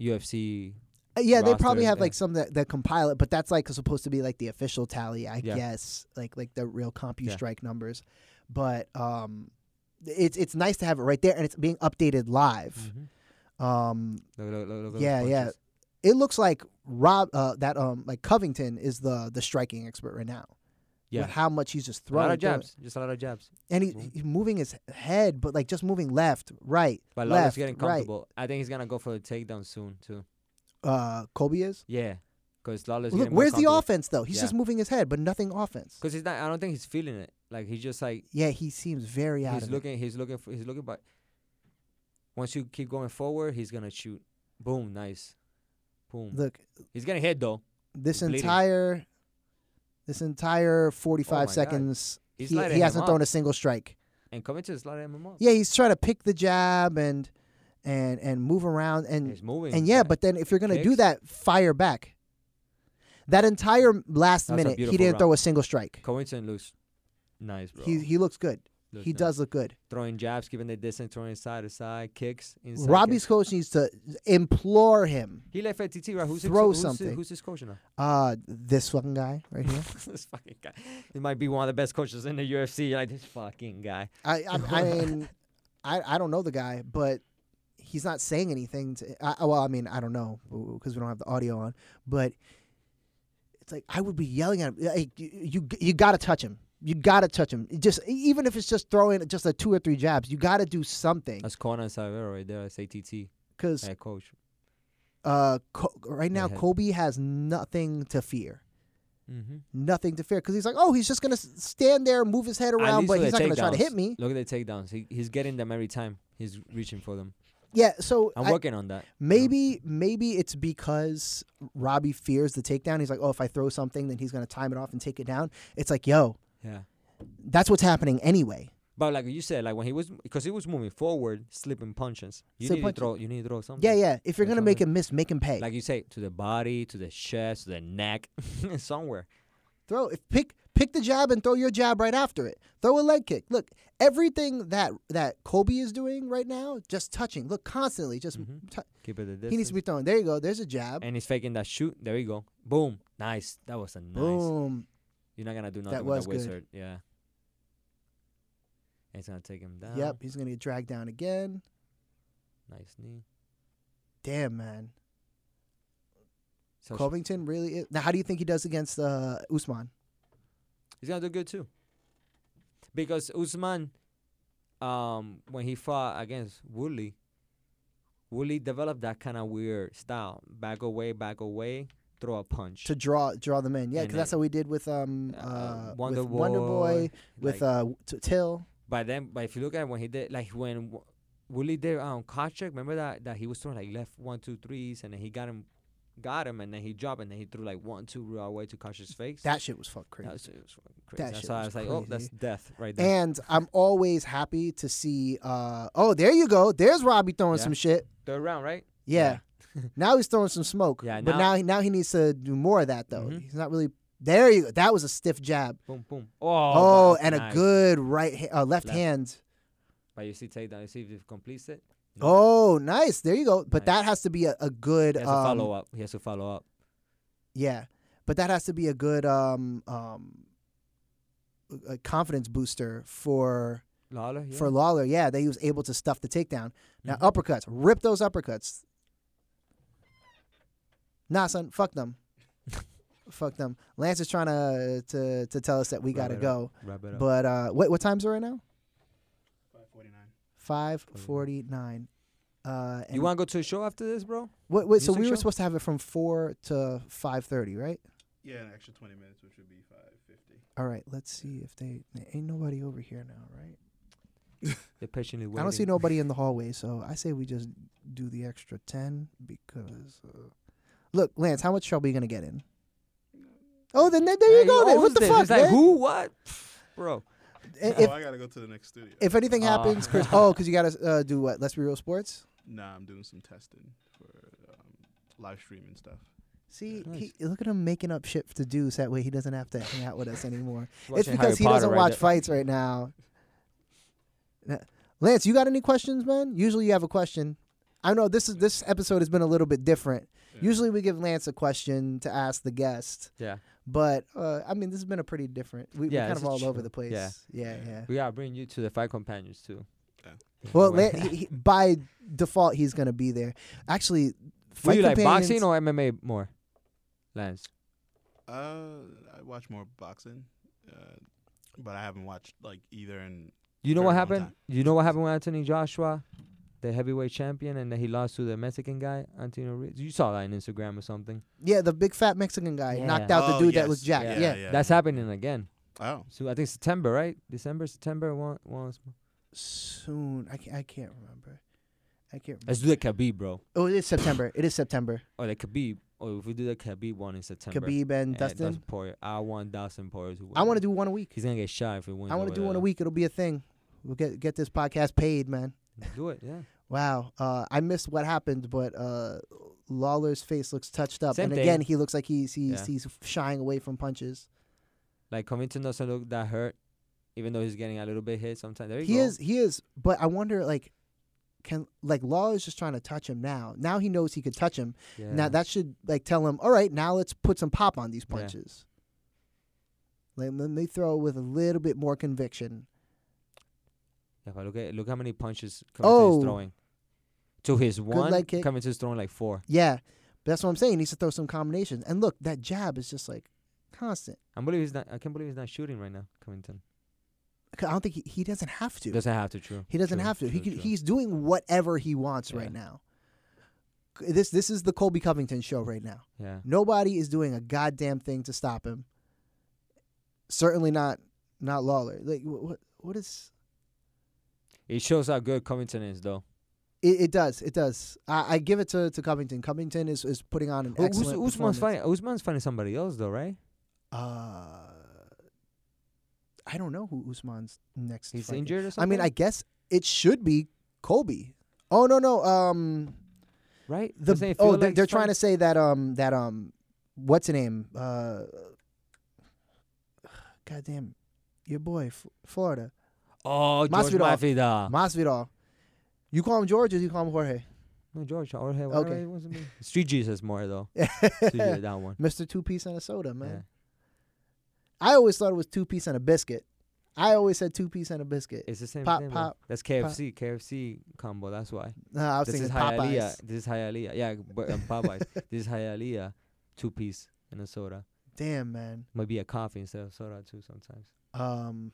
Speaker 2: UFC.
Speaker 1: Uh, yeah, they
Speaker 2: roster,
Speaker 1: probably have
Speaker 2: yeah.
Speaker 1: like some that, that compile it, but that's like supposed to be like the official tally, I
Speaker 2: Yeah.
Speaker 1: guess, like like the real compu
Speaker 2: Yeah.
Speaker 1: strike numbers. But um, it's it's nice to have it right there, and it's being updated live.
Speaker 2: Mhm.
Speaker 1: Um,
Speaker 2: Look, look, look, look at those
Speaker 1: Yeah, yeah.
Speaker 2: punches.
Speaker 1: it looks like Rob uh, that um like Covington is the the striking expert right now.
Speaker 2: Yeah.
Speaker 1: with how much he's just
Speaker 2: A lot
Speaker 1: throwing
Speaker 2: of
Speaker 1: through it.
Speaker 2: jabs. Just a lot of jabs.
Speaker 1: and he,
Speaker 2: Mhm.
Speaker 1: he's moving his head, but like just moving left, right,
Speaker 2: But Lawler's
Speaker 1: left,
Speaker 2: getting
Speaker 1: right.
Speaker 2: comfortable. I think he's gonna go for the takedown soon too.
Speaker 1: Uh, Kobe is.
Speaker 2: Yeah, because Lawler's
Speaker 1: Look,
Speaker 2: getting
Speaker 1: where's the
Speaker 2: off?
Speaker 1: offense though? He's
Speaker 2: Yeah.
Speaker 1: just moving his head, but nothing offense.
Speaker 2: Because he's not. I don't think he's feeling it. Like he's just like
Speaker 1: Yeah, he seems very out
Speaker 2: he's
Speaker 1: of it.
Speaker 2: looking. He's looking for. He's looking. But once you keep going forward, he's gonna shoot. Boom! Nice. Boom.
Speaker 1: Look,
Speaker 2: he's getting hit though.
Speaker 1: this
Speaker 2: Hmm. Bleeding.
Speaker 1: entire this entire
Speaker 2: Oh my
Speaker 1: 45
Speaker 2: God.
Speaker 1: seconds
Speaker 2: He's
Speaker 1: he,
Speaker 2: lighting
Speaker 1: he
Speaker 2: him
Speaker 1: hasn't
Speaker 2: up.
Speaker 1: thrown a single strike
Speaker 2: And Covington is lighting him up.
Speaker 1: yeah he's trying to pick the jab and and and move around and
Speaker 2: he's moving.
Speaker 1: and yeah but then if you're gonna do
Speaker 2: Kicks.
Speaker 1: that fire back that entire last
Speaker 2: That's a
Speaker 1: minute he
Speaker 2: beautiful
Speaker 1: didn't throw
Speaker 2: round.
Speaker 1: a single strike
Speaker 2: Covington looks nice, bro.
Speaker 1: he he looks good
Speaker 2: Looks
Speaker 1: he
Speaker 2: nice.
Speaker 1: does look good
Speaker 2: throwing jabs, keeping the distance, throwing side to side kicks. Inside
Speaker 1: robbie's
Speaker 2: kicks.
Speaker 1: coach needs to implore him
Speaker 2: He left at TT, right? Who's his,
Speaker 1: throw
Speaker 2: who's his-
Speaker 1: something.
Speaker 2: Who's his coach now?
Speaker 1: uh this fucking guy right here
Speaker 2: [laughs] this fucking guy. He might be one of the best coaches in the UFC. You're Like this fucking guy.
Speaker 1: I, I, I mean, I, I don't know the guy, but he's not saying anything. To, I, well, I mean, I don't know because we don't have the audio on, but it's like I would be yelling at him. Like, you, you, you got to touch him. You got to touch him. Just e, even if it's just throwing just a two or three jabs, you got to do something.
Speaker 2: That's Conan Savero right there. That's ATT
Speaker 1: Because
Speaker 2: head coach.
Speaker 1: uh, Co- right now,
Speaker 2: Yeah.
Speaker 1: Kobe has nothing to fear.
Speaker 2: Mm-hmm.
Speaker 1: Nothing to fear because he's like, oh, he's just gonna s- stand there, move his head around, but he's not gonna try to hit me.
Speaker 2: Look at the takedowns. He, he's getting them every time. He's reaching for them.
Speaker 1: Yeah, so
Speaker 2: I'm
Speaker 1: I-
Speaker 2: working on that. you know?
Speaker 1: Maybe maybe it's because Robbie fears the takedown. He's like, oh, if I throw something, then he's gonna time it off and take it down. It's like, yo,
Speaker 2: Yeah.
Speaker 1: that's what's happening anyway.
Speaker 2: But like you said, like when he was, because he was moving forward, slipping punches. You
Speaker 1: Slip
Speaker 2: need
Speaker 1: punches.
Speaker 2: to throw. You need to throw something.
Speaker 1: Yeah, yeah. If you're
Speaker 2: That's
Speaker 1: gonna
Speaker 2: what I
Speaker 1: make him miss, make him pay.
Speaker 2: Like you say, to the body, to the chest, to the neck, [laughs] somewhere.
Speaker 1: Throw if pick pick the jab and throw your jab right after it. Throw a leg kick. Look, everything that that Kobe is doing right now, just touching. Look constantly, just
Speaker 2: Mhm.
Speaker 1: tou-
Speaker 2: Keep it at distance.
Speaker 1: he needs to be throwing. There you go. There's a jab.
Speaker 2: and he's faking that shoot. There you go. Boom. Nice. That was a nice.
Speaker 1: Boom.
Speaker 2: You're not gonna do nothing
Speaker 1: was
Speaker 2: with
Speaker 1: good.
Speaker 2: that wizard. Yeah. And It's gonna take him down.
Speaker 1: Yep. He's gonna get dragged down again.
Speaker 2: Nice knee.
Speaker 1: Damn man,
Speaker 2: So sh-
Speaker 1: Covington really. Is. Now, how do you think he does against uh, Usman?
Speaker 2: he's gonna do good too. Because Usman, um, when he fought against Woodley, Woodley developed that kind of weird style: back away, back away, throw a punch.
Speaker 1: to draw draw them in. Yeah,
Speaker 2: And
Speaker 1: because that's
Speaker 2: it-
Speaker 1: how we did with um
Speaker 2: Uh,
Speaker 1: uh,
Speaker 2: Wonder
Speaker 1: with Wonder Boy
Speaker 2: Boy,
Speaker 1: with
Speaker 2: like-
Speaker 1: uh t- Till.
Speaker 2: But then, but if you look at when he did, like when W- Willie did on Kochek, remember that that he was throwing like left one, two, threes, and then he got him, got him, and then he dropped, and then he threw like one, two, right away to Kochek's face.
Speaker 1: That shit was fucked
Speaker 2: That
Speaker 1: crazy.
Speaker 2: was, it was fucking crazy.
Speaker 1: that
Speaker 2: That's
Speaker 1: shit
Speaker 2: why I
Speaker 1: was
Speaker 2: was like, oh, that's
Speaker 1: crazy.
Speaker 2: death right there.
Speaker 1: And I'm always happy to see. uh Oh, there you go. There's Robbie throwing
Speaker 2: Yeah.
Speaker 1: some shit.
Speaker 2: Third round, right?
Speaker 1: Yeah. now he's throwing some smoke.
Speaker 2: Yeah,
Speaker 1: but now
Speaker 2: now-
Speaker 1: he now he needs to do more of that though.
Speaker 2: Mhm.
Speaker 1: He's not really. There you go. That was a stiff jab.
Speaker 2: Boom, boom.
Speaker 1: Oh,
Speaker 2: Oh, that's
Speaker 1: and
Speaker 2: nice.
Speaker 1: a good right ha- uh, left,
Speaker 2: Left.
Speaker 1: hand.
Speaker 2: But you see, take that. You see if he completes it.
Speaker 1: Oh, nice. There you go. But
Speaker 2: Nice.
Speaker 1: that has to be a, a good.
Speaker 2: He has to
Speaker 1: um,
Speaker 2: follow up. He has to follow up.
Speaker 1: Yeah, but that has to be a good um um a confidence booster for
Speaker 2: Lawler, yeah.
Speaker 1: for Lawler. Yeah, that he was able to stuff the takedown. Now
Speaker 2: Mhm.
Speaker 1: uppercuts, rip those uppercuts. Nah, son, fuck
Speaker 2: [laughs]
Speaker 1: them. fuck them. Lance is trying to to to tell us that we
Speaker 2: Right,
Speaker 1: gotta
Speaker 2: right,
Speaker 1: go.
Speaker 2: Wrap it up.
Speaker 1: But uh, what what times are it now?
Speaker 3: 549.
Speaker 1: Five forty nine. Uh, and
Speaker 2: you want to go to a show after this, bro?
Speaker 1: what, what, so
Speaker 2: music
Speaker 1: we were
Speaker 2: show?
Speaker 1: supposed to have it from four to five thirty, right?
Speaker 3: Yeah, an extra 20 minutes, which would be 550.
Speaker 1: All right, let's see if they ain't nobody over here now, right?
Speaker 2: They're patiently waiting.
Speaker 1: I don't see nobody in the hallway, so I say we just do the extra ten because. Uh, look, Lance, how much are we gonna get in? Oh, then there there
Speaker 2: Hey,
Speaker 1: you go. Then what
Speaker 2: owns
Speaker 1: the
Speaker 2: this.
Speaker 1: fuck,
Speaker 2: It's like,
Speaker 1: man?
Speaker 2: who? What? Bro.
Speaker 1: And
Speaker 3: oh,
Speaker 1: If
Speaker 3: I gotta go to the next studio.
Speaker 1: if anything
Speaker 2: Aw.
Speaker 1: happens,
Speaker 2: [laughs]
Speaker 1: Chris. Oh, because you gotta uh, do what? Let's be real sports.
Speaker 3: nah, I'm doing some testing for um, live streaming stuff.
Speaker 1: See,
Speaker 2: Nice.
Speaker 1: he, look at him making up shit to do, so that way he doesn't have to hang out with us anymore. it's
Speaker 2: Watching
Speaker 1: because
Speaker 2: Harry
Speaker 1: he
Speaker 2: Potter
Speaker 1: doesn't
Speaker 2: right
Speaker 1: watch
Speaker 2: there.
Speaker 1: fights right now. N- Lance, you got any questions, man? Usually you have a question. I know this is this episode has been a little bit different.
Speaker 3: Yeah.
Speaker 1: Usually we give Lance a question to ask the guest,
Speaker 2: Yeah.
Speaker 1: but uh, I mean this has been a pretty different. We, we're
Speaker 2: Yeah,
Speaker 1: kind
Speaker 2: this
Speaker 1: of
Speaker 2: is
Speaker 1: all over
Speaker 2: true.
Speaker 1: the place. Yeah,
Speaker 2: Yeah.
Speaker 1: yeah.
Speaker 2: We gotta bring you to the fight companions too.
Speaker 3: Okay.
Speaker 1: Well,
Speaker 2: [laughs]
Speaker 1: Lan he, he- by default he's gonna be there. Actually,
Speaker 2: Were
Speaker 1: fight
Speaker 2: you like
Speaker 1: companions-
Speaker 2: boxing or MMA more, Lance?
Speaker 3: Uh, I watch more boxing, uh, but I haven't watched like either. And
Speaker 2: You know
Speaker 3: Very
Speaker 2: what
Speaker 3: long
Speaker 2: happened?
Speaker 3: time.
Speaker 2: You know what happened with Anthony Joshua, the heavyweight champion, and then he lost to the Mexican guy, Antonio Ruiz. You saw that on Instagram or something.
Speaker 1: yeah, the big fat Mexican guy
Speaker 2: Yeah.
Speaker 1: knocked out the
Speaker 3: Oh,
Speaker 1: dude that was
Speaker 3: yes.
Speaker 1: Jack. Yeah,
Speaker 2: That's happening again.
Speaker 3: Oh,
Speaker 2: So I think September, right? December, September, one, once. more.
Speaker 1: soon. I can't, I can't remember. I can't. Remember.
Speaker 2: Let's do the Khabib, bro.
Speaker 1: Oh, it is September. It is September.
Speaker 2: Or the Khabib. Or if we do the Khabib one in September.
Speaker 1: Khabib and
Speaker 2: and
Speaker 1: Dustin.
Speaker 2: Poirier. I want Dustin Poirier to win.
Speaker 1: I want to do one a week.
Speaker 2: He's gonna get shot if he wins.
Speaker 1: I want
Speaker 2: over
Speaker 1: to do one a
Speaker 2: there.
Speaker 1: week. It'll be a thing. We'll get get this podcast paid, man.
Speaker 2: Do it, yeah.
Speaker 1: Wow. Uh, I missed what happened, but uh, Lawler's face looks touched up,
Speaker 2: Same
Speaker 1: and
Speaker 2: thing.
Speaker 1: again, he looks like he's he's
Speaker 2: Yeah.
Speaker 1: he's shying away from punches.
Speaker 2: Like Covington doesn't look that hurt, even though he's getting a little bit hit sometimes. There you
Speaker 1: He
Speaker 2: go.
Speaker 1: is he is, but I wonder like. Can like Law is just trying to touch him now. Now he knows he could touch him.
Speaker 2: Yeah.
Speaker 1: Now that should like tell him, all right, now let's put some pop on these
Speaker 2: Yeah.
Speaker 1: punches. Like let me throw with a little bit more conviction.
Speaker 2: Yeah, but look at look how many punches Covington
Speaker 1: Oh.
Speaker 2: is throwing. To his one,
Speaker 1: leg kick.
Speaker 2: Covington's throwing like four.
Speaker 1: Yeah, but that's what I'm saying. He needs to throw some combinations. And look, that jab is just like constant.
Speaker 2: I believe he's not. I can't believe he's not shooting right now, Covington.
Speaker 1: 'Cause I don't think he, he doesn't have to.
Speaker 2: Doesn't have to. True.
Speaker 1: he doesn't
Speaker 2: true,
Speaker 1: have to. he could,
Speaker 2: true, true.
Speaker 1: he's doing whatever he wants
Speaker 2: Yeah.
Speaker 1: right now. C- This this is the Colby Covington show right now.
Speaker 2: yeah.
Speaker 1: Nobody is doing a goddamn thing to stop him. Certainly not not Lawler. Like wh- what what is
Speaker 2: It shows how good Covington is, though.
Speaker 1: it, it does it does. I, I give it to, to Covington. Covington is, is putting on an
Speaker 2: Oh, Us-
Speaker 1: excellent
Speaker 2: Usman's
Speaker 1: performance.
Speaker 2: fighting. Usman's fighting somebody else, though, right?
Speaker 1: Uh, I don't know who Usman's next.
Speaker 2: He's
Speaker 1: fight is.
Speaker 2: injured or
Speaker 1: I
Speaker 2: something.
Speaker 1: mean, I guess it should be Colby. Oh no no um
Speaker 2: right.
Speaker 1: the
Speaker 2: Doesn't it
Speaker 1: oh
Speaker 2: feel
Speaker 1: they're,
Speaker 2: like
Speaker 1: um, they're trying to
Speaker 2: something-
Speaker 1: say that um that um what's the name uh goddamn, your boy, F- Florida,
Speaker 2: Oh, George
Speaker 1: Masvidal.
Speaker 2: Masvidal.
Speaker 1: Masvidal. You call him George or you call him Jorge?
Speaker 2: No, George Jorge. whatever
Speaker 1: Okay.
Speaker 2: it was. Street Jesus more though. Street
Speaker 1: [laughs]
Speaker 2: Jesus, that one.
Speaker 1: Mr. Two Piece and a Soda, man.
Speaker 2: Yeah.
Speaker 1: I always thought it was two piece and a biscuit. I always said two piece and a biscuit.
Speaker 2: It's the same
Speaker 1: Pop,
Speaker 2: thing. bro.
Speaker 1: pop,
Speaker 2: That's KFC. KFC combo. That's why.
Speaker 1: No, I was
Speaker 2: This is
Speaker 1: thinking
Speaker 2: Hialeah.
Speaker 1: Popeyes.
Speaker 2: This is Hialeah. Yeah, but um, Popeyes. [laughs] this is Hialeah. Two piece and a soda.
Speaker 1: [laughs] Damn, man.
Speaker 2: Might be a coffee instead of soda too sometimes.
Speaker 1: Um,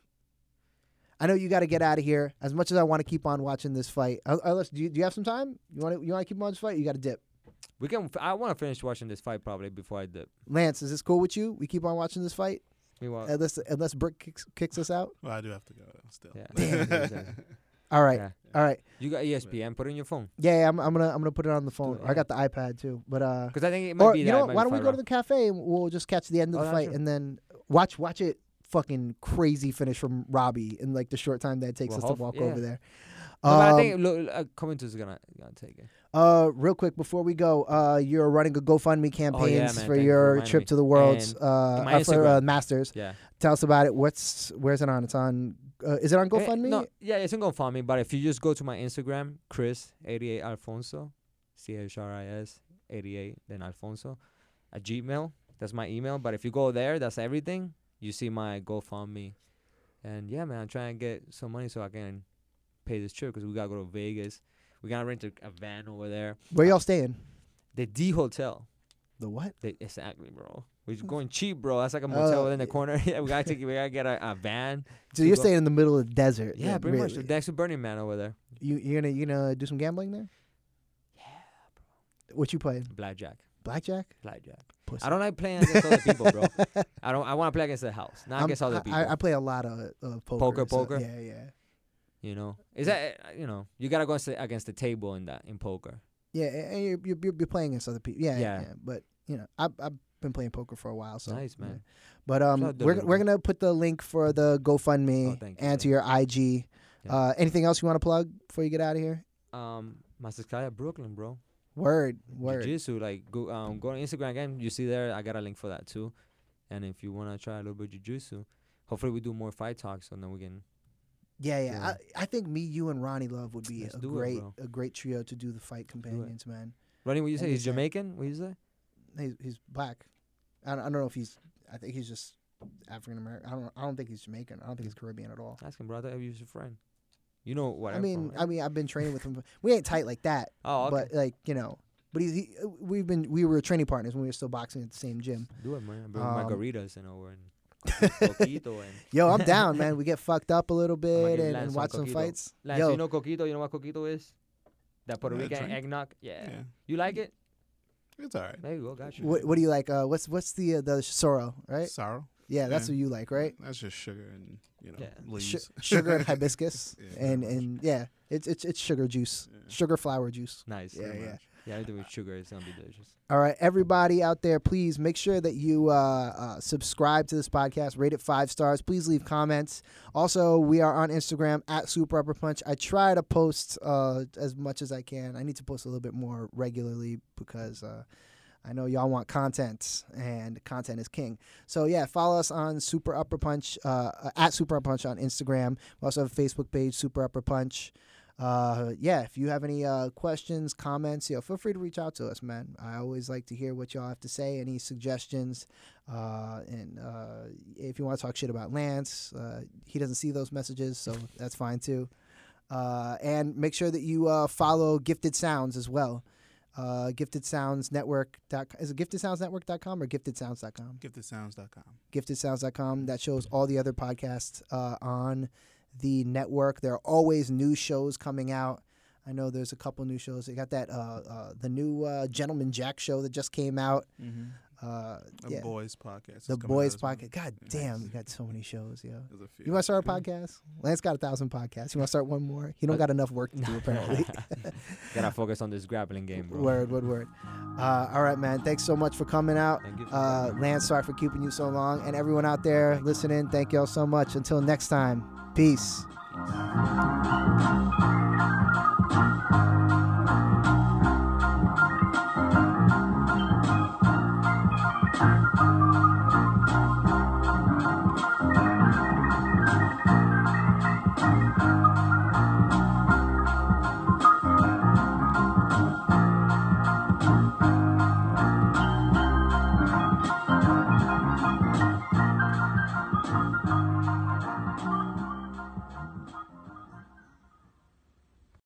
Speaker 1: I know you got to get out of here. As much as I want to keep on watching this fight, uh, unless do you, do you have some time? You want to you want to keep on this fight? You got to dip.
Speaker 2: We can. F- I want to finish watching this fight probably before I dip.
Speaker 1: Lance, is this cool with you? We keep on watching this fight
Speaker 2: Meanwhile,
Speaker 1: unless unless Brick kicks, kicks us out.
Speaker 3: Well, I do have to go still. [laughs]
Speaker 2: yeah. Damn, Jesus.
Speaker 1: All right,
Speaker 2: Yeah.
Speaker 1: all right.
Speaker 2: You got E ESPN. Put it in your phone
Speaker 1: Yeah, yeah I'm, I'm gonna I'm gonna put it on the phone.
Speaker 2: it,
Speaker 1: I got the iPad too, but uh,
Speaker 2: because I think it might
Speaker 1: or
Speaker 2: be
Speaker 1: you
Speaker 2: that.
Speaker 1: know
Speaker 2: it
Speaker 1: what?
Speaker 2: might
Speaker 1: Why
Speaker 2: be
Speaker 1: don't we
Speaker 2: five
Speaker 1: go to
Speaker 2: rounds.
Speaker 1: the cafe and we'll just catch the end of
Speaker 2: Oh,
Speaker 1: the
Speaker 2: yeah,
Speaker 1: fight
Speaker 2: sure.
Speaker 1: and then watch watch it fucking crazy finish from Robbie in like the short time that it takes
Speaker 2: Well,
Speaker 1: us to
Speaker 2: hope-
Speaker 1: walk
Speaker 2: yeah.
Speaker 1: over there.
Speaker 2: No, but I
Speaker 1: Um,
Speaker 2: think look, uh, Covington's gonna gonna take it.
Speaker 1: Uh, real quick before we go, uh, you're running a GoFundMe
Speaker 2: Oh, man,
Speaker 1: campaigns
Speaker 2: thank
Speaker 1: for
Speaker 2: you for
Speaker 1: your
Speaker 2: reminding
Speaker 1: trip
Speaker 2: me.
Speaker 1: to the world,
Speaker 2: And
Speaker 1: uh, uh, for
Speaker 2: Instagram.
Speaker 1: uh, Masters.
Speaker 2: Yeah.
Speaker 1: Tell us about it. What's where's it on? It's on. Uh, is it on
Speaker 2: Eh,
Speaker 1: GoFundMe?
Speaker 2: No, yeah, it's on GoFundMe. But if you just go to my Instagram, Chris eighty eight Alfonso, C H R I S eighty eight, then Alfonso, at Gmail. That's my email. But if you go there, that's everything. You see my GoFundMe, and yeah, man, I'm trying to get some money so I can pay this trip because we gotta go to Vegas. We gotta rent a, a van over there.
Speaker 1: Where y'all staying?
Speaker 2: The D Hotel.
Speaker 1: The what?
Speaker 2: They, exactly, bro. We're just going cheap, bro. That's like a motel
Speaker 1: Oh.
Speaker 2: in the corner. [laughs] yeah, we gotta take. We gotta get a, a van.
Speaker 1: So
Speaker 2: To
Speaker 1: you're
Speaker 2: go-
Speaker 1: staying in the middle of the desert.
Speaker 2: Yeah,
Speaker 1: then,
Speaker 2: pretty
Speaker 1: really.
Speaker 2: much. Next to Burning Man over there.
Speaker 1: You you're gonna you gonna do some gambling there? Yeah, bro. What you playing?
Speaker 2: Blackjack.
Speaker 1: Blackjack?
Speaker 2: Blackjack.
Speaker 1: Pussy.
Speaker 2: I don't like playing against other
Speaker 1: [laughs]
Speaker 2: people, bro. I don't. I want to play against the house, not
Speaker 1: I'm-
Speaker 2: against other
Speaker 1: I-
Speaker 2: people.
Speaker 1: I, I play a lot of uh, poker.
Speaker 2: Poker,
Speaker 1: so-
Speaker 2: poker?
Speaker 1: Yeah, yeah,
Speaker 2: you know, is that uh, you know you gotta go against the, against the table in that in poker.
Speaker 1: yeah. a- And you're you're, you're playing against other people. Yeah, yeah,
Speaker 2: Yeah.
Speaker 1: yeah. But you know, I I've been playing poker for a while. So
Speaker 2: nice
Speaker 1: yeah.
Speaker 2: man.
Speaker 1: But um,
Speaker 2: Shout out to
Speaker 1: we're,
Speaker 2: Little
Speaker 1: we're
Speaker 2: Bit.
Speaker 1: gonna put the link for the GoFundMe
Speaker 2: Oh, thank you,
Speaker 1: and to your IG.
Speaker 2: Yeah.
Speaker 1: Uh, anything else you want to plug before you get out of here?
Speaker 2: Um, Masakaya Brooklyn, bro.
Speaker 1: Word, word.
Speaker 2: Jiu-Jitsu, like go um go on Instagram again. You see there, I got a link for that too. And if you wanna try a little bit of jujitsu, hopefully we do more fight talks, and then we can.
Speaker 1: yeah, yeah.
Speaker 2: Yeah.
Speaker 1: I, I think me, you, and Ronnie Love would be
Speaker 2: Let's
Speaker 1: a
Speaker 2: do it,
Speaker 1: great
Speaker 2: bro.
Speaker 1: a great trio to do the fight companions. Man,
Speaker 2: Ronnie, what you say? He's
Speaker 1: Anytime.
Speaker 2: Jamaican. What you say?
Speaker 1: he's, he's black. I don't, I don't know if he's. I think he's just African American. I don't. I don't think he's Jamaican. I don't think he's Caribbean at all.
Speaker 2: Ask him, brother. If he's your friend, you know what?
Speaker 1: I
Speaker 2: I'm
Speaker 1: mean,
Speaker 2: from,
Speaker 1: I
Speaker 2: right?
Speaker 1: mean, I've been training with him. We ain't tight like that,
Speaker 2: oh, okay.
Speaker 1: but like you know. But he's, he, uh, we've been we were training partners when we were still boxing at the same gym.
Speaker 2: do it, man. Bring
Speaker 1: um,
Speaker 2: margaritas and over
Speaker 1: [laughs]
Speaker 2: and coquito and
Speaker 1: Yo, I'm down, man. We get fucked up a little bit
Speaker 2: give
Speaker 1: and,
Speaker 2: Lance
Speaker 1: and
Speaker 2: some
Speaker 1: watch some
Speaker 2: coquito.
Speaker 1: fights.
Speaker 2: Lance,
Speaker 1: Yo,
Speaker 2: you know coquito? You know what coquito is? That Puerto
Speaker 3: Yeah,
Speaker 2: Rican
Speaker 3: drink.
Speaker 2: eggnog. Yeah.
Speaker 3: Yeah.
Speaker 2: You like it?
Speaker 3: It's all right.
Speaker 2: There you go. Got you.
Speaker 1: what, what do you like? Uh, what's what's the uh, the sorrow, right?
Speaker 3: Sorrow.
Speaker 1: Yeah, that's
Speaker 3: Yeah.
Speaker 1: what you like, right?
Speaker 3: That's just sugar and you know
Speaker 2: Yeah. Sh-
Speaker 3: leaves.
Speaker 1: Sh- sugar
Speaker 3: [laughs]
Speaker 1: and hibiscus,
Speaker 3: Yeah,
Speaker 1: and
Speaker 3: pretty much.
Speaker 1: and yeah, it's it's it's sugar juice,
Speaker 3: Yeah.
Speaker 1: sugar flower juice.
Speaker 2: Nice.
Speaker 1: Yeah,
Speaker 2: pretty
Speaker 1: yeah.
Speaker 2: much. Yeah, anything with sugar is gonna be delicious.
Speaker 1: All right, everybody out there, please make sure that you uh, uh, subscribe to this podcast, rate it five stars. Please leave comments. Also, we are on Instagram at Super Upper Punch. I try to post uh, as much as I can. I need to post a little bit more regularly because uh, I know y'all want content, and content is king. So yeah, follow us on Super Upper Punch uh, at Super Upper Punch on Instagram. We also have a Facebook page, Super Upper Punch. Uh, yeah, if you have any uh, questions, comments, you know, feel free to reach out to us, man. I always like to hear what y'all have to say, any suggestions, uh, and uh, if you want to talk shit about Lance, uh, he doesn't see those messages, so that's fine too. Uh, and make sure that you uh, follow Gifted Sounds as well. Uh, gifted Sounds Network. dot- Is it Gifted Sounds Network.com or Gifted Sounds.com?
Speaker 3: Giftedsounds.com.
Speaker 1: giftedsounds.com that shows all the other podcasts uh, on the network there are always new shows coming out i know there's a couple new shows they got that uh, uh, the new uh, gentleman jack show that just came out
Speaker 3: Mm-hmm.
Speaker 1: uh,
Speaker 3: The
Speaker 1: yeah,
Speaker 3: boys podcast. is
Speaker 1: the
Speaker 3: coming out
Speaker 1: boys
Speaker 3: as well.
Speaker 1: podcast god
Speaker 3: Nice.
Speaker 1: damn we got so many shows yo
Speaker 3: There's a few.
Speaker 1: you want to start a
Speaker 3: Yeah.
Speaker 1: podcast lance got a thousand podcasts you want to start one more he don't
Speaker 2: Uh,
Speaker 1: got enough work
Speaker 3: [laughs]
Speaker 1: to do apparently
Speaker 2: Gotta focus on this grappling game,
Speaker 1: [laughs]
Speaker 2: bro.
Speaker 1: word word word uh, all right man thanks so much for coming out
Speaker 2: Thank you for
Speaker 1: uh, Lance, sorry for keeping you so long. And everyone out there listening, thank y'all so much. Until next time, peace.
Speaker 2: having me.